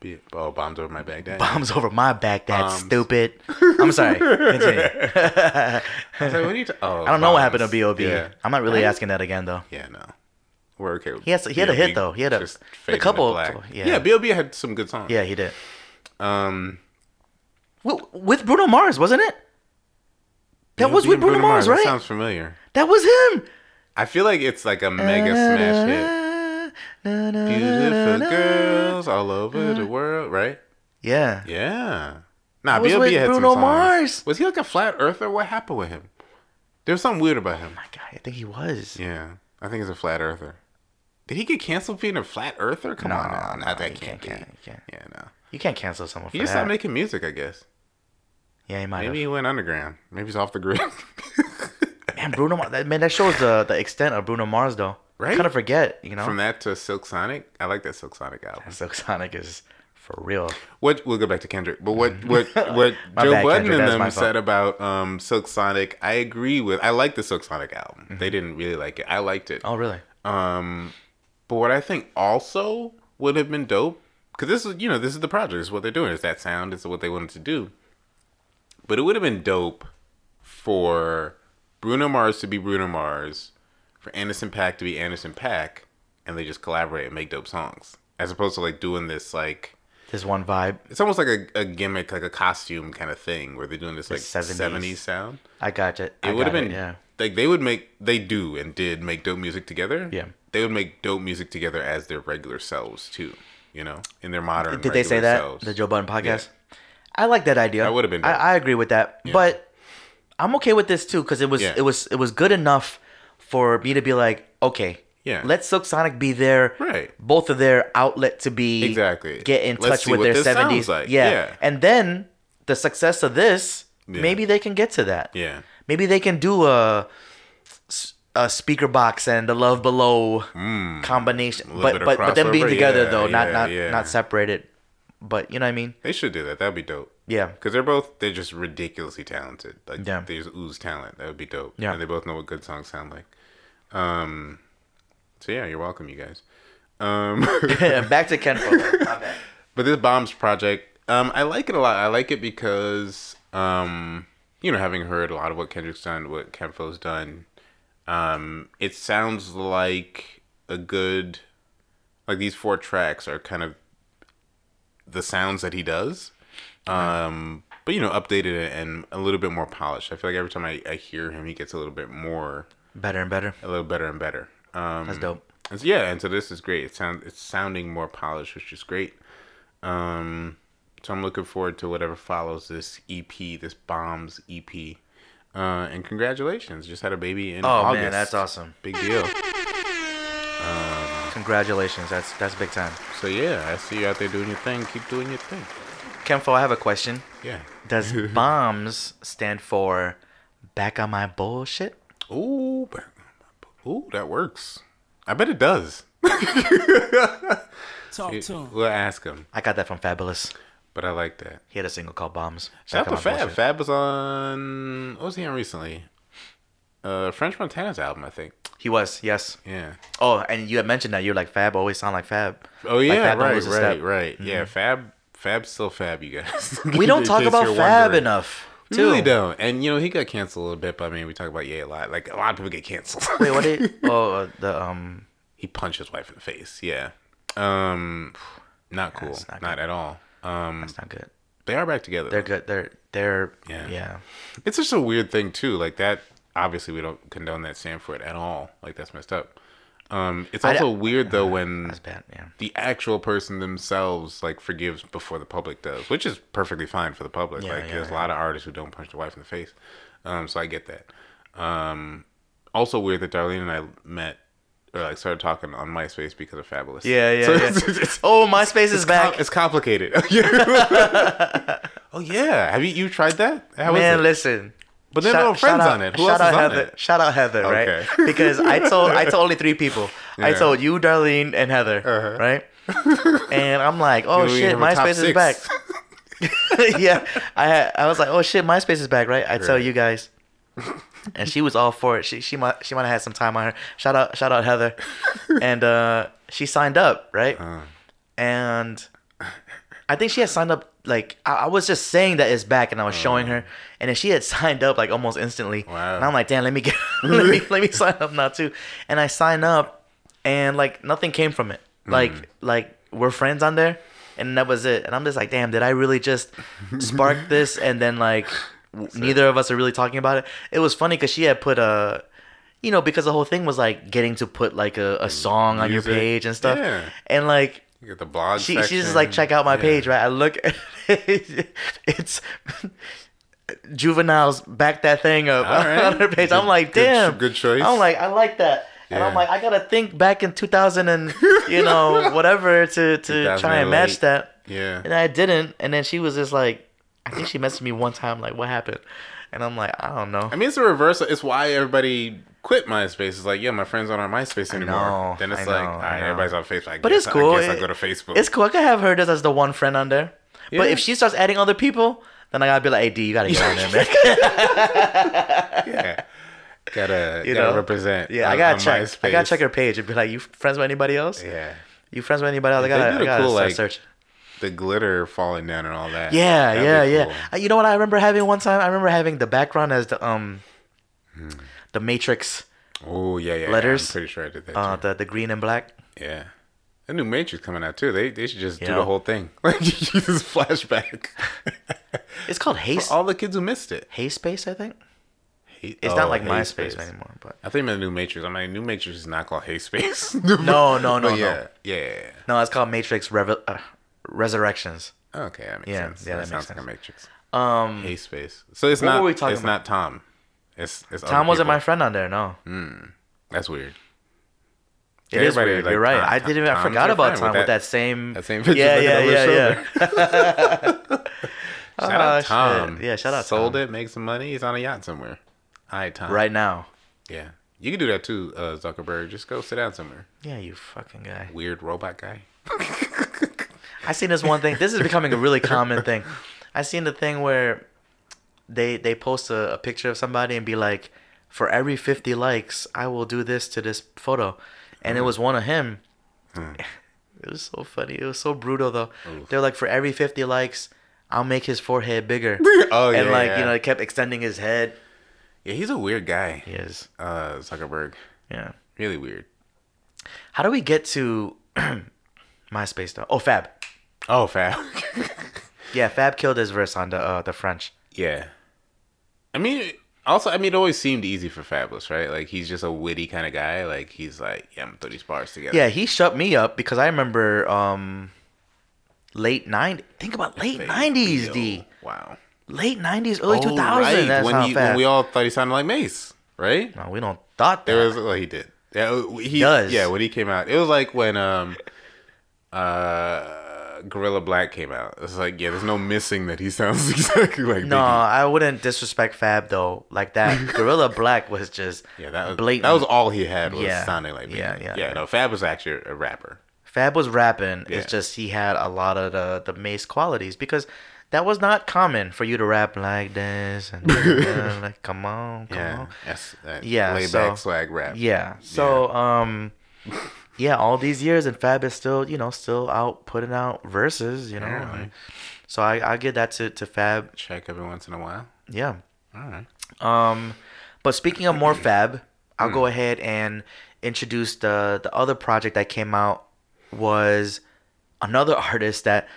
Speaker 2: B- oh, bombs over my Baghdad.
Speaker 1: Bombs over my Baghdad.
Speaker 2: Bombs.
Speaker 1: Stupid. I'm sorry. Continue.
Speaker 2: I was like, what are you ta- oh,
Speaker 1: I don't know what happened to
Speaker 2: bombs.
Speaker 1: B.O.B.
Speaker 2: Yeah.
Speaker 1: I'm not really asking that again though.
Speaker 2: Yeah, no. We're okay. With
Speaker 1: He has- he had a hit,
Speaker 2: B.O.B.
Speaker 1: though. He had a-
Speaker 2: Just
Speaker 1: a
Speaker 2: fading to
Speaker 1: couple-
Speaker 2: black.
Speaker 1: yeah.
Speaker 2: yeah. B.O.B. had some good songs.
Speaker 1: Yeah, he did.
Speaker 2: Um.
Speaker 1: Wi- With Bruno Mars, wasn't it? That
Speaker 2: Yeah,
Speaker 1: was
Speaker 2: Beat
Speaker 1: with Bruno, Mars,
Speaker 2: That
Speaker 1: right?
Speaker 2: sounds familiar.
Speaker 1: That was him.
Speaker 2: I feel like it's like a mega smash hit. Beautiful girls all over the world, right?
Speaker 1: Yeah. Oh
Speaker 2: Yeah. Nah,
Speaker 1: was
Speaker 2: B.O.B.
Speaker 1: with
Speaker 2: had some
Speaker 1: Bruno
Speaker 2: songs.
Speaker 1: Mars.
Speaker 2: Was he like a flat earther? What happened with him? There was something weird about him.
Speaker 1: My God, I think he was.
Speaker 2: Yeah, I think he's a flat earther. Did he get canceled for being a flat earther? Come
Speaker 1: No,
Speaker 2: on, now.
Speaker 1: no,
Speaker 2: Nah, that
Speaker 1: he
Speaker 2: can't,
Speaker 1: can't-
Speaker 2: be.
Speaker 1: can't- can't.
Speaker 2: Yeah, no.
Speaker 1: You can't cancel someone for
Speaker 2: He just
Speaker 1: that.
Speaker 2: stopped making music, I guess.
Speaker 1: yeah, he might
Speaker 2: Maybe he
Speaker 1: have.
Speaker 2: went underground. Maybe he's off the
Speaker 1: *laughs*
Speaker 2: grid.
Speaker 1: Man, Bruno Mars. that- Man, that shows the the extent of Bruno Mars, though.
Speaker 2: Right?
Speaker 1: Kind of forget, you know.
Speaker 2: From that to Silk Sonic, I like that Silk Sonic album.
Speaker 1: Silk Sonic is for real.
Speaker 2: What we'll go back to Kendrick, but
Speaker 1: *laughs*
Speaker 2: what what what
Speaker 1: My
Speaker 2: Joe
Speaker 1: bad,
Speaker 2: Budden
Speaker 1: Kendrick,
Speaker 2: and
Speaker 1: that's my
Speaker 2: them
Speaker 1: fault.
Speaker 2: said about um, Silk Sonic, I agree with. I like the Silk Sonic album. They didn't really like it. I liked it.
Speaker 1: Mm-hmm. Oh, really?
Speaker 2: Um, but what I think also would have been dope, because this is you know this is the project. This is what they're doing. Is that sound? Is what they wanted to do. But it would have been dope for Bruno Mars to be Bruno Mars, for Anderson Pack to be Anderson Pack, and they just collaborate and make dope songs, as opposed to like doing this like
Speaker 1: This one vibe.
Speaker 2: it's almost like a, a gimmick, like a costume kind of thing, where they're doing this like
Speaker 1: 70s.
Speaker 2: seventies sound.
Speaker 1: I got it. I
Speaker 2: It would have
Speaker 1: got
Speaker 2: been
Speaker 1: yeah.
Speaker 2: like they would make they do and did make dope music together.
Speaker 1: Yeah.
Speaker 2: They would make dope music together as their regular selves too, you know, in their modern.
Speaker 1: Did they say
Speaker 2: regular
Speaker 1: that
Speaker 2: selves.
Speaker 1: the Joe Budden podcast? I like that idea.
Speaker 2: That would've been dope.
Speaker 1: I, I agree with that, but I'm okay with this too because it was
Speaker 2: Yeah.
Speaker 1: it was it was good enough for me to be like, okay,
Speaker 2: Yeah.
Speaker 1: let Silk Sonic be their
Speaker 2: Right.
Speaker 1: both of their outlet to be
Speaker 2: Exactly.
Speaker 1: get in
Speaker 2: Let's
Speaker 1: touch
Speaker 2: see
Speaker 1: with
Speaker 2: what
Speaker 1: their
Speaker 2: this sounds
Speaker 1: 70s,
Speaker 2: like.
Speaker 1: yeah.
Speaker 2: Yeah.
Speaker 1: and then the success of this,
Speaker 2: Yeah.
Speaker 1: maybe they can get to that,
Speaker 2: Yeah.
Speaker 1: maybe they can do a a speaker box and the love below combination,
Speaker 2: Hmm. little
Speaker 1: but
Speaker 2: bit of
Speaker 1: but but them being
Speaker 2: crossover,
Speaker 1: together
Speaker 2: yeah,
Speaker 1: though, not
Speaker 2: yeah,
Speaker 1: not
Speaker 2: yeah.
Speaker 1: not separated. But you know what I mean?
Speaker 2: They should do that. That'd be dope.
Speaker 1: Yeah. *laughs*
Speaker 2: Because they're both they're just ridiculously talented. Like
Speaker 1: Yeah.
Speaker 2: they just ooze talent. That would be dope.
Speaker 1: Yeah.
Speaker 2: And they both know what good songs sound like. Um. So yeah, you're welcome, you guys. Um. *laughs*
Speaker 1: Back to Ken Fuller. My bad.
Speaker 2: But this bombs project, um, I like it a lot. I like it because, um, you know, having heard a lot of what Kendrick's done, what Kenfo's done, um, it sounds like a good, like these four tracks are kind of the sounds that he does, um, but you know, updated and a little bit more polished. I feel like every time I, I hear him, he gets a little bit more,
Speaker 1: Better and better.
Speaker 2: a little better and better. Um,
Speaker 1: That's dope.
Speaker 2: and so- yeah, and so this is great. It sound it's sounding more polished, which is great. Um, so I'm looking forward to whatever follows this EP, this bombs EP. Uh, and congratulations, just had a baby in
Speaker 1: Oh
Speaker 2: August.
Speaker 1: man, that's awesome.
Speaker 2: Big deal.
Speaker 1: Congratulations. That's that's big time.
Speaker 2: So yeah, I see you out there doing your thing. Keep doing your thing.
Speaker 1: Kenfo, I have a question.
Speaker 2: Yeah. *laughs*
Speaker 1: Does bombs stand for back on my bullshit?
Speaker 2: Ooh, but- ooh, that works. I bet it does.
Speaker 4: Talk to him.
Speaker 2: We'll ask him,
Speaker 1: I got that from Fabulous.
Speaker 2: but I like that.
Speaker 1: He had a single called Bombs.
Speaker 2: Shout out
Speaker 1: Back
Speaker 2: to
Speaker 1: on
Speaker 2: Fab.
Speaker 1: My Bullshit.
Speaker 2: Fab was on. What was he on recently? Uh, French Montana's album, I think.
Speaker 1: He was, yes.
Speaker 2: Yeah.
Speaker 1: Oh, and you had mentioned that you're like Fab always sound like Fab.
Speaker 2: Oh
Speaker 1: Like,
Speaker 2: yeah,
Speaker 1: Fab don't
Speaker 2: right,
Speaker 1: lose a
Speaker 2: right,
Speaker 1: step. Mm-hmm.
Speaker 2: right. Yeah, Fab, Fab's still Fab, you guys. *laughs*
Speaker 1: We don't
Speaker 2: In
Speaker 1: talk
Speaker 2: case
Speaker 1: about
Speaker 2: you're
Speaker 1: Fab
Speaker 2: wondering.
Speaker 1: enough.
Speaker 2: We
Speaker 1: Too.
Speaker 2: really don't. And you know, he got canceled a little bit, but I mean, we talk about Ye a lot. Like a lot of people get canceled. *laughs*
Speaker 1: Wait, what did? Oh, uh, the um.
Speaker 2: he punched his wife in the face. Yeah. Um, not cool.
Speaker 1: That's
Speaker 2: Not,
Speaker 1: not
Speaker 2: at all. Um,
Speaker 1: It's not good.
Speaker 2: they are back together.
Speaker 1: They're good. They're they're
Speaker 2: Yeah.
Speaker 1: yeah.
Speaker 2: It's just a weird thing too. Like that. Obviously, we don't condone that stand for it at all. Like that's messed up. Um, it's
Speaker 1: I d-
Speaker 2: also weird though when
Speaker 1: uh, That's bad. Yeah.
Speaker 2: the actual person themselves like forgives before the public does, which is perfectly fine for the public.
Speaker 1: Yeah,
Speaker 2: like
Speaker 1: yeah,
Speaker 2: there's a
Speaker 1: yeah.
Speaker 2: lot of artists who don't punch the wife in the face, um, so I get that. Um, also weird that Darlene and I met or like started talking on MySpace because of Fabulous.
Speaker 1: Yeah, yeah,
Speaker 2: So
Speaker 1: yeah.
Speaker 2: It's, it's,
Speaker 1: oh, MySpace is
Speaker 2: com-
Speaker 1: back.
Speaker 2: it's
Speaker 1: *laughs*
Speaker 2: complicated. *laughs* oh yeah, have you you tried that? How is
Speaker 1: Man,
Speaker 2: it?
Speaker 1: listen.
Speaker 2: But then no friends
Speaker 1: out,
Speaker 2: on it. Who else
Speaker 1: shout
Speaker 2: is
Speaker 1: out
Speaker 2: on
Speaker 1: Heather.
Speaker 2: it?
Speaker 1: Shout out Heather,
Speaker 2: Okay.
Speaker 1: right? *laughs* Because I told I told only three people. I
Speaker 2: Yeah. Uh-huh.
Speaker 1: told you, Darlene, and Heather, right?
Speaker 2: *laughs*
Speaker 1: And I'm like, oh
Speaker 2: We
Speaker 1: shit,
Speaker 2: have a top
Speaker 1: MySpace is
Speaker 2: six.
Speaker 1: back. *laughs* yeah, I had, I was like, oh shit, MySpace is back, right? I tell
Speaker 2: Right.
Speaker 1: you guys. And she was all for it. She she might she might have had some time on her. Shout out shout out Heather, and uh, she signed up, right? And I think she had signed up like I, I was just saying that it's back and I was showing her and then she had *laughs* signed up like almost instantly.
Speaker 2: Oh. Wow.
Speaker 1: And I'm like, damn,
Speaker 2: *laughs*
Speaker 1: let me get *laughs* let me let me sign up now too. And I sign up and like nothing came from it.
Speaker 2: Hmm.
Speaker 1: Like like we're friends on there and that was it. And I'm just like, damn, did I really just
Speaker 2: *laughs*
Speaker 1: spark this and then like w- neither of us are really talking about it. It was funny cuz she had put a you know, because the whole thing was like getting to put like a, a song on your
Speaker 2: Music.
Speaker 1: page and stuff.
Speaker 2: Yeah.
Speaker 1: And like
Speaker 2: *laughs* You get the blog.
Speaker 1: She,
Speaker 2: section.
Speaker 1: she just like check out my
Speaker 2: Yeah.
Speaker 1: page, right? I look, at it, *laughs* it's juveniles back that thing up
Speaker 2: All right.
Speaker 1: *laughs* on her page. I'm
Speaker 2: Good-
Speaker 1: like,
Speaker 2: good-
Speaker 1: damn,
Speaker 2: good choice.
Speaker 1: I'm like, I like that, and I'm
Speaker 2: Yeah.
Speaker 1: like, I gotta think back in 2000 and
Speaker 2: *laughs*
Speaker 1: you know whatever to to try
Speaker 2: 2008.
Speaker 1: and match that,
Speaker 2: Yeah.
Speaker 1: and I didn't. And then she was just like, I think she messaged me one time like, what happened? And I'm like, I don't know.
Speaker 2: I mean, it's a reversal. It's why everybody quit MySpace. It's like, yeah, my friends aren't on MySpace anymore.
Speaker 1: know,
Speaker 2: then it's
Speaker 1: I
Speaker 2: like,
Speaker 1: know,
Speaker 2: all
Speaker 1: I
Speaker 2: right,
Speaker 1: know.
Speaker 2: everybody's on Facebook. I
Speaker 1: But
Speaker 2: guess,
Speaker 1: it's cool.
Speaker 2: I guess I
Speaker 1: It-
Speaker 2: go to Facebook.
Speaker 1: It's cool. I could have her just as the one friend on there. But
Speaker 2: Yeah.
Speaker 1: if she starts adding other people, then I gotta be like, hey D, you gotta get on there, man.
Speaker 2: yeah. Gotta,
Speaker 1: You
Speaker 2: gotta
Speaker 1: know?
Speaker 2: represent.
Speaker 1: Yeah,
Speaker 2: *laughs*
Speaker 1: I
Speaker 2: on-
Speaker 1: gotta
Speaker 2: on
Speaker 1: check. I gotta
Speaker 2: MySpace.
Speaker 1: check her page and be like, "You friends with anybody else?
Speaker 2: Yeah.
Speaker 1: You friends with anybody else?" I
Speaker 2: If they
Speaker 1: gotta,
Speaker 2: did a
Speaker 1: I gotta
Speaker 2: cool,
Speaker 1: start
Speaker 2: like,
Speaker 1: searching.
Speaker 2: The glitter falling down and all that.
Speaker 1: Yeah,
Speaker 2: That'd
Speaker 1: yeah,
Speaker 2: be
Speaker 1: yeah.
Speaker 2: cool.
Speaker 1: Uh, You know what? I remember having one time. I remember having the background as the um,
Speaker 2: Hmm.
Speaker 1: the Matrix,
Speaker 2: Oh yeah, yeah.
Speaker 1: Letters.
Speaker 2: I'm pretty sure I did that.
Speaker 1: uh,
Speaker 2: too.
Speaker 1: the the green and black.
Speaker 2: yeah. A new Matrix coming out too. They they should just do
Speaker 1: Yeah.
Speaker 2: the whole thing. *laughs* Like you just flashback.
Speaker 1: It's called Haste.
Speaker 2: For all the kids who missed it.
Speaker 1: Haste Space, I think.
Speaker 2: Hate-
Speaker 1: It's
Speaker 2: oh,
Speaker 1: not like
Speaker 2: hate
Speaker 1: MySpace
Speaker 2: space.
Speaker 1: anymore, but
Speaker 2: I think the new Matrix. I mean, new Matrix is not called Hate Space. *laughs*
Speaker 1: no, no, no,
Speaker 2: But
Speaker 1: no.
Speaker 2: yeah, yeah, yeah,
Speaker 1: No, it's called Matrix Revel- uh, Resurrections.
Speaker 2: yeah. Okay, that makes
Speaker 1: Yeah,
Speaker 2: sense.
Speaker 1: yeah,
Speaker 2: that,
Speaker 1: that
Speaker 2: sounds like
Speaker 1: makes
Speaker 2: a
Speaker 1: sense.
Speaker 2: Matrix.
Speaker 1: Um,
Speaker 2: Hate Space. So it's
Speaker 1: What
Speaker 2: not.
Speaker 1: were we talking
Speaker 2: it's
Speaker 1: about?
Speaker 2: not Tom. It's, it's
Speaker 1: Tom
Speaker 2: other
Speaker 1: wasn't
Speaker 2: people.
Speaker 1: my friend on there. No,
Speaker 2: That's weird.
Speaker 1: it is
Speaker 2: Everybody,
Speaker 1: weird.
Speaker 2: like,
Speaker 1: You're right.
Speaker 2: Tom-
Speaker 1: I didn't.
Speaker 2: Tom's
Speaker 1: I forgot
Speaker 2: your
Speaker 1: about
Speaker 2: friend
Speaker 1: Tom
Speaker 2: with
Speaker 1: with,
Speaker 2: that-
Speaker 1: that
Speaker 2: *laughs*
Speaker 1: same.
Speaker 2: That same picture.
Speaker 1: Yeah,
Speaker 2: looking
Speaker 1: yeah,
Speaker 2: over his
Speaker 1: yeah,
Speaker 2: shoulder.
Speaker 1: *laughs* yeah.
Speaker 2: Shout out
Speaker 1: shit.
Speaker 2: Tom.
Speaker 1: Yeah, shout out
Speaker 2: Sold
Speaker 1: Tom.
Speaker 2: it, made some money. He's on a yacht somewhere. All right, Tom.
Speaker 1: right now.
Speaker 2: Yeah. You can do that too, uh, Zuckerberg. Just go sit down somewhere.
Speaker 1: Yeah, you fucking guy.
Speaker 2: Weird robot guy. *laughs*
Speaker 1: I seen this one thing. This is becoming a really common thing. I seen the thing where they they post a, a picture of somebody and be like, for every fifty likes, I will do this to this photo, and
Speaker 2: Mm.
Speaker 1: it was one of him. *laughs* It was so funny. It was so brutal though. They're like, for every fifty likes, I'll make his forehead bigger.
Speaker 2: *laughs* Oh,
Speaker 1: and
Speaker 2: yeah,
Speaker 1: like
Speaker 2: yeah.
Speaker 1: you know, it kept extending his head.
Speaker 2: Yeah, he's a weird guy.
Speaker 1: He is.
Speaker 2: Uh, Zuckerberg.
Speaker 1: Yeah.
Speaker 2: Really weird.
Speaker 1: How do we get to *clears throat* MySpace though? Oh, Fab.
Speaker 2: Oh, fab. *laughs*
Speaker 1: Yeah, Fab killed his verse on the uh, the French.
Speaker 2: yeah. I mean, also, I mean, it always seemed easy for Fabulous, right? Like, he's just a witty kind of guy. Like, he's like, yeah, I'm going to throw these bars together.
Speaker 1: Yeah, he shut me up because I remember um late 90s. Think about late
Speaker 2: Fab-
Speaker 1: 90s,
Speaker 2: yo,
Speaker 1: D.
Speaker 2: Wow.
Speaker 1: Late 90s, early
Speaker 2: Oh,
Speaker 1: 2000s.
Speaker 2: right,
Speaker 1: That's
Speaker 2: when,
Speaker 1: how
Speaker 2: he,
Speaker 1: Fab.
Speaker 2: when we all thought he sounded like Mace, right?
Speaker 1: no, we don't thought that.
Speaker 2: There was well, he did. Yeah, uh, he
Speaker 1: does.
Speaker 2: Yeah, when he came out, it was like when um, uh, Gorilla Black came out. It's like yeah, there's no missing that he sounds *laughs* exactly like
Speaker 1: no,
Speaker 2: Biggie.
Speaker 1: I wouldn't disrespect Fab though. Like
Speaker 2: *laughs*
Speaker 1: that, Gorilla Black was just
Speaker 2: Yeah, that was
Speaker 1: blatant.
Speaker 2: that was all he had was
Speaker 1: Yeah.
Speaker 2: sounding like Biggie.
Speaker 1: Yeah, yeah,
Speaker 2: yeah.
Speaker 1: yeah.
Speaker 2: No, Fab was actually a rapper.
Speaker 1: Fab was rapping.
Speaker 2: Yeah.
Speaker 1: It's just he had a lot of the the Mace qualities because that was not common for you to rap like this and
Speaker 2: *laughs*
Speaker 1: like come on, come
Speaker 2: Yeah,
Speaker 1: on.
Speaker 2: that's that
Speaker 1: Yeah,
Speaker 2: laid
Speaker 1: so-
Speaker 2: back swag rap.
Speaker 1: Yeah. So um yeah, all these years and Fab is still, you know, still out putting out verses, you know.
Speaker 2: Apparently.
Speaker 1: So I I give that to to Fab.
Speaker 2: check every once in a while.
Speaker 1: Yeah.
Speaker 2: All right,
Speaker 1: Um but speaking of more Fab, I'll
Speaker 2: Hmm.
Speaker 1: go ahead and introduce the the other project that came out was another *laughs* artist that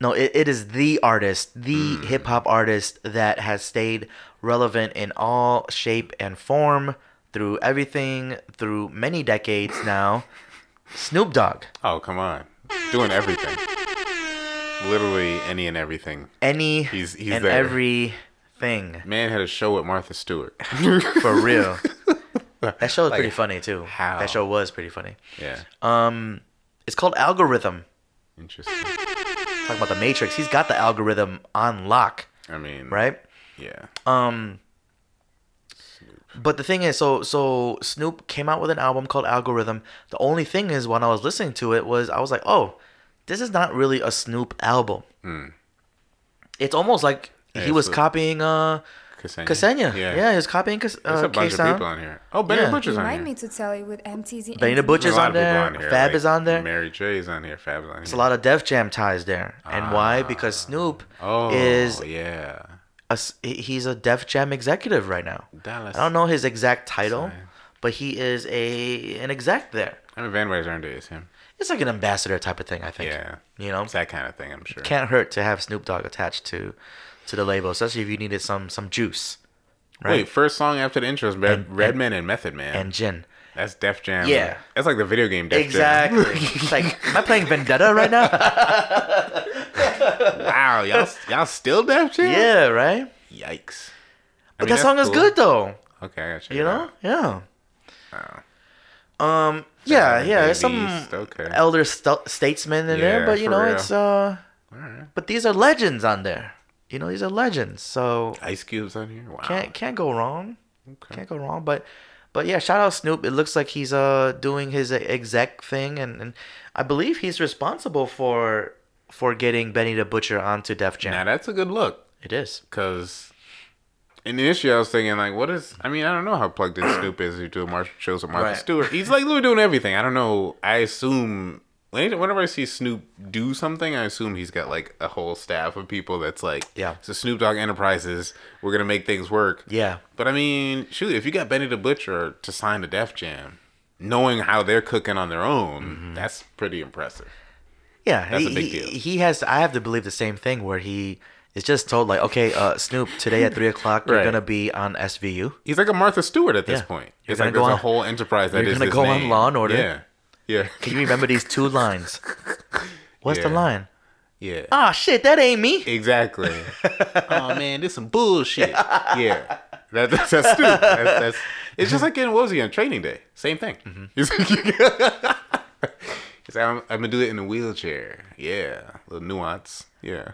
Speaker 1: no, it, it is the artist, the
Speaker 2: Hmm.
Speaker 1: hip hop artist that has stayed relevant in all shape and form through everything, through many decades
Speaker 2: *laughs*
Speaker 1: now. Snoop Dogg.
Speaker 2: oh come on, doing everything, literally any and everything.
Speaker 1: Any
Speaker 2: He's- he's
Speaker 1: and
Speaker 2: there.
Speaker 1: everything.
Speaker 2: Man had a show with Martha
Speaker 1: *laughs*
Speaker 2: Stewart. *laughs*
Speaker 1: For real. that show was
Speaker 2: Like,
Speaker 1: pretty funny too.
Speaker 2: how?
Speaker 1: That show was pretty funny.
Speaker 2: Yeah,
Speaker 1: Um it's called Algorithm.
Speaker 2: interesting.
Speaker 1: Talking about the Matrix. He's got the algorithm on lock,
Speaker 2: I mean,
Speaker 1: right?
Speaker 2: Yeah.
Speaker 1: Um, but the thing is, so so Snoop came out with an album called Algorithm. The only thing is, when I was listening to it, was I was like, oh, this is not really a Snoop album. It's almost like
Speaker 2: Hmm. Yeah,
Speaker 1: he was
Speaker 2: it's a-
Speaker 1: copying uh
Speaker 2: Ksenia.
Speaker 1: Ksenia. Yeah.
Speaker 2: Yeah.
Speaker 1: he was copying Kes-
Speaker 2: There's
Speaker 1: uh,
Speaker 2: a bunch
Speaker 1: K-Sound.
Speaker 2: of people on here. Oh, Benny
Speaker 1: Yeah.
Speaker 2: the Butcher's on here.
Speaker 3: Remind me to tell you with MTZ.
Speaker 1: Benny the
Speaker 3: MTV.
Speaker 1: Butcher's
Speaker 2: There's a lot
Speaker 1: on
Speaker 2: of people
Speaker 1: there. Fab
Speaker 2: like
Speaker 1: is on there.
Speaker 2: Mary J's on here. Fab is on here.
Speaker 1: It's a lot of Def Jam ties there, and why? Because Snoop
Speaker 2: Ah. Oh,
Speaker 1: is
Speaker 2: yeah.
Speaker 1: a s- he- he's a Def Jam executive right now.
Speaker 2: Dallas.
Speaker 1: I don't know his exact title,
Speaker 2: Sorry.
Speaker 1: but he is a an exec there.
Speaker 2: I mean, Van Way's earned it. It's him.
Speaker 1: It's like an ambassador type of thing, I think.
Speaker 2: Yeah.
Speaker 1: You know,
Speaker 2: It's that kind of thing, I'm sure.
Speaker 1: can't hurt to have Snoop Dogg attached to to the label, especially if you needed some some juice, right?
Speaker 2: Wait, first song after the intro is Red,
Speaker 1: And-
Speaker 2: Redman and Method Man.
Speaker 1: and gin.
Speaker 2: That's Def Jam.
Speaker 1: Yeah.
Speaker 2: That's like the video game Def Jam. *laughs*
Speaker 1: Exactly. it's like, am I playing Vendetta right now?
Speaker 2: Wow, y'all y'all still Def Jam?
Speaker 1: yeah, right.
Speaker 2: Yikes.
Speaker 1: But that song is good though.
Speaker 2: though. Okay, I got
Speaker 1: You know? Yeah. Um. Yeah.
Speaker 2: Southern
Speaker 1: Yeah. There's some
Speaker 2: Babies, okay.
Speaker 1: elder st- statesman in there,
Speaker 2: Yeah,
Speaker 1: but you
Speaker 2: for
Speaker 1: know,
Speaker 2: real.
Speaker 1: it's uh. But these are legends on there. You know, these are legends. So
Speaker 2: Ice Cube's on here. Wow.
Speaker 1: can't can't go wrong.
Speaker 2: Okay.
Speaker 1: Can't go wrong. But but yeah, shout out Snoop. It looks like he's uh doing his exec thing, and, and I believe he's responsible for for getting Benny the Butcher onto Def Jam.
Speaker 2: Now that's a good look,
Speaker 1: it is.
Speaker 2: cause initially I was thinking like, what is? I mean, I don't know how plugged in Snoop is. You do Marshall shows with Martha
Speaker 1: Right.
Speaker 2: Stewart. He's like literally doing everything. I don't know. I assume when- whenever I see Snoop do something, I assume he's got like a whole staff of people that's like,
Speaker 1: Yeah.
Speaker 2: So Snoop Dogg Enterprises, we're gonna make things work.
Speaker 1: Yeah.
Speaker 2: But I mean, shoot, if you got Benny the Butcher to sign to Def Jam, knowing how they're cooking on their own,
Speaker 1: Mm-hmm.
Speaker 2: that's pretty impressive.
Speaker 1: Yeah,
Speaker 2: That's
Speaker 1: he,
Speaker 2: a big
Speaker 1: he-
Speaker 2: deal.
Speaker 1: he has. I have to believe the same thing where he is just told like, okay, uh, Snoop, today
Speaker 2: *laughs*
Speaker 1: at three o'clock you're
Speaker 2: Right.
Speaker 1: gonna be on SVU.
Speaker 2: He's like a Martha Stewart at this
Speaker 1: Yeah.
Speaker 2: point.
Speaker 1: You're
Speaker 2: it's
Speaker 1: gonna
Speaker 2: like
Speaker 1: go
Speaker 2: there's a
Speaker 1: on-
Speaker 2: whole enterprise that
Speaker 1: you're
Speaker 2: is
Speaker 1: gonna
Speaker 2: his
Speaker 1: go on
Speaker 2: name.
Speaker 1: Law and Order.
Speaker 2: Yeah, yeah,
Speaker 1: Can you remember these two lines? What's the
Speaker 2: Yeah.
Speaker 1: line?
Speaker 2: yeah.
Speaker 1: Ah, shit, that ain't me.
Speaker 2: Exactly.
Speaker 1: *laughs*
Speaker 2: oh man, this some bullshit. *laughs* yeah, that, that's that's Snoop. That's, that's, it's just like in what was he on Training Day? Same thing.
Speaker 1: Mm-hmm.
Speaker 2: *laughs* He's like, *laughs* He's like, I'm, I'm gonna do it in a wheelchair. Yeah, little nuance. Yeah,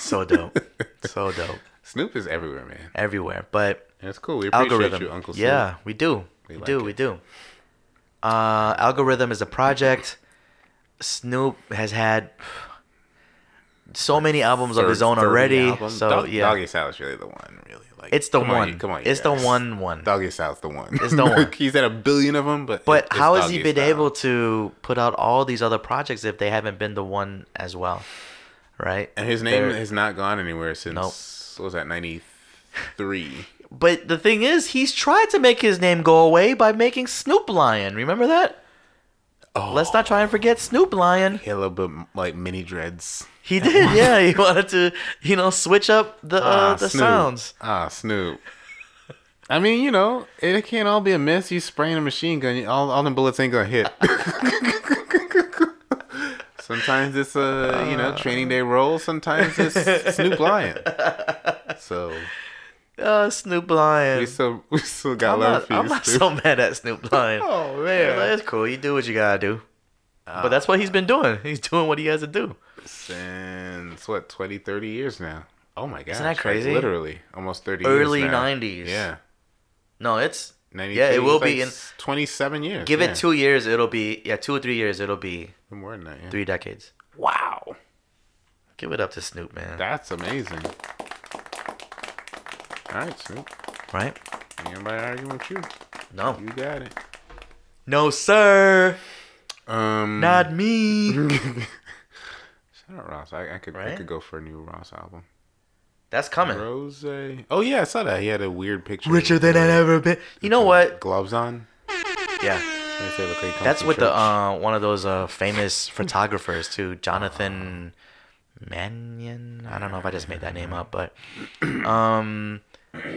Speaker 1: So dope, so dope,
Speaker 2: Snoop is everywhere, man.
Speaker 1: everywhere. But
Speaker 2: And it's cool. We appreciate
Speaker 1: algorithm,
Speaker 2: you, Uncle Snoop.
Speaker 1: yeah, we do, we,
Speaker 2: like
Speaker 1: do,
Speaker 2: it.
Speaker 1: we do. Uh, algorithm is a project. Snoop has had so many albums of his
Speaker 2: Third-
Speaker 1: own
Speaker 2: third
Speaker 1: already.
Speaker 2: album.
Speaker 1: So
Speaker 2: Dog-
Speaker 1: yeah,
Speaker 2: Doggy Style's really the one. Really, like
Speaker 1: it's the
Speaker 2: come
Speaker 1: one.
Speaker 2: On, you- come on, you
Speaker 1: it's the
Speaker 2: guys.
Speaker 1: one. One.
Speaker 2: Doggy Style's the one.
Speaker 1: It's
Speaker 2: *laughs*
Speaker 1: the one.
Speaker 2: He's at a billion of them, but it-
Speaker 1: But
Speaker 2: it's
Speaker 1: how has he
Speaker 2: Doggy
Speaker 1: been
Speaker 2: Style.
Speaker 1: able to put out all these other projects if they haven't been the one as well? Right?
Speaker 2: And his name
Speaker 1: They're-
Speaker 2: has not gone anywhere since
Speaker 1: Nope.
Speaker 2: what was that ninety *laughs* three?
Speaker 1: But the thing is, he's tried to make his name go away by making Snoop Lion. Remember that?
Speaker 2: Oh.
Speaker 1: Let's not try and forget Snoop Lion.
Speaker 2: He had a little bit m- like mini dreads.
Speaker 1: He did, yeah. He wanted to, you know, switch up the uh,
Speaker 2: Ah,
Speaker 1: the
Speaker 2: Snoop.
Speaker 1: sounds.
Speaker 2: Ah, Snoop. I mean, you know, it can't all be a mess. You spraying a machine gun, you- all all them bullets ain't gonna hit. *laughs* sometimes it's a you know training day roll. Sometimes it's Snoop Lion. So
Speaker 1: Uh, Snoop Lion.
Speaker 2: we still we still got
Speaker 1: I'm
Speaker 2: love
Speaker 1: not,
Speaker 2: for you,
Speaker 1: I'm not
Speaker 2: Snoop.
Speaker 1: so *laughs* mad at Snoop Lion.
Speaker 2: oh Ah.
Speaker 1: Like,
Speaker 2: man,
Speaker 1: That's cool. You do what you gotta do. but that's what he's been doing. He's doing what he has to do.
Speaker 2: since what 20, 30 years now. Oh my god,
Speaker 1: that crazy?
Speaker 2: literally, almost thirty.
Speaker 1: Early
Speaker 2: years now.
Speaker 1: 90s.
Speaker 2: Yeah.
Speaker 1: No, it's
Speaker 2: 93,
Speaker 1: yeah. It will be in.
Speaker 2: it's like 27 years.
Speaker 1: Give
Speaker 2: yeah.
Speaker 1: it two years, it'll be yeah, two or three years, it'll be
Speaker 2: More than that, yeah.
Speaker 1: three decades.
Speaker 2: Wow.
Speaker 1: Give it up to Snoop, man.
Speaker 2: That's amazing. All right, Snoop.
Speaker 1: right?
Speaker 2: Ain't Anybody arguing with you?
Speaker 1: No,
Speaker 2: You got it.
Speaker 1: no, sir,
Speaker 2: Um, *laughs*
Speaker 1: not me.
Speaker 2: shout out Ross. I, I could I
Speaker 1: Right?
Speaker 2: could go for a new Ross album.
Speaker 1: That's coming.
Speaker 2: Rose. Oh yeah, I saw that. He had a weird picture.
Speaker 1: Richer than I've ever been. You know what?
Speaker 2: Gloves on.
Speaker 1: Yeah,
Speaker 2: They say look like he comes
Speaker 1: that's
Speaker 2: from
Speaker 1: with the
Speaker 2: church.
Speaker 1: uh, one of those uh, famous photographers too, Jonathan Mannion. I don't know if I just made that name up, but um,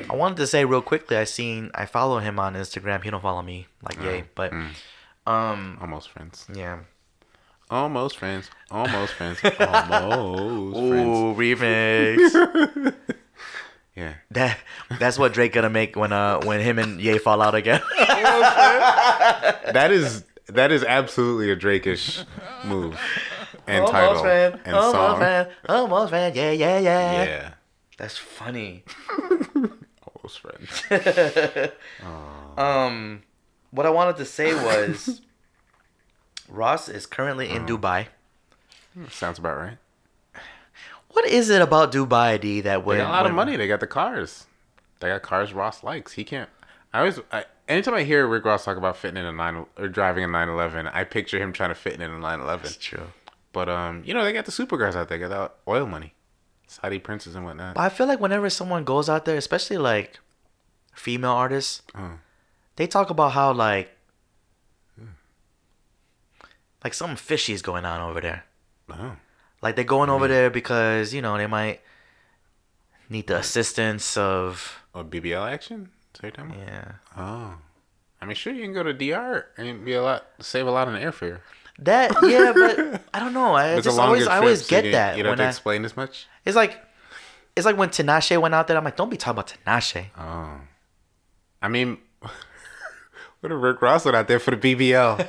Speaker 1: I wanted to say real quickly. I seen I follow him on Instagram. He don't follow me,
Speaker 2: Mm,
Speaker 1: like yay, but um,
Speaker 2: almost friends.
Speaker 1: yeah.
Speaker 2: Almost friends. Almost friends. Almost friends.
Speaker 1: Ooh, remix.
Speaker 2: *laughs* Yeah.
Speaker 1: That that's what Drake gonna make when uh when him and Ye fall out again.
Speaker 2: That is that is absolutely a Drake-ish move and title and
Speaker 1: almost
Speaker 2: song.
Speaker 1: friend, almost friend, yeah, yeah, yeah.
Speaker 2: Yeah.
Speaker 1: That's funny.
Speaker 2: Almost friends. *laughs*
Speaker 1: Um, what I wanted to
Speaker 2: *laughs*
Speaker 1: say was, Ross is currently
Speaker 2: Mm.
Speaker 1: in Dubai.
Speaker 2: Sounds about right.
Speaker 1: What is it about Dubai, D, that
Speaker 2: They
Speaker 1: when
Speaker 2: got a lot of
Speaker 1: when-
Speaker 2: money. They got the cars. They got cars Ross likes. He can't. I always. I, anytime I hear Rick Ross talk about fitting in a nine or driving a 911, I picture him trying to fit in a 911.
Speaker 1: It's true.
Speaker 2: But um, you know they got the super guys out there. They got that oil money, Saudi princes and whatnot.
Speaker 1: But I feel like whenever someone goes out there, especially like female artists,
Speaker 2: Oh.
Speaker 1: they talk about how like
Speaker 2: Mm.
Speaker 1: like something fishy is going on over there.
Speaker 2: Oh.
Speaker 1: Like they're going
Speaker 2: Mm.
Speaker 1: over there because you know they might need the assistance of
Speaker 2: Oh, BBL action. Is that what you're talking about?
Speaker 1: yeah.
Speaker 2: Oh. I mean, sure, you can go to DR and be a lot save a lot on airfare.
Speaker 1: That yeah,
Speaker 2: *laughs*
Speaker 1: but I don't know. I
Speaker 2: It's a
Speaker 1: just
Speaker 2: longer
Speaker 1: always
Speaker 2: trip.
Speaker 1: I always
Speaker 2: so
Speaker 1: get
Speaker 2: you,
Speaker 1: that
Speaker 2: You don't
Speaker 1: when
Speaker 2: have to
Speaker 1: I,
Speaker 2: explain as much.
Speaker 1: it's like it's like when Tinashe went out there. I'm like, don't be talking about Tinashe.
Speaker 2: Oh, I mean, *laughs* what if Rick Ross went out there for the
Speaker 1: *laughs*
Speaker 2: BBL?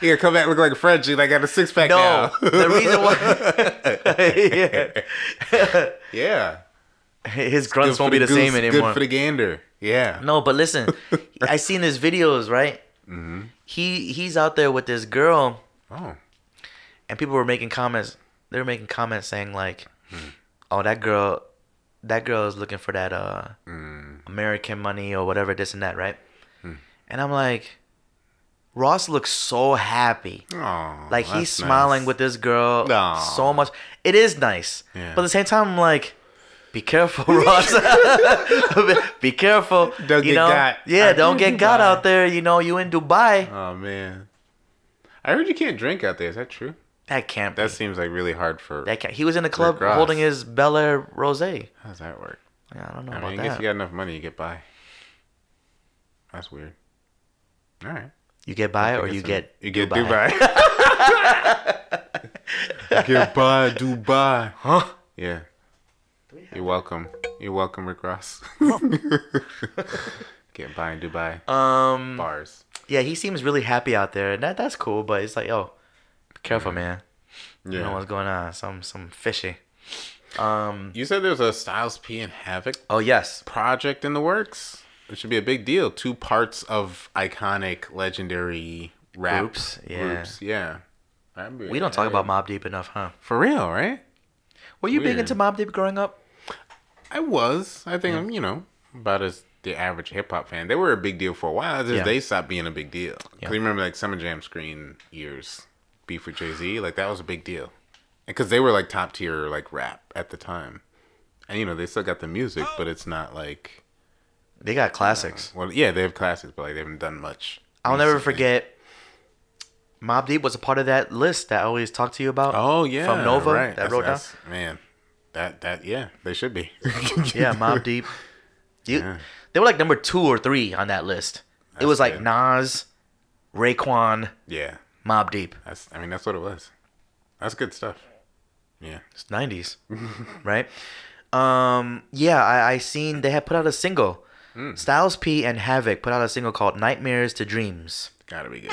Speaker 2: he gonna come back look like a Frenchie. Like got a six pack
Speaker 1: No,
Speaker 2: now.
Speaker 1: the reason why
Speaker 2: *laughs* yeah,
Speaker 1: yeah. his
Speaker 2: Good
Speaker 1: grunts
Speaker 2: for
Speaker 1: won't be the same
Speaker 2: goose,
Speaker 1: anymore.
Speaker 2: Good for the gander. Yeah.
Speaker 1: No,
Speaker 2: *laughs*
Speaker 1: but listen, I seen his videos, right?
Speaker 2: Mm-hmm.
Speaker 1: He he's out there with this girl,
Speaker 2: Oh,
Speaker 1: and people were making comments. They were making comments saying like,
Speaker 2: Hmm.
Speaker 1: "Oh, that girl, that girl is looking for that uh
Speaker 2: Mm.
Speaker 1: American money or whatever, this and that, right?"
Speaker 2: Hmm.
Speaker 1: And I'm like, Ross looks so happy.
Speaker 2: oh,
Speaker 1: Like
Speaker 2: that's
Speaker 1: he's smiling
Speaker 2: nice.
Speaker 1: with this girl
Speaker 2: Aw.
Speaker 1: so much. It is nice,
Speaker 2: Yeah.
Speaker 1: but at the same time, I'm like,
Speaker 2: *laughs*
Speaker 1: be careful, Ross. *laughs* be careful.
Speaker 2: Don't
Speaker 1: you
Speaker 2: get
Speaker 1: know?
Speaker 2: got.
Speaker 1: Yeah,
Speaker 2: *laughs* Are
Speaker 1: don't
Speaker 2: you in
Speaker 1: get got
Speaker 2: Dubai?
Speaker 1: out there. You know, you in Dubai.
Speaker 2: Oh man, I heard you can't drink out there. Is that true?
Speaker 1: That can't. Be.
Speaker 2: That seems like really hard for.
Speaker 1: That can't. He was in the club
Speaker 2: Ross.
Speaker 1: holding his Bel Air rosé.
Speaker 2: How does that work?
Speaker 1: Yeah, I don't know
Speaker 2: I
Speaker 1: about
Speaker 2: mean, I guess
Speaker 1: that.
Speaker 2: you got enough money, you get by. That's weird. All right.
Speaker 1: you get by,
Speaker 2: I
Speaker 1: or
Speaker 2: guess
Speaker 1: you
Speaker 2: I'm-
Speaker 1: get
Speaker 2: you get Dubai.
Speaker 1: *laughs*
Speaker 2: You get by Dubai, huh? Yeah. You're welcome. You're welcome, Rick
Speaker 1: *laughs*
Speaker 2: Ross. get by in Dubai
Speaker 1: Um,
Speaker 2: bars.
Speaker 1: yeah, he seems really happy out there, and that that's cool. But it's like, yo, be careful, man. You know
Speaker 2: Yeah.
Speaker 1: what's going on. Some some fishy. Um.
Speaker 2: You said there's a Styles P and Havoc
Speaker 1: Oh yes.
Speaker 2: project in the works. It should be a big deal. Two parts of iconic, legendary rap
Speaker 1: Groups, yeah.
Speaker 2: Yeah. That'd be-
Speaker 1: We don't talk about Mob Deep enough, huh?
Speaker 2: for real, right?
Speaker 1: Were you big
Speaker 2: Weird.
Speaker 1: into Mob Deep growing up?
Speaker 2: I was. I think I'm, you know, about as the average hip hop fan. They were a big deal for a while. It's just
Speaker 1: Yeah.
Speaker 2: They stopped being a big deal. 'Cause
Speaker 1: Yeah.
Speaker 2: you remember like Summer Jam screen years, beef with Jay Z, like that was a big deal, because they were like top tier like rap at the time, and you know they still got the music, but it's not like
Speaker 1: They got classics.
Speaker 2: well, yeah, they have classics, but like they haven't done much.
Speaker 1: I'll never
Speaker 2: recently.
Speaker 1: forget. Mob Deep was a part of that list that I always talk to you about.
Speaker 2: Oh yeah,
Speaker 1: from Nova
Speaker 2: right. That's-
Speaker 1: that wrote down.
Speaker 2: that's- Man, that that yeah, they should be.
Speaker 1: *laughs* Yeah,
Speaker 2: *laughs*
Speaker 1: Mob Deep. You,
Speaker 2: Yeah.
Speaker 1: they were like number two or three on that list. it
Speaker 2: That's
Speaker 1: was like
Speaker 2: good.
Speaker 1: Nas, Raekwon,
Speaker 2: yeah,
Speaker 1: Mob Deep.
Speaker 2: that's. I mean, that's what it was. That's good stuff. Yeah.
Speaker 1: It's nineties, *laughs* right? Um, yeah, I, I seen they had put out a single.
Speaker 2: Hmm.
Speaker 1: Styles P and Havoc put out a single called "Nightmares to Dreams."
Speaker 2: Gotta be good.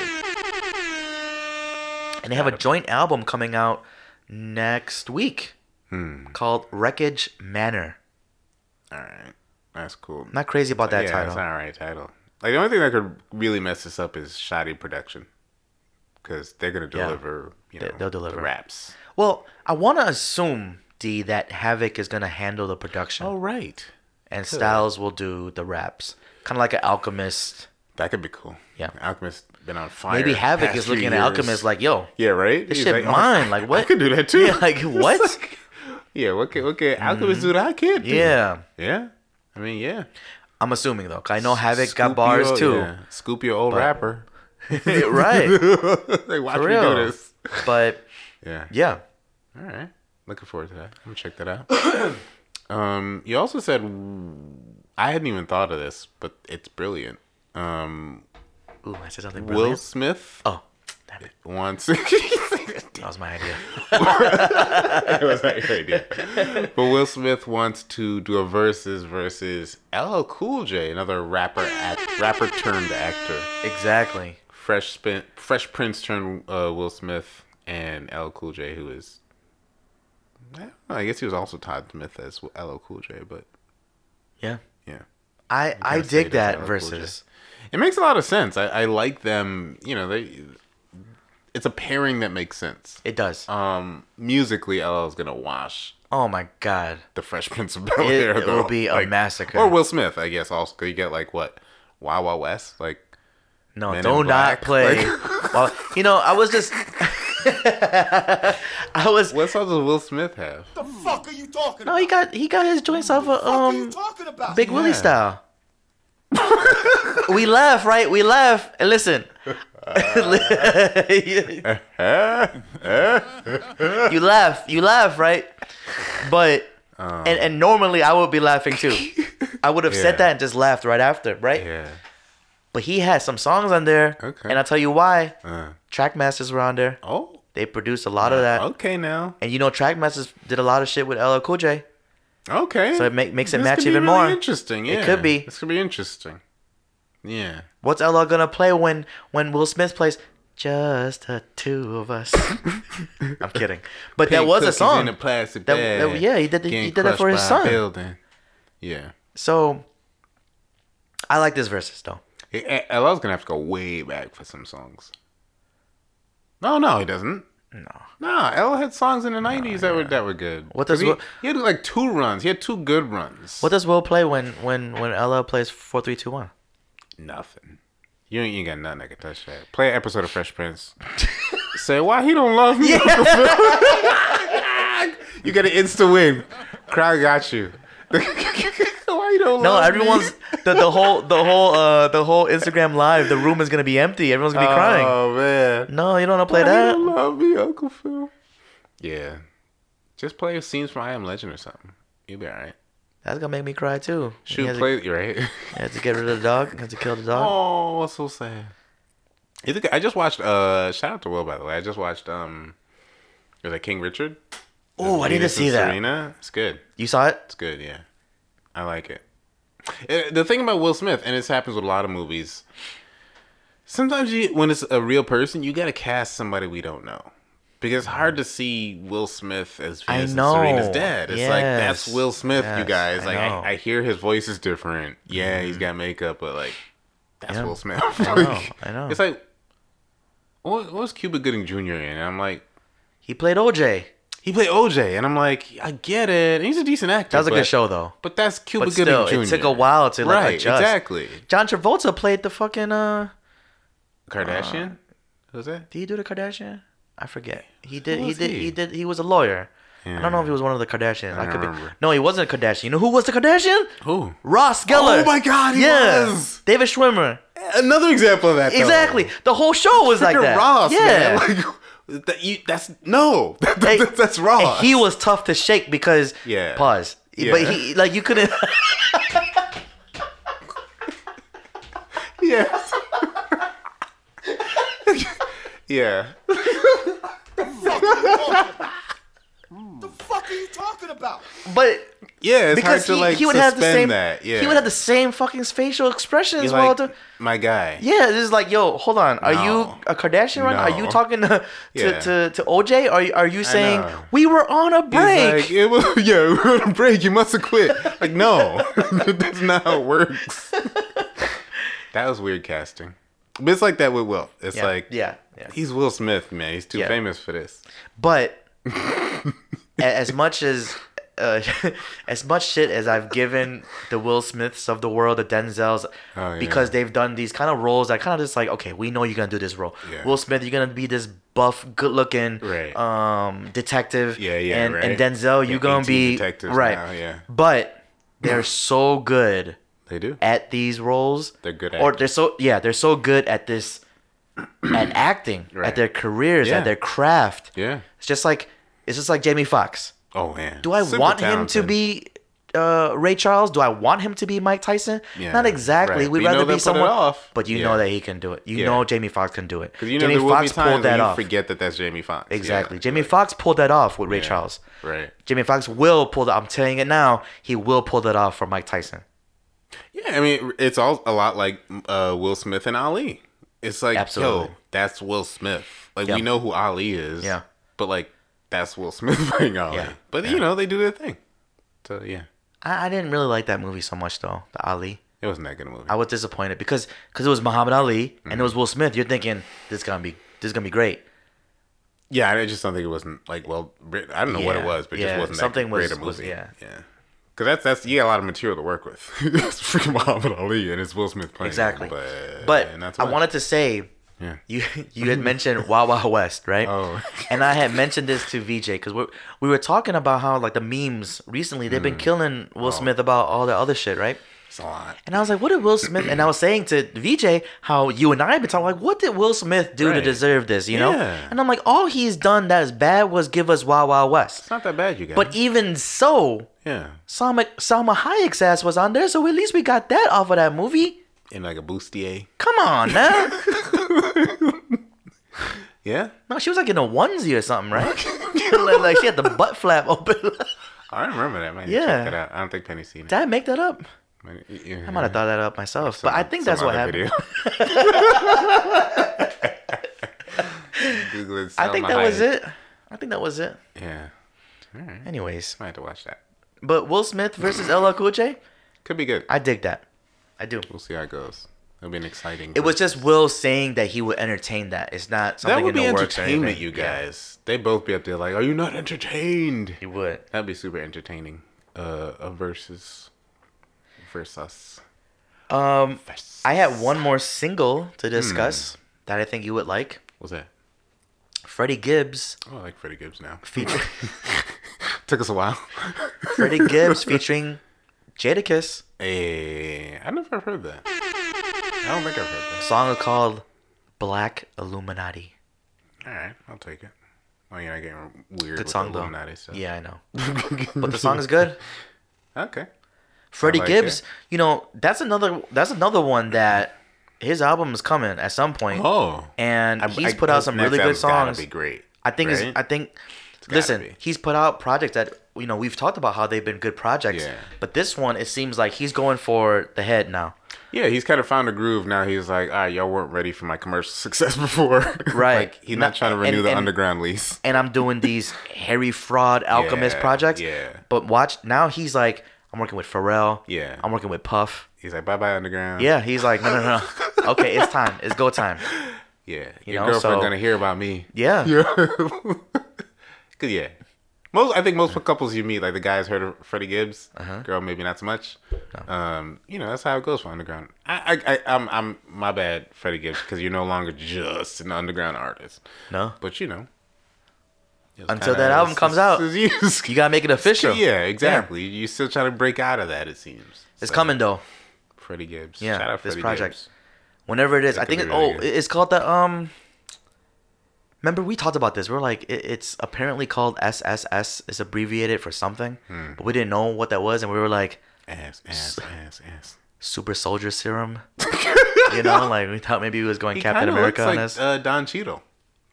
Speaker 1: and they have a joint album coming out next week
Speaker 2: Hmm.
Speaker 1: called Wreckage Manor.
Speaker 2: All right, that's cool.
Speaker 1: Not crazy about that
Speaker 2: yeah, it's
Speaker 1: title.
Speaker 2: an all right title. Like the only thing that could really mess this up is shoddy production, because they're gonna
Speaker 1: Yeah.
Speaker 2: deliver. You know,
Speaker 1: They- they'll
Speaker 2: the
Speaker 1: deliver.
Speaker 2: raps.
Speaker 1: Well, I want to assume D that Havoc is gonna handle the production,
Speaker 2: All Oh, right,
Speaker 1: and Styles will do the raps, kind of like an Alchemist.
Speaker 2: that could be cool.
Speaker 1: Yeah.
Speaker 2: Alchemist been on fire.
Speaker 1: Maybe Havoc
Speaker 2: past
Speaker 1: is
Speaker 2: few
Speaker 1: looking at
Speaker 2: years.
Speaker 1: Alchemist like, "Yo,
Speaker 2: yeah, right.
Speaker 1: this
Speaker 2: He's
Speaker 1: shit
Speaker 2: like, oh,
Speaker 1: mine.
Speaker 2: *laughs*
Speaker 1: like
Speaker 2: I
Speaker 1: what?
Speaker 2: could do that too.
Speaker 1: *laughs* Yeah,
Speaker 2: *laughs*
Speaker 1: like,
Speaker 2: It's
Speaker 1: what? Mm-hmm.
Speaker 2: yeah, what can what can Alchemist do that I can't? do?
Speaker 1: yeah."
Speaker 2: yeah. I mean, yeah.
Speaker 1: I'm assuming though. 'cause I know Havoc got
Speaker 2: Scoop
Speaker 1: bars
Speaker 2: your-
Speaker 1: too,
Speaker 2: yeah. Scoop your old
Speaker 1: *laughs*
Speaker 2: rapper. *laughs*
Speaker 1: right?
Speaker 2: like, watch
Speaker 1: For
Speaker 2: me
Speaker 1: real.
Speaker 2: do this.
Speaker 1: But
Speaker 2: Yeah.
Speaker 1: yeah,
Speaker 2: All right. Looking forward to that. I'm gonna check that out. *coughs* um, you also said I hadn't even thought of this, but it's brilliant. Um,
Speaker 1: ooh, I said something
Speaker 2: Will
Speaker 1: brilliant.
Speaker 2: Smith
Speaker 1: Oh, damn it,
Speaker 2: wants. *laughs*
Speaker 1: that was my idea.
Speaker 2: That was not your
Speaker 1: *laughs*
Speaker 2: idea. But Will Smith wants to do a versus versus LL Cool J, another rapper act, rapper turned actor.
Speaker 1: exactly.
Speaker 2: Fresh spin, Fresh Prince turned uh, Will Smith and LL Cool J, who is, I, don't know, I guess he was also Todd Smith as LL Cool J, but
Speaker 1: Yeah.
Speaker 2: yeah.
Speaker 1: I, I
Speaker 2: say
Speaker 1: dig
Speaker 2: it doesn't
Speaker 1: that
Speaker 2: look cool,
Speaker 1: versus.
Speaker 2: It makes a lot of sense. I, I like them. You know, they. It's a pairing that makes sense.
Speaker 1: It does.
Speaker 2: Um, musically, LL is gonna wash
Speaker 1: oh my
Speaker 2: *laughs*
Speaker 1: god.
Speaker 2: the Fresh Prince of Bel
Speaker 1: It-
Speaker 2: Air.
Speaker 1: it will be a massacre.
Speaker 2: Or Will Smith, I guess. Also, 'cause you get like what, Wow Wow West, like
Speaker 1: No,
Speaker 2: Men in
Speaker 1: do
Speaker 2: Black,
Speaker 1: not play. *laughs*
Speaker 2: *laughs*
Speaker 1: well, you know, I was just. *laughs* I was.
Speaker 2: what songs does Will Smith have?
Speaker 5: The fuck are you talking
Speaker 1: No, he got he got his joints off of um
Speaker 5: talking about?
Speaker 1: Big Willie
Speaker 2: Yeah. *laughs*
Speaker 1: style. we laugh, right? We laugh. And listen. *laughs* you laugh, you laugh, right? But
Speaker 2: *laughs*
Speaker 1: and and normally I would be laughing too. I would have
Speaker 2: Um. Yeah.
Speaker 1: said that and just laughed right after, right?
Speaker 2: Yeah,
Speaker 1: But he has some songs on there.
Speaker 2: Okay.
Speaker 1: And I'll tell you why.
Speaker 2: Uh,
Speaker 1: Trackmasters were on there.
Speaker 2: oh,
Speaker 1: They produced a lot of that.
Speaker 2: okay now.
Speaker 1: And you know, Trackmasters did a lot of shit with LL Cool J.
Speaker 2: Okay.
Speaker 1: So it make- makes it
Speaker 2: This
Speaker 1: match
Speaker 2: could be
Speaker 1: even
Speaker 2: really
Speaker 1: more.
Speaker 2: Interesting. Yeah.
Speaker 1: could be.
Speaker 2: This could be interesting. Yeah.
Speaker 1: What's LL gonna play when when Will Smith plays just the two
Speaker 2: *laughs*
Speaker 1: of us? I'm kidding, but that
Speaker 2: Pink
Speaker 1: was a
Speaker 2: cookies
Speaker 1: song.
Speaker 2: In a plastic
Speaker 1: That-
Speaker 2: bag,
Speaker 1: that- yeah, he did- he
Speaker 2: getting
Speaker 1: did that for
Speaker 2: crushed
Speaker 1: his
Speaker 2: by a
Speaker 1: son.
Speaker 2: Building. Yeah.
Speaker 1: So I like this versus though.
Speaker 2: Hey, I was gonna have to go way back for some songs. No, no, he doesn't.
Speaker 1: No.
Speaker 2: Nah, L had songs in the nineties that were that were good.
Speaker 1: What does
Speaker 2: he,
Speaker 1: Will-
Speaker 2: he had like two runs? He had two good runs.
Speaker 1: What does Will play when when when LL plays four three two one?
Speaker 2: Nothing. You ain't, you ain't got nothing that can touch that. Play an episode of Fresh Prince. *laughs* Say why he don't love me. *laughs* you got an insta win. Crowd got you. *laughs* why you don't?
Speaker 1: No,
Speaker 2: love *laughs*
Speaker 1: everyone's
Speaker 2: me?
Speaker 1: the, the whole the whole uh the whole Instagram live. The room is gonna be empty. Everyone's gonna be crying.
Speaker 2: Oh man.
Speaker 1: No, you don't wanna play
Speaker 2: I
Speaker 1: that.
Speaker 2: love me, Uncle Phil. Yeah. Just play scenes from I Am Legend or something. You'll be alright.
Speaker 1: That's gonna make me cry too. he
Speaker 2: Shoot,
Speaker 1: has,
Speaker 2: play right.
Speaker 1: to, he has to get rid of the dog. He has to kill the dog.
Speaker 2: oh, that's so sad. You think I just watched uh shout out to Will by the way. I just watched um was that King Richard?
Speaker 1: Oh, I need to
Speaker 2: Venus and
Speaker 1: see that.
Speaker 2: Serena. It's good.
Speaker 1: You saw it?
Speaker 2: It's good, yeah. I like it. Uh, The thing about Will Smith, and this happens with a lot of movies, sometimes you, when it's a real person, you gotta cast somebody we don't know. Because it's hard to see Will Smith as
Speaker 1: I
Speaker 2: Venus
Speaker 1: know.
Speaker 2: and Serena's dad. It's like that's
Speaker 1: Yes.
Speaker 2: Will Smith, you
Speaker 1: Yes,
Speaker 2: guys.
Speaker 1: I
Speaker 2: Like
Speaker 1: know. Mm-hmm.
Speaker 2: I, I hear his voice is different. Yeah, he's got makeup, but like that's
Speaker 1: Yeah.
Speaker 2: Will Smith. *laughs*
Speaker 1: know, I know.
Speaker 2: It's like what, what was Cuba Gooding Jr. in? And I'm like,
Speaker 1: He played OJ.
Speaker 2: he played OJ, and I'm like, I get it. And he's a decent actor.
Speaker 1: That was a
Speaker 2: but-
Speaker 1: good show though.
Speaker 2: but that's Cuba
Speaker 1: But
Speaker 2: Gooding
Speaker 1: still,
Speaker 2: Jr.
Speaker 1: it took a while to like
Speaker 2: right?
Speaker 1: adjust.
Speaker 2: Exactly.
Speaker 1: John Travolta played the fucking uh.
Speaker 2: Kardashian. Who's that?
Speaker 1: Did he do the Kardashian? I forget. He did. He
Speaker 2: was
Speaker 1: did.
Speaker 2: he?
Speaker 1: He? did. He was a lawyer. I don't know if he was one of the Kardashians. I,
Speaker 2: don't
Speaker 1: could be.
Speaker 2: remember.
Speaker 1: No, he wasn't a Kardashian. You know who was the Kardashian?
Speaker 2: Who?
Speaker 1: Ross Geller.
Speaker 2: Oh my God, he was.
Speaker 1: David Schwimmer.
Speaker 2: Another example of that. though.
Speaker 1: Exactly. The whole show was like
Speaker 2: Freaking
Speaker 1: that.
Speaker 2: Ross.
Speaker 1: *laughs* yeah.
Speaker 2: Man. Like, that, you, that's no. *laughs*
Speaker 1: *laughs*
Speaker 2: That,
Speaker 1: Hey,
Speaker 2: that- that's Ross.
Speaker 1: and he was tough to shake because
Speaker 2: Yeah.
Speaker 1: pause.
Speaker 2: Yeah.
Speaker 1: But he like you couldn't. *laughs* *laughs*
Speaker 2: Yes. *laughs* yeah.
Speaker 5: fuck are you talking about?
Speaker 1: But
Speaker 2: Yeah. It's hard
Speaker 1: because
Speaker 2: to
Speaker 1: he,
Speaker 2: like
Speaker 1: he would have the
Speaker 2: suspend
Speaker 1: same.
Speaker 2: that. Yeah.
Speaker 1: He would have the same fucking facial expressions.
Speaker 2: You're
Speaker 1: while
Speaker 2: like,
Speaker 1: the-
Speaker 2: my guy.
Speaker 1: Yeah, this is like, yo, hold on. Are
Speaker 2: No.
Speaker 1: you a Kardashian right now? Are
Speaker 2: No.
Speaker 1: you talking to to,
Speaker 2: Yeah.
Speaker 1: to, to OJ? Are you, are you saying
Speaker 2: know.
Speaker 1: we were on a
Speaker 2: He's
Speaker 1: break?
Speaker 2: Like, it was, *laughs* yeah, we were on a break. You must have quit. Like, no, *laughs* that's not how it
Speaker 1: *laughs*
Speaker 2: works. that was weird casting. But it's like that with Will. It's
Speaker 1: yeah,
Speaker 2: like,
Speaker 1: yeah, yeah.
Speaker 2: he's Will Smith, man. He's too
Speaker 1: Yeah.
Speaker 2: famous for this.
Speaker 1: But a- as much as uh, *laughs* as much shit as I've given the Will Smiths of the world, the Denzels,
Speaker 2: Oh, yeah.
Speaker 1: because they've done these kind of roles, I kind of just like, okay, we know you're gonna do this role.
Speaker 2: Yeah.
Speaker 1: Will Smith, you're gonna be this buff, good-looking
Speaker 2: Right.
Speaker 1: um, detective.
Speaker 2: Yeah, yeah,
Speaker 1: And,
Speaker 2: right.
Speaker 1: and Denzel,
Speaker 2: Yeah,
Speaker 1: you're gonna
Speaker 2: 18
Speaker 1: be
Speaker 2: detectives
Speaker 1: right.
Speaker 2: now, yeah.
Speaker 1: But
Speaker 2: *clears throat*
Speaker 1: they're so good
Speaker 2: They do.
Speaker 1: at these roles.
Speaker 2: They're good
Speaker 1: or
Speaker 2: actors.
Speaker 1: they're so yeah, they're so good at this at acting,
Speaker 2: Right.
Speaker 1: at their careers,
Speaker 2: Yeah.
Speaker 1: at their craft.
Speaker 2: yeah.
Speaker 1: It's just like it's just like Jamie Foxx.
Speaker 2: Oh man.
Speaker 1: Do I
Speaker 2: Super
Speaker 1: want him
Speaker 2: talented.
Speaker 1: to be uh, Ray Charles? Do I want him to be Mike Tyson?
Speaker 2: Yeah,
Speaker 1: Not exactly.
Speaker 2: right. But
Speaker 1: We'd
Speaker 2: you know
Speaker 1: rather
Speaker 2: they put
Speaker 1: be
Speaker 2: it
Speaker 1: someone
Speaker 2: off.
Speaker 1: But you
Speaker 2: Yeah.
Speaker 1: know that he can do it. You
Speaker 2: Yeah.
Speaker 1: know Jamie Foxx can do it.
Speaker 2: Because you know
Speaker 1: Jamie
Speaker 2: there will be
Speaker 1: Foxx
Speaker 2: times
Speaker 1: pulled
Speaker 2: when
Speaker 1: that
Speaker 2: you
Speaker 1: off.
Speaker 2: forget that that's Jamie Foxx. Yeah.
Speaker 1: Exactly. Jamie Foxx pulled that off with Ray
Speaker 2: Yeah.
Speaker 1: Charles.
Speaker 2: Right.
Speaker 1: Jamie Foxx will pull that. I'm telling it now. He will pull that off for Mike Tyson.
Speaker 2: Yeah, I mean, it's all a lot like uh, Will Smith and Ali. It's like, yo,
Speaker 1: Absolutely.
Speaker 2: that's Will Smith. Like
Speaker 1: Yeah.
Speaker 2: we know who Ali is.
Speaker 1: Yeah.
Speaker 2: But like that's Will Smith *laughs* playing Ali.
Speaker 1: Yeah.
Speaker 2: But you know they do their thing. So yeah,
Speaker 1: I, I didn't really like that movie so much though. The Ali.
Speaker 2: it wasn't that good a movie.
Speaker 1: I was disappointed because because it was Muhammad Ali
Speaker 2: Mm-hmm.
Speaker 1: and it was Will Smith. You're thinking this is gonna be this is gonna be great.
Speaker 2: yeah, I just don't think it wasn't like well written. I don't know what it
Speaker 1: Yeah.
Speaker 2: was, but it
Speaker 1: Yeah,
Speaker 2: just wasn't
Speaker 1: something
Speaker 2: that great
Speaker 1: was-
Speaker 2: a movie.
Speaker 1: was- yeah.
Speaker 2: yeah. Because that's that's you got a lot of material to work with. *laughs* it's freaking Muhammad Ali and it's Will Smith playing. him,
Speaker 1: Exactly.
Speaker 2: but
Speaker 1: But
Speaker 2: and that's
Speaker 1: I
Speaker 2: what-
Speaker 1: wanted to say
Speaker 2: Yeah. *laughs*
Speaker 1: you you had mentioned Wild Wild West, right?
Speaker 2: Oh.
Speaker 1: and I had mentioned this to VJ because we we were talking about how like the memes recently they've
Speaker 2: Mm.
Speaker 1: been killing
Speaker 2: Oh.
Speaker 1: Will Smith about all the other shit, right?
Speaker 2: It's a lot.
Speaker 1: And I was like, what did Will Smith? And I was saying to VJ how you and I have been talking, like, what did Will Smith do to
Speaker 2: Right.
Speaker 1: deserve this, you know?
Speaker 2: Yeah.
Speaker 1: And I'm like, all he's done that is bad was give us Wild Wild West.
Speaker 2: It's not that bad, you guys.
Speaker 1: But even so,
Speaker 2: yeah,
Speaker 1: Salma, Salma Hayek's ass was on there, so at least we got that off of that movie.
Speaker 2: in like a bustier.
Speaker 1: Come on, man.
Speaker 2: Yeah.
Speaker 1: no, she was like in a onesie or something, right? *laughs* like, like, she had the butt flap open. *laughs*
Speaker 2: I remember that. Man.
Speaker 1: Yeah.
Speaker 2: Check that out. I don't think Penny's seen it.
Speaker 1: Did I make that up?
Speaker 2: Might-
Speaker 1: I might have thought that up myself, but I
Speaker 2: some-
Speaker 1: think that's
Speaker 2: some
Speaker 1: what
Speaker 2: other
Speaker 1: happened.
Speaker 2: video. *laughs* Google it,
Speaker 1: I think
Speaker 2: Salma
Speaker 1: that was
Speaker 2: Hayek.
Speaker 1: it. I think that was it.
Speaker 2: Yeah. All right.
Speaker 1: Anyways,
Speaker 2: Might have to watch that.
Speaker 1: but Will Smith versus LL Cool J,
Speaker 2: Could be good.
Speaker 1: I dig that. I do.
Speaker 2: We'll see how it goes. It'll be an exciting.
Speaker 1: It was just Will saying that he would entertain that. It's not something
Speaker 2: that would
Speaker 1: in
Speaker 2: be
Speaker 1: the works or
Speaker 2: entertainment, you
Speaker 1: anything. Yeah,
Speaker 2: guys. They both be up there like, "Are you not entertained?"
Speaker 1: he would.
Speaker 2: That'd be super entertaining. Uh, a versus, versus.
Speaker 1: Um,
Speaker 2: Versus.
Speaker 1: I had one more single
Speaker 2: Hmm.
Speaker 1: to discuss that I think you would like.
Speaker 2: What's that?
Speaker 1: Freddie Gibbs,
Speaker 2: Oh, I like Freddie Gibbs now. *laughs* Took us a while.
Speaker 1: Freddie Gibbs featuring Jadakiss.
Speaker 2: Hey, Eh, I never heard that. I don't think I've heard that.
Speaker 1: Song is called "Black Illuminati."
Speaker 2: All right, I'll take it. Oh, you're not getting weird.
Speaker 1: Good
Speaker 2: with
Speaker 1: song
Speaker 2: the
Speaker 1: though.
Speaker 2: Illuminati stuff. *laughs*
Speaker 1: Yeah, I know, but the song is good.
Speaker 2: Okay.
Speaker 1: Freddie
Speaker 2: like
Speaker 1: Gibbs,
Speaker 2: it.
Speaker 1: you know, that's another that's another one that his album is coming at some point.
Speaker 2: Oh.
Speaker 1: and
Speaker 2: I-
Speaker 1: he's
Speaker 2: I-
Speaker 1: put out
Speaker 2: his
Speaker 1: some
Speaker 2: next
Speaker 1: really good
Speaker 2: album's gotta
Speaker 1: songs.
Speaker 2: Be great.
Speaker 1: I think it's,
Speaker 2: right?
Speaker 1: I think
Speaker 2: gotta
Speaker 1: listen,
Speaker 2: be.
Speaker 1: he's put out projects that you know, we've talked about how they've been good projects.
Speaker 2: Yeah.
Speaker 1: But this one it seems like he's going for the head now.
Speaker 2: Yeah, he's kind of found a groove now. He's like, all right, y'all weren't ready for my commercial *laughs* success before.
Speaker 1: Right.
Speaker 2: like, he's not,
Speaker 1: Not-
Speaker 2: trying to renew
Speaker 1: and-
Speaker 2: the
Speaker 1: and-
Speaker 2: underground lease.
Speaker 1: And
Speaker 2: *laughs*
Speaker 1: I'm doing these hairy fraud alchemist
Speaker 2: Yeah,
Speaker 1: projects.
Speaker 2: yeah.
Speaker 1: But watch now he's like, I'm working with Pharrell.
Speaker 2: Yeah.
Speaker 1: I'm working with Puff.
Speaker 2: He's like, bye bye, underground.
Speaker 1: Yeah. He's like, No no no. okay, it's time. It's go time.
Speaker 2: Yeah.
Speaker 1: You
Speaker 2: Your
Speaker 1: know,
Speaker 2: girlfriend's
Speaker 1: so-
Speaker 2: going to hear about me.
Speaker 1: Yeah.
Speaker 2: Yeah. *laughs* Cause yeah. Most I think most couples you meet, like the guys heard of Freddie Gibbs,
Speaker 1: Uh-huh.
Speaker 2: girl maybe not so much. Um, you know that's how it goes for underground. I, I, I I'm, I'm my bad, Freddie Gibbs, because you're no longer just an underground artist.
Speaker 1: No.
Speaker 2: But you know, it was
Speaker 1: Until
Speaker 2: kinda
Speaker 1: that album
Speaker 2: as- *laughs*
Speaker 1: comes out.
Speaker 2: as you-
Speaker 1: You gotta make it official.
Speaker 2: yeah, exactly. You're still trying to break out of that. It seems
Speaker 1: It's
Speaker 2: So,
Speaker 1: coming though.
Speaker 2: Freddie Gibbs.
Speaker 1: Yeah,
Speaker 2: Shout out
Speaker 1: this
Speaker 2: Freddie
Speaker 1: project.
Speaker 2: Gibbs.
Speaker 1: Whenever it is,
Speaker 2: That
Speaker 1: I
Speaker 2: could be
Speaker 1: think it,
Speaker 2: really
Speaker 1: oh,
Speaker 2: good.
Speaker 1: it's called the um. Remember we talked about this. We're like, it, it's apparently called SSS. It's abbreviated for something,
Speaker 2: Hmm.
Speaker 1: but we didn't know what that was, and we were like,
Speaker 2: Ass, ass, ass, ass.
Speaker 1: Super
Speaker 2: *laughs*
Speaker 1: Soldier Serum. you know, like we thought maybe he was going
Speaker 2: He
Speaker 1: Captain
Speaker 2: kinda
Speaker 1: America
Speaker 2: looks
Speaker 1: on
Speaker 2: like,
Speaker 1: us.
Speaker 2: Uh, Don Cheadle,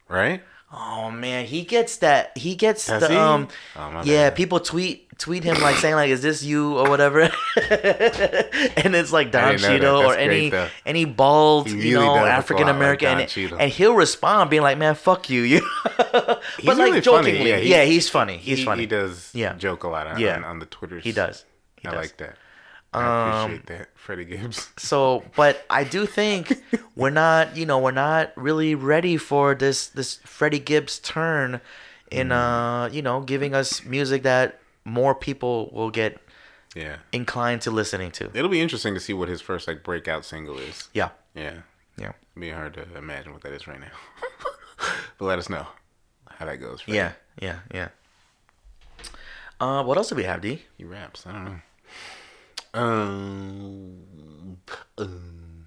Speaker 2: right?
Speaker 1: oh man, he gets that. He gets
Speaker 2: Does
Speaker 1: the
Speaker 2: he?
Speaker 1: um.
Speaker 2: Oh, my
Speaker 1: yeah,
Speaker 2: bad.
Speaker 1: people tweet tweet him like saying like, "Is this you?" or whatever, *laughs* and it's like Don
Speaker 2: didn't know that.
Speaker 1: Cheadle or
Speaker 2: That's great,
Speaker 1: any
Speaker 2: though.
Speaker 1: any bald
Speaker 2: He
Speaker 1: you
Speaker 2: really
Speaker 1: know
Speaker 2: does look a lot
Speaker 1: African American,
Speaker 2: like Don
Speaker 1: and,
Speaker 2: Cheadle.
Speaker 1: and he'll respond being like, "Man, fuck you," *laughs* you. but
Speaker 2: He's
Speaker 1: like
Speaker 2: really funny.
Speaker 1: jokingly,
Speaker 2: Yeah,
Speaker 1: yeah,
Speaker 2: he's-
Speaker 1: he's, funny. He's
Speaker 2: he,
Speaker 1: funny.
Speaker 2: He does
Speaker 1: Yeah.
Speaker 2: joke a lot on,
Speaker 1: Yeah.
Speaker 2: on, on the Twitter.
Speaker 1: He does. He
Speaker 2: I
Speaker 1: does. Um,
Speaker 2: like that. I appreciate that, Freddie Gibbs. *laughs*
Speaker 1: So, but I do think we're not, you know, we're not really ready for this this Freddie Gibbs turn
Speaker 2: Mm-hmm.
Speaker 1: in uh, you know, giving us music that more people will get
Speaker 2: Yeah,
Speaker 1: inclined to listening to.
Speaker 2: it'll be interesting to see what his first like breakout single is.
Speaker 1: Yeah.
Speaker 2: yeah.
Speaker 1: Yeah.
Speaker 2: It'd be hard to imagine what that is right now. *laughs* but let us know how that goes. Freddie.
Speaker 1: Yeah. Yeah. Yeah. Uh, what else do we have, D?
Speaker 2: he raps. I don't know. Um, um,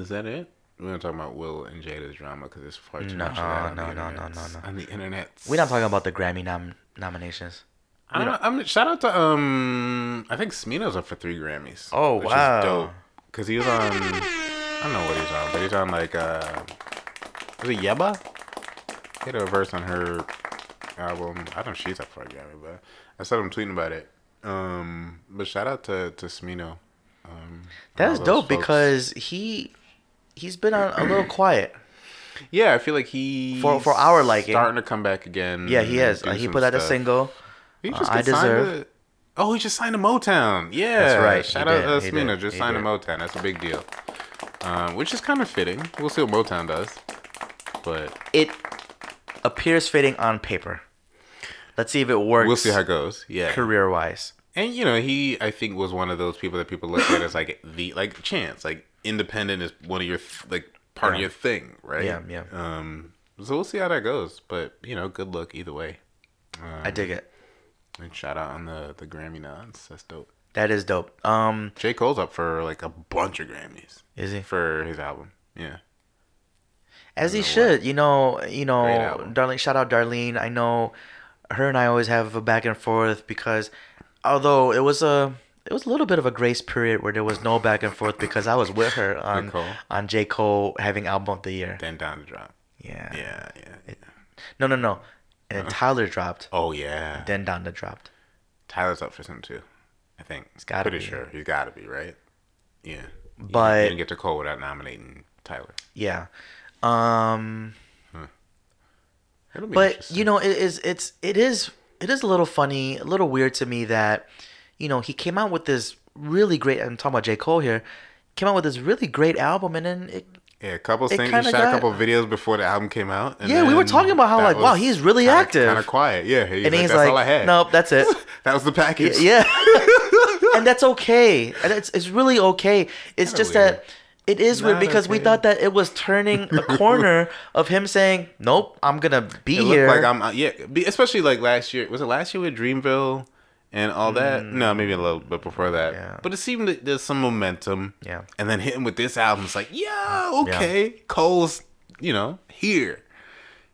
Speaker 2: is that it? We're gonna talk about Will and Jada's drama because it's far too much of that on
Speaker 1: No,
Speaker 2: the
Speaker 1: no, no, no,
Speaker 2: internets-
Speaker 1: no, no.
Speaker 2: on the internet.
Speaker 1: We're not talking about the Grammy nom- nominations.
Speaker 2: I don't know. I mean, shout out to um, I think Smino's up for three Grammys.
Speaker 1: Oh, wow.
Speaker 2: Cause he was on, I don't know what he's on, but he's on like uh, was it Yeba? He had a verse on her album. I don't know if she's up for a Grammy, but I saw him tweeting about it. Um, but shout out to to Smino. Um, and
Speaker 1: That
Speaker 2: all
Speaker 1: is
Speaker 2: those
Speaker 1: dope
Speaker 2: folks.
Speaker 1: because he he's been on a little *clears throat* quiet.
Speaker 2: yeah, I feel like he
Speaker 1: For- for our liking.
Speaker 2: starting to come back again.
Speaker 1: Yeah, he has.
Speaker 2: do
Speaker 1: Uh, he
Speaker 2: some
Speaker 1: put out a
Speaker 2: stuff.
Speaker 1: single.
Speaker 2: He
Speaker 1: Uh,
Speaker 2: just
Speaker 1: I
Speaker 2: got signed
Speaker 1: deserve.
Speaker 2: to- oh, he just signed to Motown. Yeah,
Speaker 1: That's right, he
Speaker 2: Shout
Speaker 1: did,
Speaker 2: out uh,
Speaker 1: he
Speaker 2: Smino.
Speaker 1: did,
Speaker 2: Just
Speaker 1: he
Speaker 2: signed
Speaker 1: did.
Speaker 2: to Motown. That's a big deal. Um, which is kind of fitting. We'll see what Motown does. But
Speaker 1: it appears fitting on paper. Let's see if it works.
Speaker 2: we'll see how it goes. Yeah.
Speaker 1: career wise.
Speaker 2: And you know, he I think was one of those people that people look at as like the like chance. Like independent is one of your th- like part of your thing, right?
Speaker 1: Yeah, yeah.
Speaker 2: Um so we'll see how that goes. But you know, good luck either way.
Speaker 1: I dig it.
Speaker 2: And shout out on the the Grammy nods. That's dope.
Speaker 1: That is dope. Um,
Speaker 2: J. Cole's up for like a bunch of Grammys.
Speaker 1: is he
Speaker 2: for his album. Yeah.
Speaker 1: as he should? You know,
Speaker 2: Great
Speaker 1: you know,
Speaker 2: album.
Speaker 1: darling. Shout out, Darlene. I know her and I always have a back and forth because although it was a It was a little bit of a grace period where there was no back and forth because I was with her on
Speaker 2: Cole.
Speaker 1: on J Cole having album of the year.
Speaker 2: Then down the drop.
Speaker 1: Yeah.
Speaker 2: Yeah, yeah. yeah.
Speaker 1: No, no, no. And then Tyler dropped.
Speaker 2: Oh yeah.
Speaker 1: Then Donda dropped.
Speaker 2: Tyler's up for some too. I think. He's
Speaker 1: gotta
Speaker 2: Pretty
Speaker 1: be.
Speaker 2: sure. He's gotta be, right? Yeah. You-
Speaker 1: But-
Speaker 2: you didn't get to Cole without nominating Tyler.
Speaker 1: Yeah. Um.
Speaker 2: It'll be
Speaker 1: but
Speaker 2: interesting.
Speaker 1: you know it is it's it is it is a little funny a little weird to me that you know he came out with this really great i'm talking about j cole here came out with this really great album and then it
Speaker 2: Yeah, a couple singles,
Speaker 1: kinda
Speaker 2: shot a
Speaker 1: got-
Speaker 2: couple videos before the album came out. and
Speaker 1: Yeah, we were
Speaker 2: then
Speaker 1: talking about how,
Speaker 2: that
Speaker 1: like,
Speaker 2: was
Speaker 1: wow, he's really
Speaker 2: kinda-
Speaker 1: active.
Speaker 2: Kinda quiet, yeah. He was
Speaker 1: and
Speaker 2: like,
Speaker 1: he's
Speaker 2: that's
Speaker 1: like
Speaker 2: all I had.
Speaker 1: nope that's it
Speaker 2: *laughs* That was the package.
Speaker 1: yeah and that's okay and it's, it's really okay it's
Speaker 2: Kinda
Speaker 1: just
Speaker 2: weird.
Speaker 1: that it is weird
Speaker 2: Not
Speaker 1: because we
Speaker 2: okay.
Speaker 1: thought that it was turning a
Speaker 2: *laughs*
Speaker 1: corner of him saying nope i'm gonna be
Speaker 2: It looked
Speaker 1: here
Speaker 2: like I'm uh, yeah, be- especially like last year. Was it last year with Dreamville and all that? No, maybe a little bit before that.
Speaker 1: Mm. Yeah.
Speaker 2: But it seemed that there's some momentum.
Speaker 1: Yeah.
Speaker 2: And then hitting with this album, it's like, yeah, okay, Cole's, you know, here.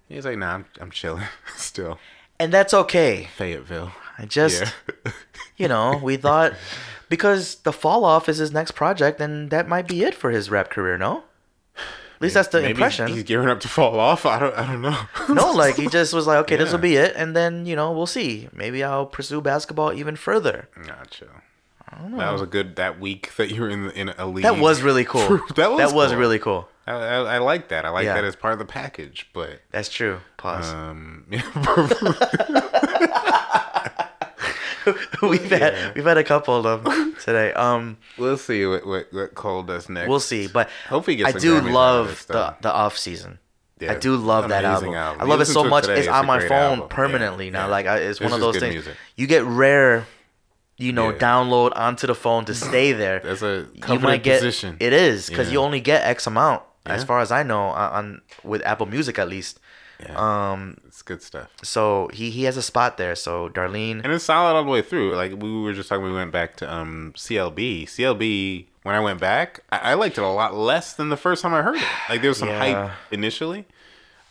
Speaker 2: He's like, nah, I'm, I'm chilling *laughs* still.
Speaker 1: and that's okay
Speaker 2: Fayetteville.
Speaker 1: i just
Speaker 2: yeah.
Speaker 1: you know, we thought because the fall off is his next project, and that might be it for his rap career. No, at least that's *laughs*
Speaker 2: *laughs*
Speaker 1: the
Speaker 2: Maybe
Speaker 1: impression.
Speaker 2: He's, he's gearing up to fall off. I don't. I don't know.
Speaker 1: *laughs* no, like he just was like, okay, this
Speaker 2: Yeah.
Speaker 1: will be it, and then you know, we'll see. Maybe I'll pursue basketball even further.
Speaker 2: Nah, chill. That was a good that week that you were in in a league.
Speaker 1: That was really cool.
Speaker 2: *laughs* that was cool.
Speaker 1: really cool.
Speaker 2: I, I, I like that. I like
Speaker 1: Yeah.
Speaker 2: that as part of the package. But
Speaker 1: That's true. Pause.
Speaker 2: um, *laughs* yeah, Uh,
Speaker 1: *laughs* we've had we've had a couple of
Speaker 2: *laughs*
Speaker 1: them today. Um,
Speaker 2: we'll see what, what what Cole does next.
Speaker 1: we'll see. But
Speaker 2: Hopefully he gets
Speaker 1: I
Speaker 2: some Grammys
Speaker 1: do
Speaker 2: out of this,
Speaker 1: love the
Speaker 2: though.
Speaker 1: the off season.
Speaker 2: Yeah,
Speaker 1: I do love that
Speaker 2: amazing
Speaker 1: album.
Speaker 2: album.
Speaker 1: I
Speaker 2: You
Speaker 1: love it
Speaker 2: listen
Speaker 1: so
Speaker 2: to it
Speaker 1: much.
Speaker 2: today,
Speaker 1: it's
Speaker 2: it's
Speaker 1: on
Speaker 2: a
Speaker 1: my
Speaker 2: great
Speaker 1: phone
Speaker 2: album.
Speaker 1: permanently
Speaker 2: Yeah,
Speaker 1: now.
Speaker 2: yeah.
Speaker 1: Like I, it's,
Speaker 2: It's
Speaker 1: one of
Speaker 2: just
Speaker 1: those
Speaker 2: good
Speaker 1: things.
Speaker 2: music.
Speaker 1: You get rare, you know,
Speaker 2: Yeah.
Speaker 1: download onto the
Speaker 2: *clears throat*
Speaker 1: phone to stay there.
Speaker 2: That's a
Speaker 1: you
Speaker 2: comforting
Speaker 1: might get
Speaker 2: position.
Speaker 1: it is because
Speaker 2: Yeah.
Speaker 1: you only get X amount, as
Speaker 2: Yeah.
Speaker 1: far as I know, on, on with Apple Music at least.
Speaker 2: Yeah,
Speaker 1: Um,
Speaker 2: it's good stuff.
Speaker 1: so he he has a spot there. So Darlene,
Speaker 2: And it's solid all the way through. Like we were just talking, we went back to um CLB. CLB. When I went back, I, I liked it a lot less than the first time I heard it. Like there was some
Speaker 1: Yeah.
Speaker 2: hype initially,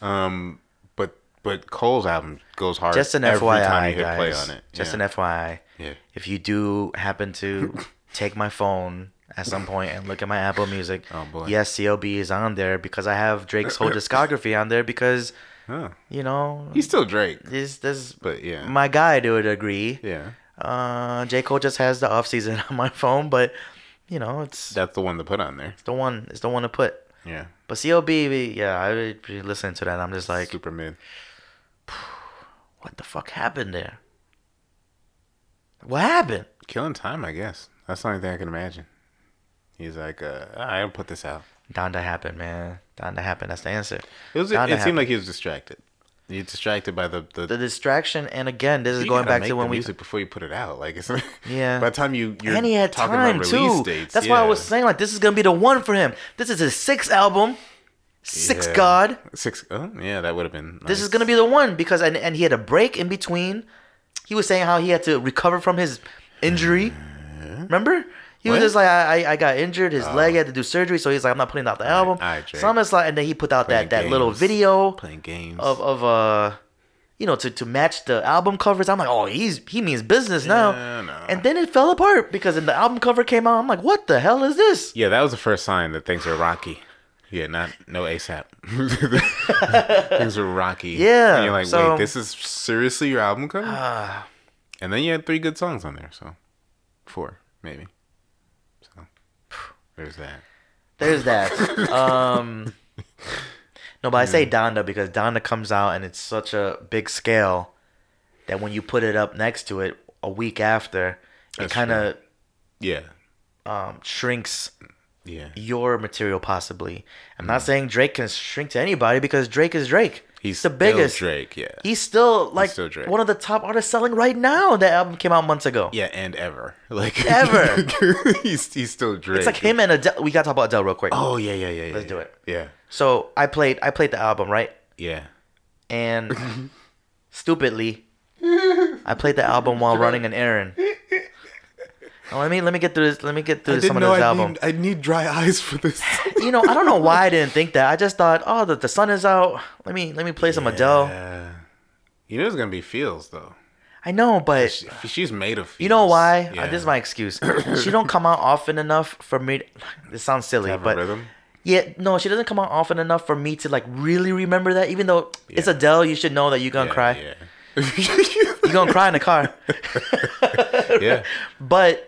Speaker 2: um, but but Cole's album goes hard.
Speaker 1: just an
Speaker 2: every
Speaker 1: FYI,
Speaker 2: time you hit
Speaker 1: guys.
Speaker 2: play on it.
Speaker 1: Just
Speaker 2: yeah.
Speaker 1: an FYI.
Speaker 2: Yeah.
Speaker 1: If you do
Speaker 2: *laughs*
Speaker 1: happen to take my phone at some point and look at my Apple Music,
Speaker 2: Oh, boy.
Speaker 1: yes, CLB is on there because I have Drake's whole discography on there because
Speaker 2: Huh.
Speaker 1: you know
Speaker 2: He's still Drake,
Speaker 1: this this
Speaker 2: but yeah,
Speaker 1: my guy to a degree.
Speaker 2: yeah.
Speaker 1: Uh, J Cole just has the off season *laughs* on my phone, but you know it's
Speaker 2: That's the one to put on there.
Speaker 1: the one it's the one to put.
Speaker 2: Yeah,
Speaker 1: But CLB, yeah, I would be listening to that. and I'm just like,
Speaker 2: super mid.
Speaker 1: what the fuck happened there? What happened?
Speaker 2: Killing time, I guess. That's the only thing I can imagine. He's like, uh, "Ah, I'll put this out.
Speaker 1: Donda happened, man. Donda happened. That's the answer.
Speaker 2: It was. It,
Speaker 1: Donda
Speaker 2: seemed
Speaker 1: happened.
Speaker 2: like he was distracted. He's distracted by the the.
Speaker 1: the distraction, and again, this is
Speaker 2: You
Speaker 1: going
Speaker 2: gotta
Speaker 1: back
Speaker 2: make
Speaker 1: to when
Speaker 2: the
Speaker 1: we.
Speaker 2: music before you put it out. Like it's *laughs*
Speaker 1: Yeah.
Speaker 2: By the time you you're
Speaker 1: and he had
Speaker 2: talking
Speaker 1: time
Speaker 2: about release
Speaker 1: too.
Speaker 2: dates,
Speaker 1: That's why I was
Speaker 2: yeah.
Speaker 1: saying like this is gonna be the one for him. This is his sixth album, sixth
Speaker 2: Yeah.
Speaker 1: God.
Speaker 2: Six. Oh yeah, that would have been.
Speaker 1: This is gonna be the one because and and he had a break in between. He was saying how he had to recover from his injury. Remember? He
Speaker 2: What? Oh.
Speaker 1: was just like, I, I, I got injured. His leg had to do surgery, so he's like, I'm not putting out the album.
Speaker 2: alright, Drake.
Speaker 1: so I'm just like, and then he put out that, that little video
Speaker 2: playing games.
Speaker 1: of of uh you know to to match the album covers i'm like oh he's he means business now
Speaker 2: Yeah, no.
Speaker 1: and then it fell apart because when the album cover came out i'm like what the hell is this
Speaker 2: yeah, that was the first sign that things are rocky. Yeah, not no ASAP. *laughs* things are rocky.
Speaker 1: Yeah,
Speaker 2: And you're like,
Speaker 1: so- Ah.
Speaker 2: wait, this is seriously your album cover? and then you had three good songs on there, so four maybe. So there's that. *laughs*
Speaker 1: there's that um no but i say donda because donda comes out and it's such a big scale that when you put it up next to it a week after
Speaker 2: That's
Speaker 1: it kind of
Speaker 2: Yeah,
Speaker 1: um, shrinks
Speaker 2: yeah.
Speaker 1: your material possibly i'm not saying drake can shrink to anybody because drake is drake
Speaker 2: Mm. He's
Speaker 1: the biggest
Speaker 2: still Drake. Yeah,
Speaker 1: He's still like
Speaker 2: still Drake.
Speaker 1: one of the top artists selling right now. That album came out months ago.
Speaker 2: yeah, and ever *laughs* like
Speaker 1: Ever.
Speaker 2: *laughs* he's he's still Drake.
Speaker 1: it's like him and Adele. We gotta talk about Adele real quick.
Speaker 2: Oh yeah, yeah, yeah. yeah,
Speaker 1: Let's do
Speaker 2: yeah.
Speaker 1: it.
Speaker 2: Yeah,
Speaker 1: So I played, I played the album right,
Speaker 2: yeah. *laughs*
Speaker 1: and stupidly, I played the album while running an errand. Now, let me let me get through this. Let me get through some of this album.
Speaker 2: I need dry *laughs* eyes for
Speaker 1: *laughs*
Speaker 2: this.
Speaker 1: You know, I don't know why I didn't think that. I just thought, oh, the, the sun is out. Let me let me play some Adele.
Speaker 2: You know it's gonna be feels though.
Speaker 1: I know, but
Speaker 2: She- she's made of.
Speaker 1: you know
Speaker 2: fetus.
Speaker 1: why? Uh,
Speaker 2: Yeah.
Speaker 1: this is
Speaker 2: *coughs*
Speaker 1: my excuse. she don't come out often enough for me. To, this sounds silly,
Speaker 2: Have a
Speaker 1: but
Speaker 2: rhythm?
Speaker 1: yeah, no, she doesn't come out often enough for me to like really remember that. Even though it's Adele, you should know that you're gonna
Speaker 2: Yeah,
Speaker 1: cry. You're gonna cry in
Speaker 2: *laughs*
Speaker 1: the car.
Speaker 2: Yeah. *laughs* yeah.
Speaker 1: But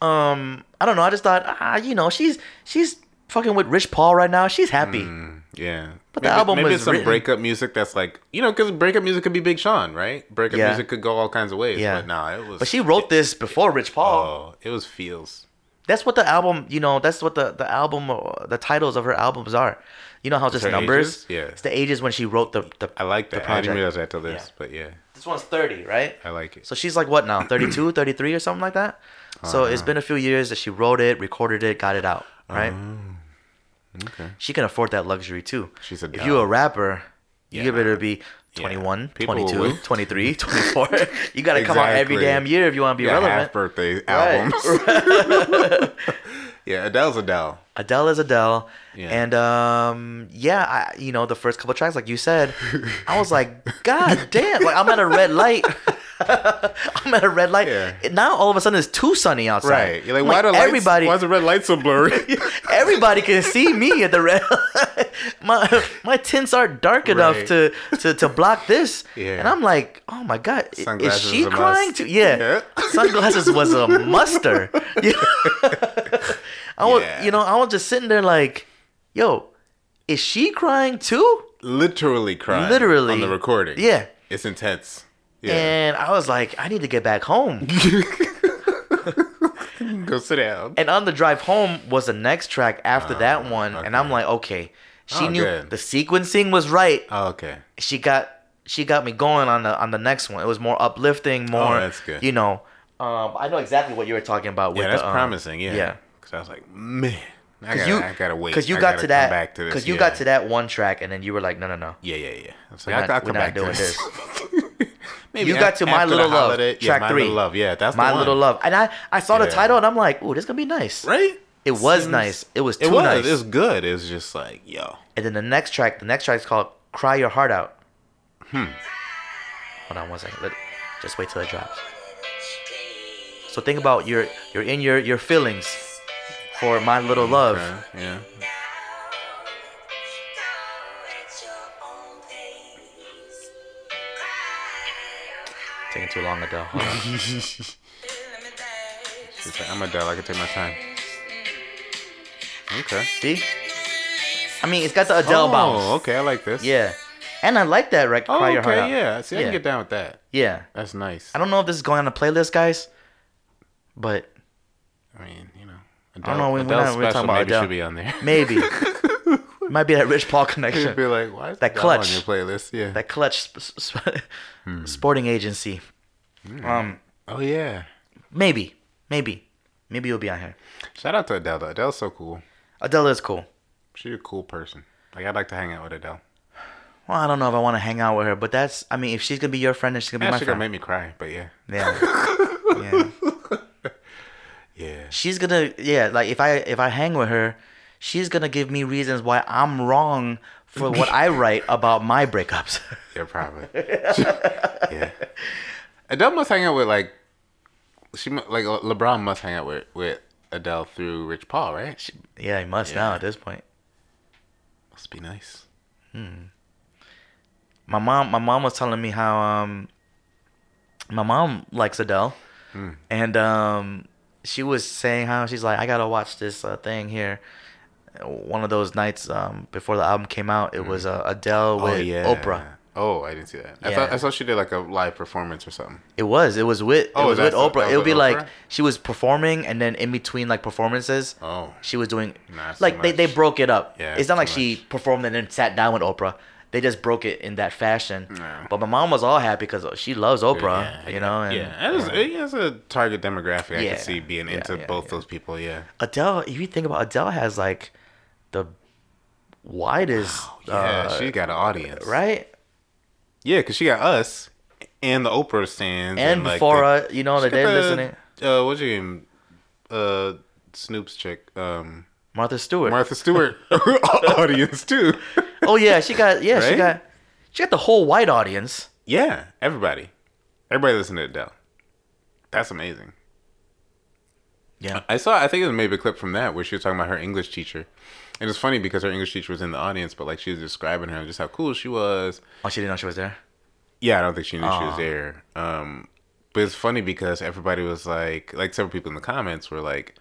Speaker 1: um, I don't know. I just thought, ah, you know, she's she's fucking with Rich Paul right now. She's happy.
Speaker 2: Hmm. Yeah.
Speaker 1: But the album
Speaker 2: maybe
Speaker 1: was
Speaker 2: it's some
Speaker 1: written-
Speaker 2: breakup music that's like you know because breakup music could be Big Sean, right? Breakup
Speaker 1: Yeah.
Speaker 2: music could go all kinds of ways.
Speaker 1: Yeah.
Speaker 2: But nah, it was.
Speaker 1: But she wrote this before Rich Paul.
Speaker 2: Oh, it was feels.
Speaker 1: That's what the album, you know, that's what the, the album, uh, the titles of her albums are. You know how it's just
Speaker 2: her
Speaker 1: numbers?
Speaker 2: ages? Yeah.
Speaker 1: It's the ages when she wrote the, the
Speaker 2: I like
Speaker 1: the
Speaker 2: that. I didn't
Speaker 1: project.
Speaker 2: realize that till this,
Speaker 1: Yeah.
Speaker 2: but yeah,
Speaker 1: This one's 30, right?
Speaker 2: I like it.
Speaker 1: *clears throat* So she's like, what
Speaker 2: *clears throat*
Speaker 1: now, 32, 33 or something like that? So
Speaker 2: Ah.
Speaker 1: it's been a few years that she wrote it, recorded it, got it out, right?
Speaker 2: Ah, okay.
Speaker 1: She can afford that luxury too.
Speaker 2: She's a
Speaker 1: If you're a
Speaker 2: dog.
Speaker 1: rapper, you
Speaker 2: Yeah.
Speaker 1: better be 21,
Speaker 2: People will
Speaker 1: 22,
Speaker 2: wait.
Speaker 1: 23, 24. *laughs* you got to come out every
Speaker 2: Exactly.
Speaker 1: damn year if you want to be
Speaker 2: Yeah,
Speaker 1: relevant.
Speaker 2: half birthday
Speaker 1: Right.
Speaker 2: albums.
Speaker 1: *laughs*
Speaker 2: *laughs* yeah, Adele's Adele.
Speaker 1: Adele is Adele,
Speaker 2: Yeah.
Speaker 1: and um, yeah, I, you know the first couple tracks, like you said, I was like, God damn! Like I'm at a red light. *laughs* I'm at a red light.
Speaker 2: Yeah.
Speaker 1: Now all of a sudden it's too sunny outside.
Speaker 2: Right. You're like,
Speaker 1: I'm
Speaker 2: why the lights,
Speaker 1: everybody?
Speaker 2: Why is the red light so blurry?
Speaker 1: *laughs* Everybody can see me at the red. *laughs* my my tints aren't dark enough
Speaker 2: Right.
Speaker 1: to, to to block this.
Speaker 2: Yeah.
Speaker 1: And I'm like, oh my god, i-
Speaker 2: Sunglasses
Speaker 1: is she
Speaker 2: is a
Speaker 1: crying
Speaker 2: must.
Speaker 1: too? Yeah.
Speaker 2: *laughs* Yeah.
Speaker 1: Sunglasses was
Speaker 2: *laughs*
Speaker 1: a muster. Yeah. I was,
Speaker 2: Yeah.
Speaker 1: you know, I was just sitting there like, yo, is she crying too?
Speaker 2: Literally crying.
Speaker 1: Literally.
Speaker 2: on the recording.
Speaker 1: Yeah.
Speaker 2: it's intense. Yeah,
Speaker 1: And I was like, I need to get
Speaker 2: *laughs*
Speaker 1: back home.
Speaker 2: go sit down.
Speaker 1: and on the drive home was the next track after that one, and I'm
Speaker 2: Oh, okay.
Speaker 1: like, okay, she
Speaker 2: Oh,
Speaker 1: knew
Speaker 2: good.
Speaker 1: the sequencing was right.
Speaker 2: Oh, okay.
Speaker 1: she got she got me going on the on the next one. It was more uplifting, more
Speaker 2: Oh, that's good.
Speaker 1: you know. Um, I know exactly what you were talking about. With
Speaker 2: Yeah, that's
Speaker 1: the, um,
Speaker 2: promising. Yeah,
Speaker 1: yeah.
Speaker 2: Because I was like, man, I
Speaker 1: Cause
Speaker 2: gotta,
Speaker 1: you,
Speaker 2: I gotta wait.
Speaker 1: Cause you
Speaker 2: I
Speaker 1: got
Speaker 2: gotta
Speaker 1: to
Speaker 2: come
Speaker 1: that.
Speaker 2: back to this.
Speaker 1: Cause you
Speaker 2: yeah.
Speaker 1: got to that one track, and then you were like, no, no, no.
Speaker 2: Yeah, yeah, yeah. I was
Speaker 1: We're
Speaker 2: like,
Speaker 1: not-
Speaker 2: I, I'll
Speaker 1: we're
Speaker 2: come
Speaker 1: not
Speaker 2: back
Speaker 1: doing
Speaker 2: to this. *laughs* Maybe
Speaker 1: You got to
Speaker 2: af-
Speaker 1: my
Speaker 2: after
Speaker 1: little
Speaker 2: the
Speaker 1: love,
Speaker 2: holiday- yeah,
Speaker 1: track
Speaker 2: my
Speaker 1: three.
Speaker 2: Little love. Yeah, that's
Speaker 1: My
Speaker 2: the one.
Speaker 1: little love, and I I saw the
Speaker 2: Yeah.
Speaker 1: title, and I'm like, ooh, this is gonna be nice.
Speaker 2: Right?
Speaker 1: It was nice. It was too
Speaker 2: It was.
Speaker 1: nice.
Speaker 2: It was good. It was just like, yo.
Speaker 1: And then the next track, the next track is called "Cry Your Heart Out." Hmm. Hold on one second. Let, just wait till it drops. So think about your you're in your your feelings for my little love.
Speaker 2: Okay, yeah. *laughs*
Speaker 1: Taking too long ago. Hold on.
Speaker 2: She's like, I'm a dog. I can take my time. Okay.
Speaker 1: *laughs* See? I mean, it's got the Adele bounce.
Speaker 2: Oh, okay. I like this.
Speaker 1: Yeah. And I like that, right?
Speaker 2: Oh,
Speaker 1: Cry
Speaker 2: okay.
Speaker 1: your heart out.
Speaker 2: yeah. See, I
Speaker 1: Yeah.
Speaker 2: can get down with that.
Speaker 1: Yeah.
Speaker 2: That's nice.
Speaker 1: I don't know if this is going on a playlist, guys, but
Speaker 2: I mean, you know, Adele,
Speaker 1: don't know, we- we're
Speaker 2: Adele's
Speaker 1: not- we're
Speaker 2: special
Speaker 1: talking about
Speaker 2: maybe
Speaker 1: Adele.
Speaker 2: should be on
Speaker 1: *laughs*
Speaker 2: there. *laughs*
Speaker 1: maybe. Might be that Rich Paul
Speaker 2: She'd be *laughs*
Speaker 1: connection.
Speaker 2: like, why is
Speaker 1: That
Speaker 2: Adele
Speaker 1: clutch.
Speaker 2: on your playlist? Yeah.
Speaker 1: That clutch sp- sp-
Speaker 2: Hmm.
Speaker 1: sporting agency. Um,
Speaker 2: oh yeah.
Speaker 1: maybe. Maybe. Maybe you'll be on here.
Speaker 2: Shout out to Adele. Though. Adele's so cool.
Speaker 1: Adele is cool.
Speaker 2: She's a cool person. Like I'd like to hang out with Adele.
Speaker 1: Well, I don't know if I want to hang out with her, but that's, I mean, if she's going to be your friend, then she's going to be
Speaker 2: Yeah,
Speaker 1: my
Speaker 2: she
Speaker 1: friend.
Speaker 2: gonna make me cry, but yeah.
Speaker 1: yeah.
Speaker 2: *laughs*
Speaker 1: yeah.
Speaker 2: Yeah.
Speaker 1: she's gonna yeah like if i if i hang with her she's gonna give me reasons why i'm wrong for what i write about my breakups *laughs*
Speaker 2: Yeah, probably. *laughs* yeah. Adele must hang out with like she mu- like Le- LeBron must hang out with with Adele through Rich Paul, right? She
Speaker 1: yeah you must now at this point
Speaker 2: must be nice.
Speaker 1: my mom my mom was telling me how um my mom likes adele and um she was saying how she's like i gotta watch this uh, thing here one of those nights um before the album came out it was uh, adele with oprah
Speaker 2: Oh, I didn't see that. I
Speaker 1: Yeah.
Speaker 2: thought I thought she did like a live performance or something.
Speaker 1: It was. It was with.
Speaker 2: Oh,
Speaker 1: it was with
Speaker 2: that's the-
Speaker 1: Oprah.
Speaker 2: that
Speaker 1: It would
Speaker 2: was
Speaker 1: be
Speaker 2: Oprah?
Speaker 1: like she was performing, and then in between like performances,
Speaker 2: Oh.
Speaker 1: she was doing
Speaker 2: Nah, that's
Speaker 1: like
Speaker 2: too
Speaker 1: they, they
Speaker 2: much.
Speaker 1: broke it up.
Speaker 2: Yeah,
Speaker 1: it's not
Speaker 2: too
Speaker 1: like she
Speaker 2: much.
Speaker 1: performed and then sat down with Oprah. They just broke it in that fashion.
Speaker 2: Yeah.
Speaker 1: But my mom was all happy because she loves Oprah,
Speaker 2: Yeah,
Speaker 1: you know. And
Speaker 2: yeah, that is- that's a target demographic I
Speaker 1: Yeah.
Speaker 2: can see being
Speaker 1: Yeah,
Speaker 2: into
Speaker 1: yeah,
Speaker 2: both
Speaker 1: yeah.
Speaker 2: those people. Yeah,
Speaker 1: Adele, if you think about Adele, has like the widest,
Speaker 2: yeah,
Speaker 1: uh,
Speaker 2: she got an audience,
Speaker 1: right?
Speaker 2: Yeah, because she got us and the Oprah stands
Speaker 1: And
Speaker 2: like,
Speaker 1: before,
Speaker 2: the-
Speaker 1: uh, you know, the
Speaker 2: Get
Speaker 1: day listening,
Speaker 2: Uh, what's your name? Uh, Snoop's chick. Um,
Speaker 1: Martha Stewart.
Speaker 2: Martha Stewart *laughs* audience too. *laughs*
Speaker 1: oh yeah, she got yeah, she
Speaker 2: Right?
Speaker 1: got she got the whole white audience.
Speaker 2: yeah, everybody. Everybody listen to Adele. That's amazing.
Speaker 1: Yeah.
Speaker 2: I saw. I think it was maybe a clip from that where she was talking about her English teacher, and it's funny because her English teacher was in the audience, but like she was describing her and just how cool she was.
Speaker 1: Oh, she didn't know she was there.
Speaker 2: Yeah, I don't think she knew she was there. Um, but it's funny because everybody was like, like several people in the comments were like,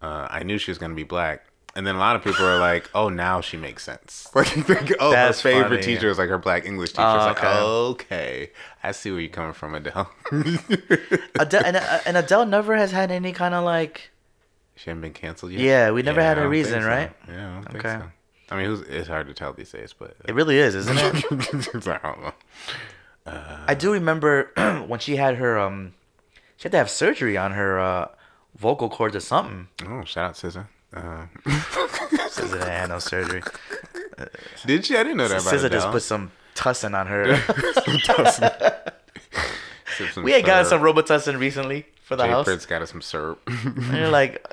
Speaker 2: uh, "I knew she was gonna be black," and then a lot of people are like, "Oh, now she makes sense." *laughs* Like, you think, oh,
Speaker 1: That's
Speaker 2: her favorite
Speaker 1: funny.
Speaker 2: teacher is like her black English teacher.
Speaker 1: Oh,
Speaker 2: it's like,
Speaker 1: okay.
Speaker 2: okay, I see where you're coming from, Adele. *laughs*
Speaker 1: Adele and, uh, and Adele never has had any kind of like.
Speaker 2: she hasn't been canceled yet.
Speaker 1: Yeah, we never
Speaker 2: I
Speaker 1: had a
Speaker 2: don't think
Speaker 1: reason,
Speaker 2: so.
Speaker 1: right?
Speaker 2: Yeah, I don't think
Speaker 1: Okay.
Speaker 2: so. I mean, who's, it's hard to tell these days, but
Speaker 1: It really is, isn't it?
Speaker 2: It's like, *laughs* I don't know.
Speaker 1: I do remember *clears throat* when she had her um, she had to have surgery on her uh, vocal cords or something.
Speaker 2: Oh, shout out SZA. Uh, *laughs*
Speaker 1: SZA didn't have no surgery.
Speaker 2: did she? I didn't know that about
Speaker 1: SZA just
Speaker 2: Adele.
Speaker 1: put some tussin on *laughs* her.
Speaker 2: Sip some
Speaker 1: we had gotten
Speaker 2: syrup.
Speaker 1: some Robitussin recently for the
Speaker 2: Jay
Speaker 1: house.
Speaker 2: Prince got us some
Speaker 1: *laughs*
Speaker 2: syrup. Uh,
Speaker 1: And you're like,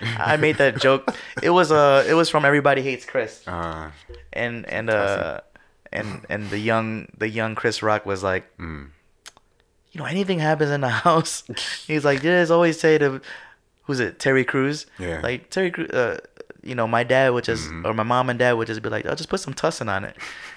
Speaker 1: *laughs* I made that joke. It was uh, it was from Everybody Hates Chris,
Speaker 2: uh,
Speaker 1: and and uh,
Speaker 2: *sighs*
Speaker 1: and and the young the young Chris Rock was like,
Speaker 2: Mm.
Speaker 1: you know, anything happens in the *laughs* house, he's like, you guys always say to, who's it, Terry Crews?
Speaker 2: Yeah. Mm-hmm.
Speaker 1: Like Terry Crews, uh, you know, my dad would just or my mom and dad would just be like, I'll just put some tussin on it.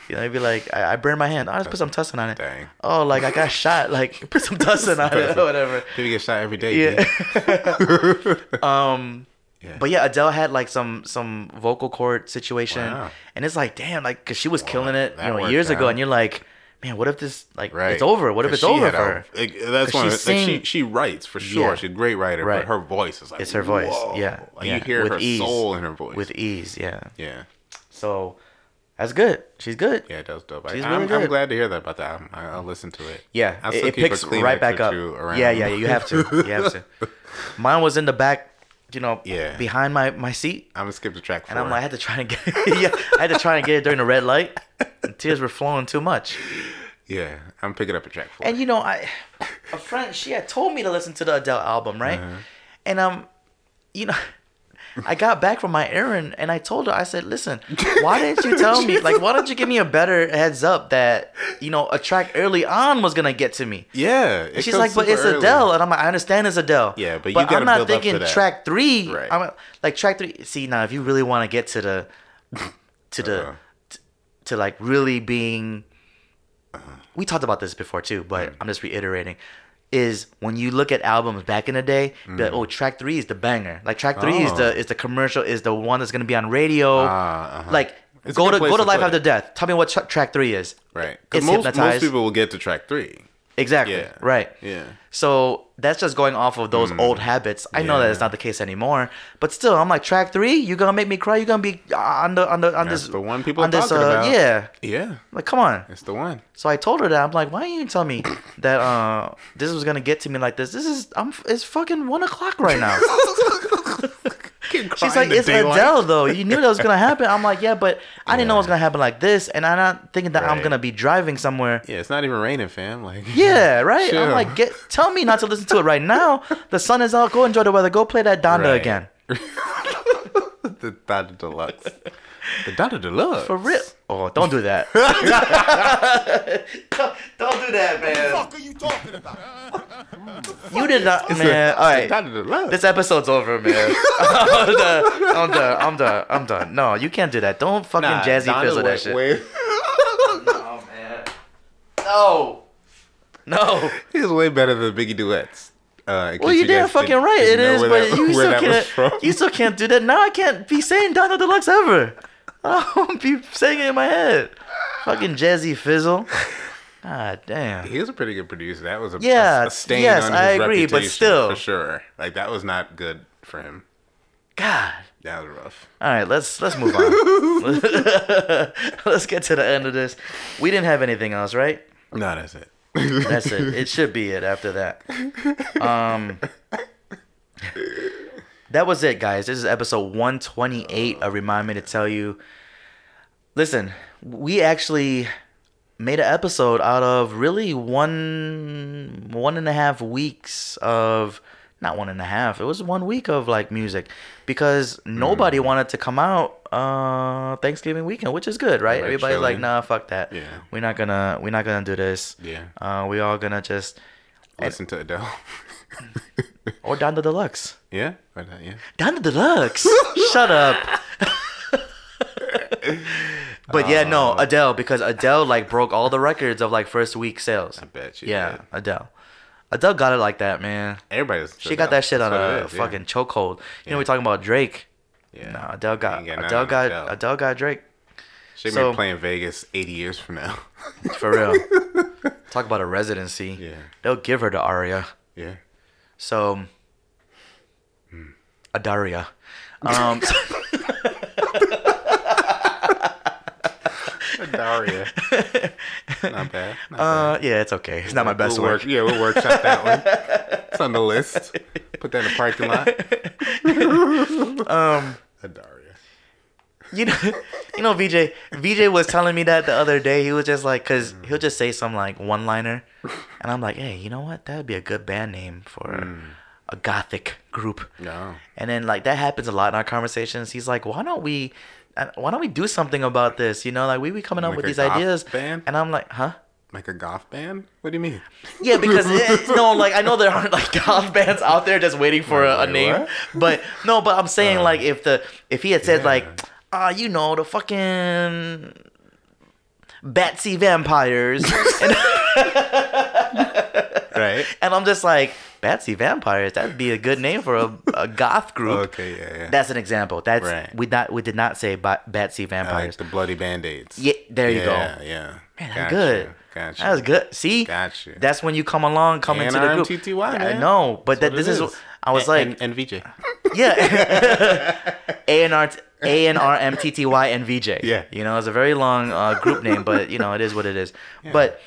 Speaker 1: You know, they'd be like, I, I burned my hand. I'll just put some tussin on it.
Speaker 2: Dang.
Speaker 1: Oh, like I got shot. Like *laughs*
Speaker 2: *laughs*
Speaker 1: put some tussin on it or whatever.
Speaker 2: people get shot every day.
Speaker 1: Yeah.
Speaker 2: Yeah.
Speaker 1: *laughs*
Speaker 2: *laughs*
Speaker 1: um
Speaker 2: Yeah.
Speaker 1: but yeah adele had like some some vocal cord situation
Speaker 2: Wow.
Speaker 1: and it's like damn like because she was killing it you
Speaker 2: that
Speaker 1: know
Speaker 2: worked
Speaker 1: years ago
Speaker 2: out.
Speaker 1: and you're like man what if this like
Speaker 2: Right.
Speaker 1: it's over what if
Speaker 2: 'Cause
Speaker 1: it's
Speaker 2: she
Speaker 1: over
Speaker 2: had
Speaker 1: for
Speaker 2: a-
Speaker 1: her
Speaker 2: like, that's
Speaker 1: 'Cause
Speaker 2: one.
Speaker 1: she
Speaker 2: Of, the- like, she
Speaker 1: sing-
Speaker 2: she writes for sure.
Speaker 1: Yeah.
Speaker 2: She's a great writer,
Speaker 1: Right.
Speaker 2: but her voice is like
Speaker 1: it's her voice
Speaker 2: whoa.
Speaker 1: yeah
Speaker 2: Like,
Speaker 1: yeah.
Speaker 2: you hear
Speaker 1: With
Speaker 2: her
Speaker 1: ease.
Speaker 2: soul in her voice.
Speaker 1: with ease yeah
Speaker 2: yeah,
Speaker 1: so that's good she's good
Speaker 2: yeah, that was dope. I,
Speaker 1: She's
Speaker 2: I'm,
Speaker 1: really
Speaker 2: I'm
Speaker 1: good.
Speaker 2: glad to hear that about the album. I, I'll listen to it.
Speaker 1: Yeah,
Speaker 2: I'll
Speaker 1: it,
Speaker 2: still
Speaker 1: it
Speaker 2: keep a
Speaker 1: picks
Speaker 2: Kleenex
Speaker 1: right back
Speaker 2: or
Speaker 1: up.
Speaker 2: two around.
Speaker 1: Yeah, yeah, you have
Speaker 2: *laughs*
Speaker 1: to. You have to. Mine was in the back, you know,
Speaker 2: Yeah.
Speaker 1: behind my, my seat.
Speaker 2: I'm gonna skip the track. Four.
Speaker 1: And I'm like, I had to try and get *laughs* yeah, I had to try and get it during the red light. And tears were flowing too much.
Speaker 2: yeah, I'm picking up a track four.
Speaker 1: And you know, I a friend she had told me to listen to the Adele album, right? And um, you know, *laughs* I got back from my errand and I told her, I said, listen, why didn't you tell me? Like, why don't you give me a better heads up that you know a track early on was gonna get to me?
Speaker 2: yeah, it
Speaker 1: She's
Speaker 2: comes
Speaker 1: like, but
Speaker 2: super
Speaker 1: it's
Speaker 2: early.
Speaker 1: Adele, and I'm like, I understand it's Adele.
Speaker 2: Yeah, but you
Speaker 1: but
Speaker 2: gotta
Speaker 1: I'm not
Speaker 2: build up to
Speaker 1: thinking
Speaker 2: that.
Speaker 1: track three.
Speaker 2: Right.
Speaker 1: I'm like track three. See now, if you really want to get to the, to the,
Speaker 2: Uh-huh.
Speaker 1: t- to like really being,
Speaker 2: Uh-huh.
Speaker 1: we talked about this before too, but
Speaker 2: Mm.
Speaker 1: I'm just reiterating. Is when you look at albums back in the day, be like, oh, track three is the banger. Like track three is
Speaker 2: Mm. Oh.
Speaker 1: the is the commercial is the one that's gonna be on radio.
Speaker 2: Ah, uh-huh.
Speaker 1: Like
Speaker 2: It's a
Speaker 1: go
Speaker 2: good
Speaker 1: to
Speaker 2: place
Speaker 1: go to
Speaker 2: to
Speaker 1: life
Speaker 2: put
Speaker 1: after
Speaker 2: it.
Speaker 1: death. Tell me what tra- track three is.
Speaker 2: right? Because
Speaker 1: It's
Speaker 2: most, most
Speaker 1: hypnotized.
Speaker 2: people will get to track three.
Speaker 1: Exactly.
Speaker 2: Yeah.
Speaker 1: Right.
Speaker 2: Yeah.
Speaker 1: So that's just going off of those old habits. I know that it's
Speaker 2: Hmm. Yeah.
Speaker 1: not the case anymore, but still, I'm like track three. You're gonna make me cry. You're gonna be uh, on the on the on
Speaker 2: That's
Speaker 1: this
Speaker 2: the one people
Speaker 1: on
Speaker 2: are
Speaker 1: this.
Speaker 2: talking
Speaker 1: uh,
Speaker 2: about.
Speaker 1: Yeah,
Speaker 2: Yeah,
Speaker 1: I'm like come on.
Speaker 2: it's the one.
Speaker 1: So I told her that I'm like, why didn't you tell
Speaker 2: *coughs*
Speaker 1: me that uh this was gonna get to me like this? This is I'm it's fucking one o'clock right
Speaker 2: *laughs*
Speaker 1: now. She's like, it's Adele though. You knew that was gonna happen. I'm like, yeah, but I didn't know it was gonna happen like this, and I'm not thinking that I'm
Speaker 2: Right.
Speaker 1: gonna be driving somewhere.
Speaker 2: Yeah, it's not even raining, fam. Like
Speaker 1: Yeah, right.
Speaker 2: Chill.
Speaker 1: I'm like, get tell me not to listen to it right now. The sun is out. Go enjoy the weather. Go play that Donda
Speaker 2: Right.
Speaker 1: again.
Speaker 2: *laughs* the Dada Deluxe. The Dada Deluxe. *laughs*
Speaker 1: For real. Oh, don't do that. *laughs* don't, don't do that, man.
Speaker 5: fuck are you talking about?
Speaker 1: You did not,
Speaker 2: It's a-
Speaker 1: man.
Speaker 2: it's
Speaker 1: All
Speaker 2: a
Speaker 1: right.
Speaker 2: Dada Deluxe.
Speaker 1: This episode's over,
Speaker 2: *laughs*
Speaker 1: man. I'm done. I'm done. I'm done. I'm done. No, you can't do that. Don't fucking
Speaker 2: Nah,
Speaker 1: jazzy
Speaker 2: Dada
Speaker 1: fizzle
Speaker 2: way-
Speaker 1: that shit.
Speaker 2: way- *laughs*
Speaker 1: No, man. No. No.
Speaker 2: He's way better than Biggie duets. Uh, in
Speaker 1: Well,
Speaker 2: case
Speaker 1: you damn
Speaker 2: guys
Speaker 1: fucking
Speaker 2: didn't-
Speaker 1: right. It
Speaker 2: didn't know
Speaker 1: is,
Speaker 2: where
Speaker 1: but
Speaker 2: that- *laughs*
Speaker 1: you
Speaker 2: where
Speaker 1: still
Speaker 2: that was from.
Speaker 1: can't. You still can't do that. Now I can't be saying Donna Deluxe ever. *laughs* I don't be saying it in my head. Fucking jazzy fizzle. God damn.
Speaker 2: He was a pretty good producer. That was a,
Speaker 1: Yeah,
Speaker 2: a stain
Speaker 1: yes,
Speaker 2: on his
Speaker 1: I agree, but
Speaker 2: reputation,
Speaker 1: still.
Speaker 2: for sure, like that was not good for him.
Speaker 1: God.
Speaker 2: That was rough.
Speaker 1: All right, let's let's
Speaker 2: *laughs*
Speaker 1: move on. *laughs* let's get to the end of this. We didn't have anything else, right?
Speaker 2: No, that's it.
Speaker 1: That's it. It should be it after that. Um, that was it, guys. This is episode 128 of Remind Me to Tell You. Listen, we actually made an episode out of really one one and a half weeks of not one and a half it was one week of like music because nobody wanted to come out uh thanksgiving weekend which is good right
Speaker 2: Right,
Speaker 1: everybody's like
Speaker 2: chilling.
Speaker 1: nah fuck that
Speaker 2: Yeah.
Speaker 1: we're not gonna we're not gonna do this
Speaker 2: Yeah.
Speaker 1: uh, we all gonna just
Speaker 2: Listen to Adele. *laughs*
Speaker 1: Or Don the Deluxe.
Speaker 2: yeah? Or that, yeah.
Speaker 1: Don the Deluxe. *laughs* Shut up. but yeah, no,
Speaker 2: Uh.
Speaker 1: Adele because Adele like broke all the records of like first week sales. I
Speaker 2: bet she
Speaker 1: Yeah,
Speaker 2: did.
Speaker 1: Adele. Adele got it like that, man.
Speaker 2: Everybody listens to
Speaker 1: She got that shit on
Speaker 2: That's what
Speaker 1: a
Speaker 2: it is, yeah.
Speaker 1: fucking chokehold. You know we're talking about Drake.
Speaker 2: Yeah.
Speaker 1: Nah, Adele got
Speaker 2: Ain't got nothing
Speaker 1: Adele
Speaker 2: on
Speaker 1: got
Speaker 2: Adele.
Speaker 1: Adele got Drake
Speaker 2: She'll
Speaker 1: so-
Speaker 2: be playing Vegas 80 years from now. *laughs*
Speaker 1: for real. Talk about a residency.
Speaker 2: Yeah.
Speaker 1: They'll give her to Aria.
Speaker 2: yeah.
Speaker 1: So
Speaker 2: Hmm.
Speaker 1: Adaria. Um *laughs*
Speaker 2: Daria. not bad. Not
Speaker 1: uh, yeah, it's okay. It's not my
Speaker 2: bad.
Speaker 1: best
Speaker 2: We'll
Speaker 1: work.
Speaker 2: Yeah, we'll workshop that one. It's
Speaker 1: *laughs*
Speaker 2: on the list. Put that in the parking lot. um, Daria.
Speaker 1: you know, *laughs* you know, VJ. VJ was telling me that the other day. He was just like, cause he'll just say some like one liner, and I'm like, hey, you know what? That would be a good band name for
Speaker 2: Hmm.
Speaker 1: a gothic group.
Speaker 2: No.
Speaker 1: And then like that happens a lot in our conversations. He's like, why don't we, uh, why don't we do something about this? You know, like we be coming up
Speaker 2: Like
Speaker 1: with
Speaker 2: a
Speaker 1: these
Speaker 2: goth
Speaker 1: ideas,
Speaker 2: band?
Speaker 1: and I'm like, huh?
Speaker 2: Like a goth band? What do you mean? *laughs*
Speaker 1: Yeah, because it, no, like I know there aren't like goth bands out there just waiting for a, a
Speaker 2: Wait,
Speaker 1: name,
Speaker 2: what? Uh,
Speaker 1: but no, but I'm saying like if the if he had said
Speaker 2: yeah.
Speaker 1: like, ah, you know the fucking Batsy
Speaker 2: *laughs*
Speaker 1: vampires, and, *laughs*
Speaker 2: Right?
Speaker 1: and I'm just like Batsy vampires, that'd be a good name for a, a goth group.
Speaker 2: Okay, yeah, yeah.
Speaker 1: That's an example. That's
Speaker 2: Right.
Speaker 1: we not we did not say ba- Batsy
Speaker 2: like
Speaker 1: vampires.
Speaker 2: the bloody band-aids.
Speaker 1: Yeah, there you go.
Speaker 2: Yeah, yeah.
Speaker 1: Man, that's good.
Speaker 2: Gotcha.
Speaker 1: That was good. See,
Speaker 2: Gotcha.
Speaker 1: that's when you come along, come into the group.
Speaker 2: NRMTTY,
Speaker 1: I
Speaker 2: man.
Speaker 1: know, but
Speaker 2: That's
Speaker 1: that
Speaker 2: what
Speaker 1: this
Speaker 2: it
Speaker 1: is.
Speaker 2: is.
Speaker 1: I was like,
Speaker 2: And, and VJ.
Speaker 1: Yeah.
Speaker 2: *laughs*
Speaker 1: A N R A N R M T T Y and VJ.
Speaker 2: Yeah.
Speaker 1: You know, it's a very long uh, group name, but you know, it is what it is. But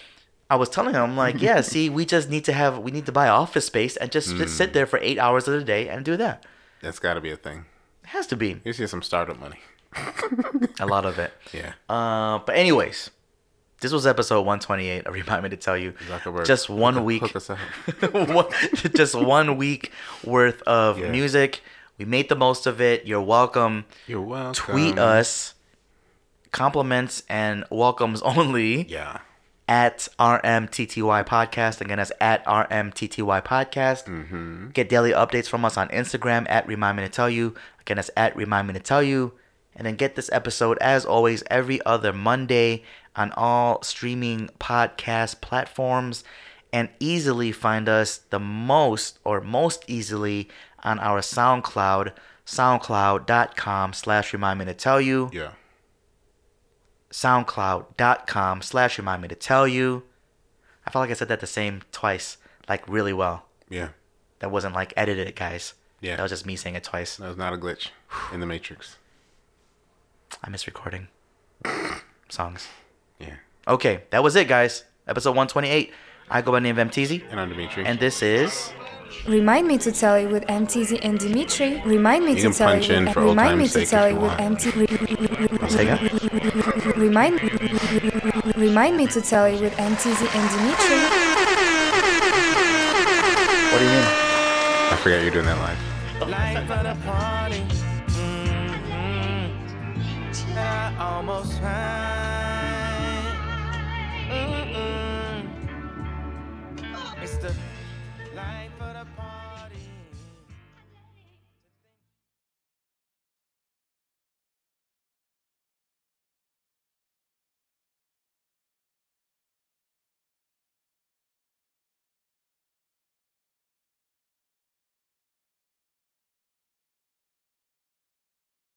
Speaker 1: I was telling him,
Speaker 2: *laughs*
Speaker 1: like, yeah, see, we just need to have, we need to buy office space and just sit-
Speaker 2: Mm.
Speaker 1: sit there for eight hours of the day and do that.
Speaker 2: *laughs* That's got to be a thing.
Speaker 1: It has to be
Speaker 2: You see some startup money.
Speaker 1: a lot of it.
Speaker 2: Yeah.
Speaker 1: Uh, but anyways, this was episode 128. I *laughs* remind me to tell you,
Speaker 2: Zuckerberg,
Speaker 1: just one week,
Speaker 2: Hook us up.
Speaker 1: *laughs* one- just one week worth of
Speaker 2: Yeah.
Speaker 1: music. We made the most of it. You're welcome.
Speaker 2: You're welcome.
Speaker 1: tweet uh, us compliments and welcomes only
Speaker 2: Yeah.
Speaker 1: at rmtty podcast again that's at rmtty podcast get daily updates from us on instagram at remind me to tell you again that's at remind me to tell you and then get this episode as always every other monday on all streaming podcast platforms and easily find us the most or most easily on our soundcloud soundcloud.com slash remind me to tell you
Speaker 2: Yeah.
Speaker 1: soundcloud.com slash remind me to tell you i felt like i said that the same twice like really well
Speaker 2: Yeah.
Speaker 1: that wasn't like edited guys
Speaker 2: Yeah.
Speaker 1: that was just me saying it twice
Speaker 2: That was not a glitch in the Matrix.
Speaker 1: i miss recording *coughs* songs
Speaker 2: Yeah.
Speaker 1: okay that was it guys episode 128 i go by the name of mtz
Speaker 2: And I'm Dimitri.
Speaker 1: and this is
Speaker 3: Remind me to tell you with MTZ and Dimitri. Remind me
Speaker 2: You
Speaker 3: to
Speaker 2: can
Speaker 3: tell
Speaker 2: punch
Speaker 3: you.
Speaker 2: in
Speaker 3: with-
Speaker 2: for old
Speaker 3: Remind me
Speaker 2: time's
Speaker 3: to
Speaker 2: sake
Speaker 3: tell
Speaker 2: if
Speaker 3: you
Speaker 2: you
Speaker 3: with
Speaker 2: want.
Speaker 3: MTZ.
Speaker 1: Sega.
Speaker 3: Remind Remind me to tell you with MTZ and Dimitri.
Speaker 1: what do you mean
Speaker 2: I forgot you're doing that live.
Speaker 4: Life at a party. Mm-hmm. I almost high. Mm-hmm. Mm-mm. It's the life of the party.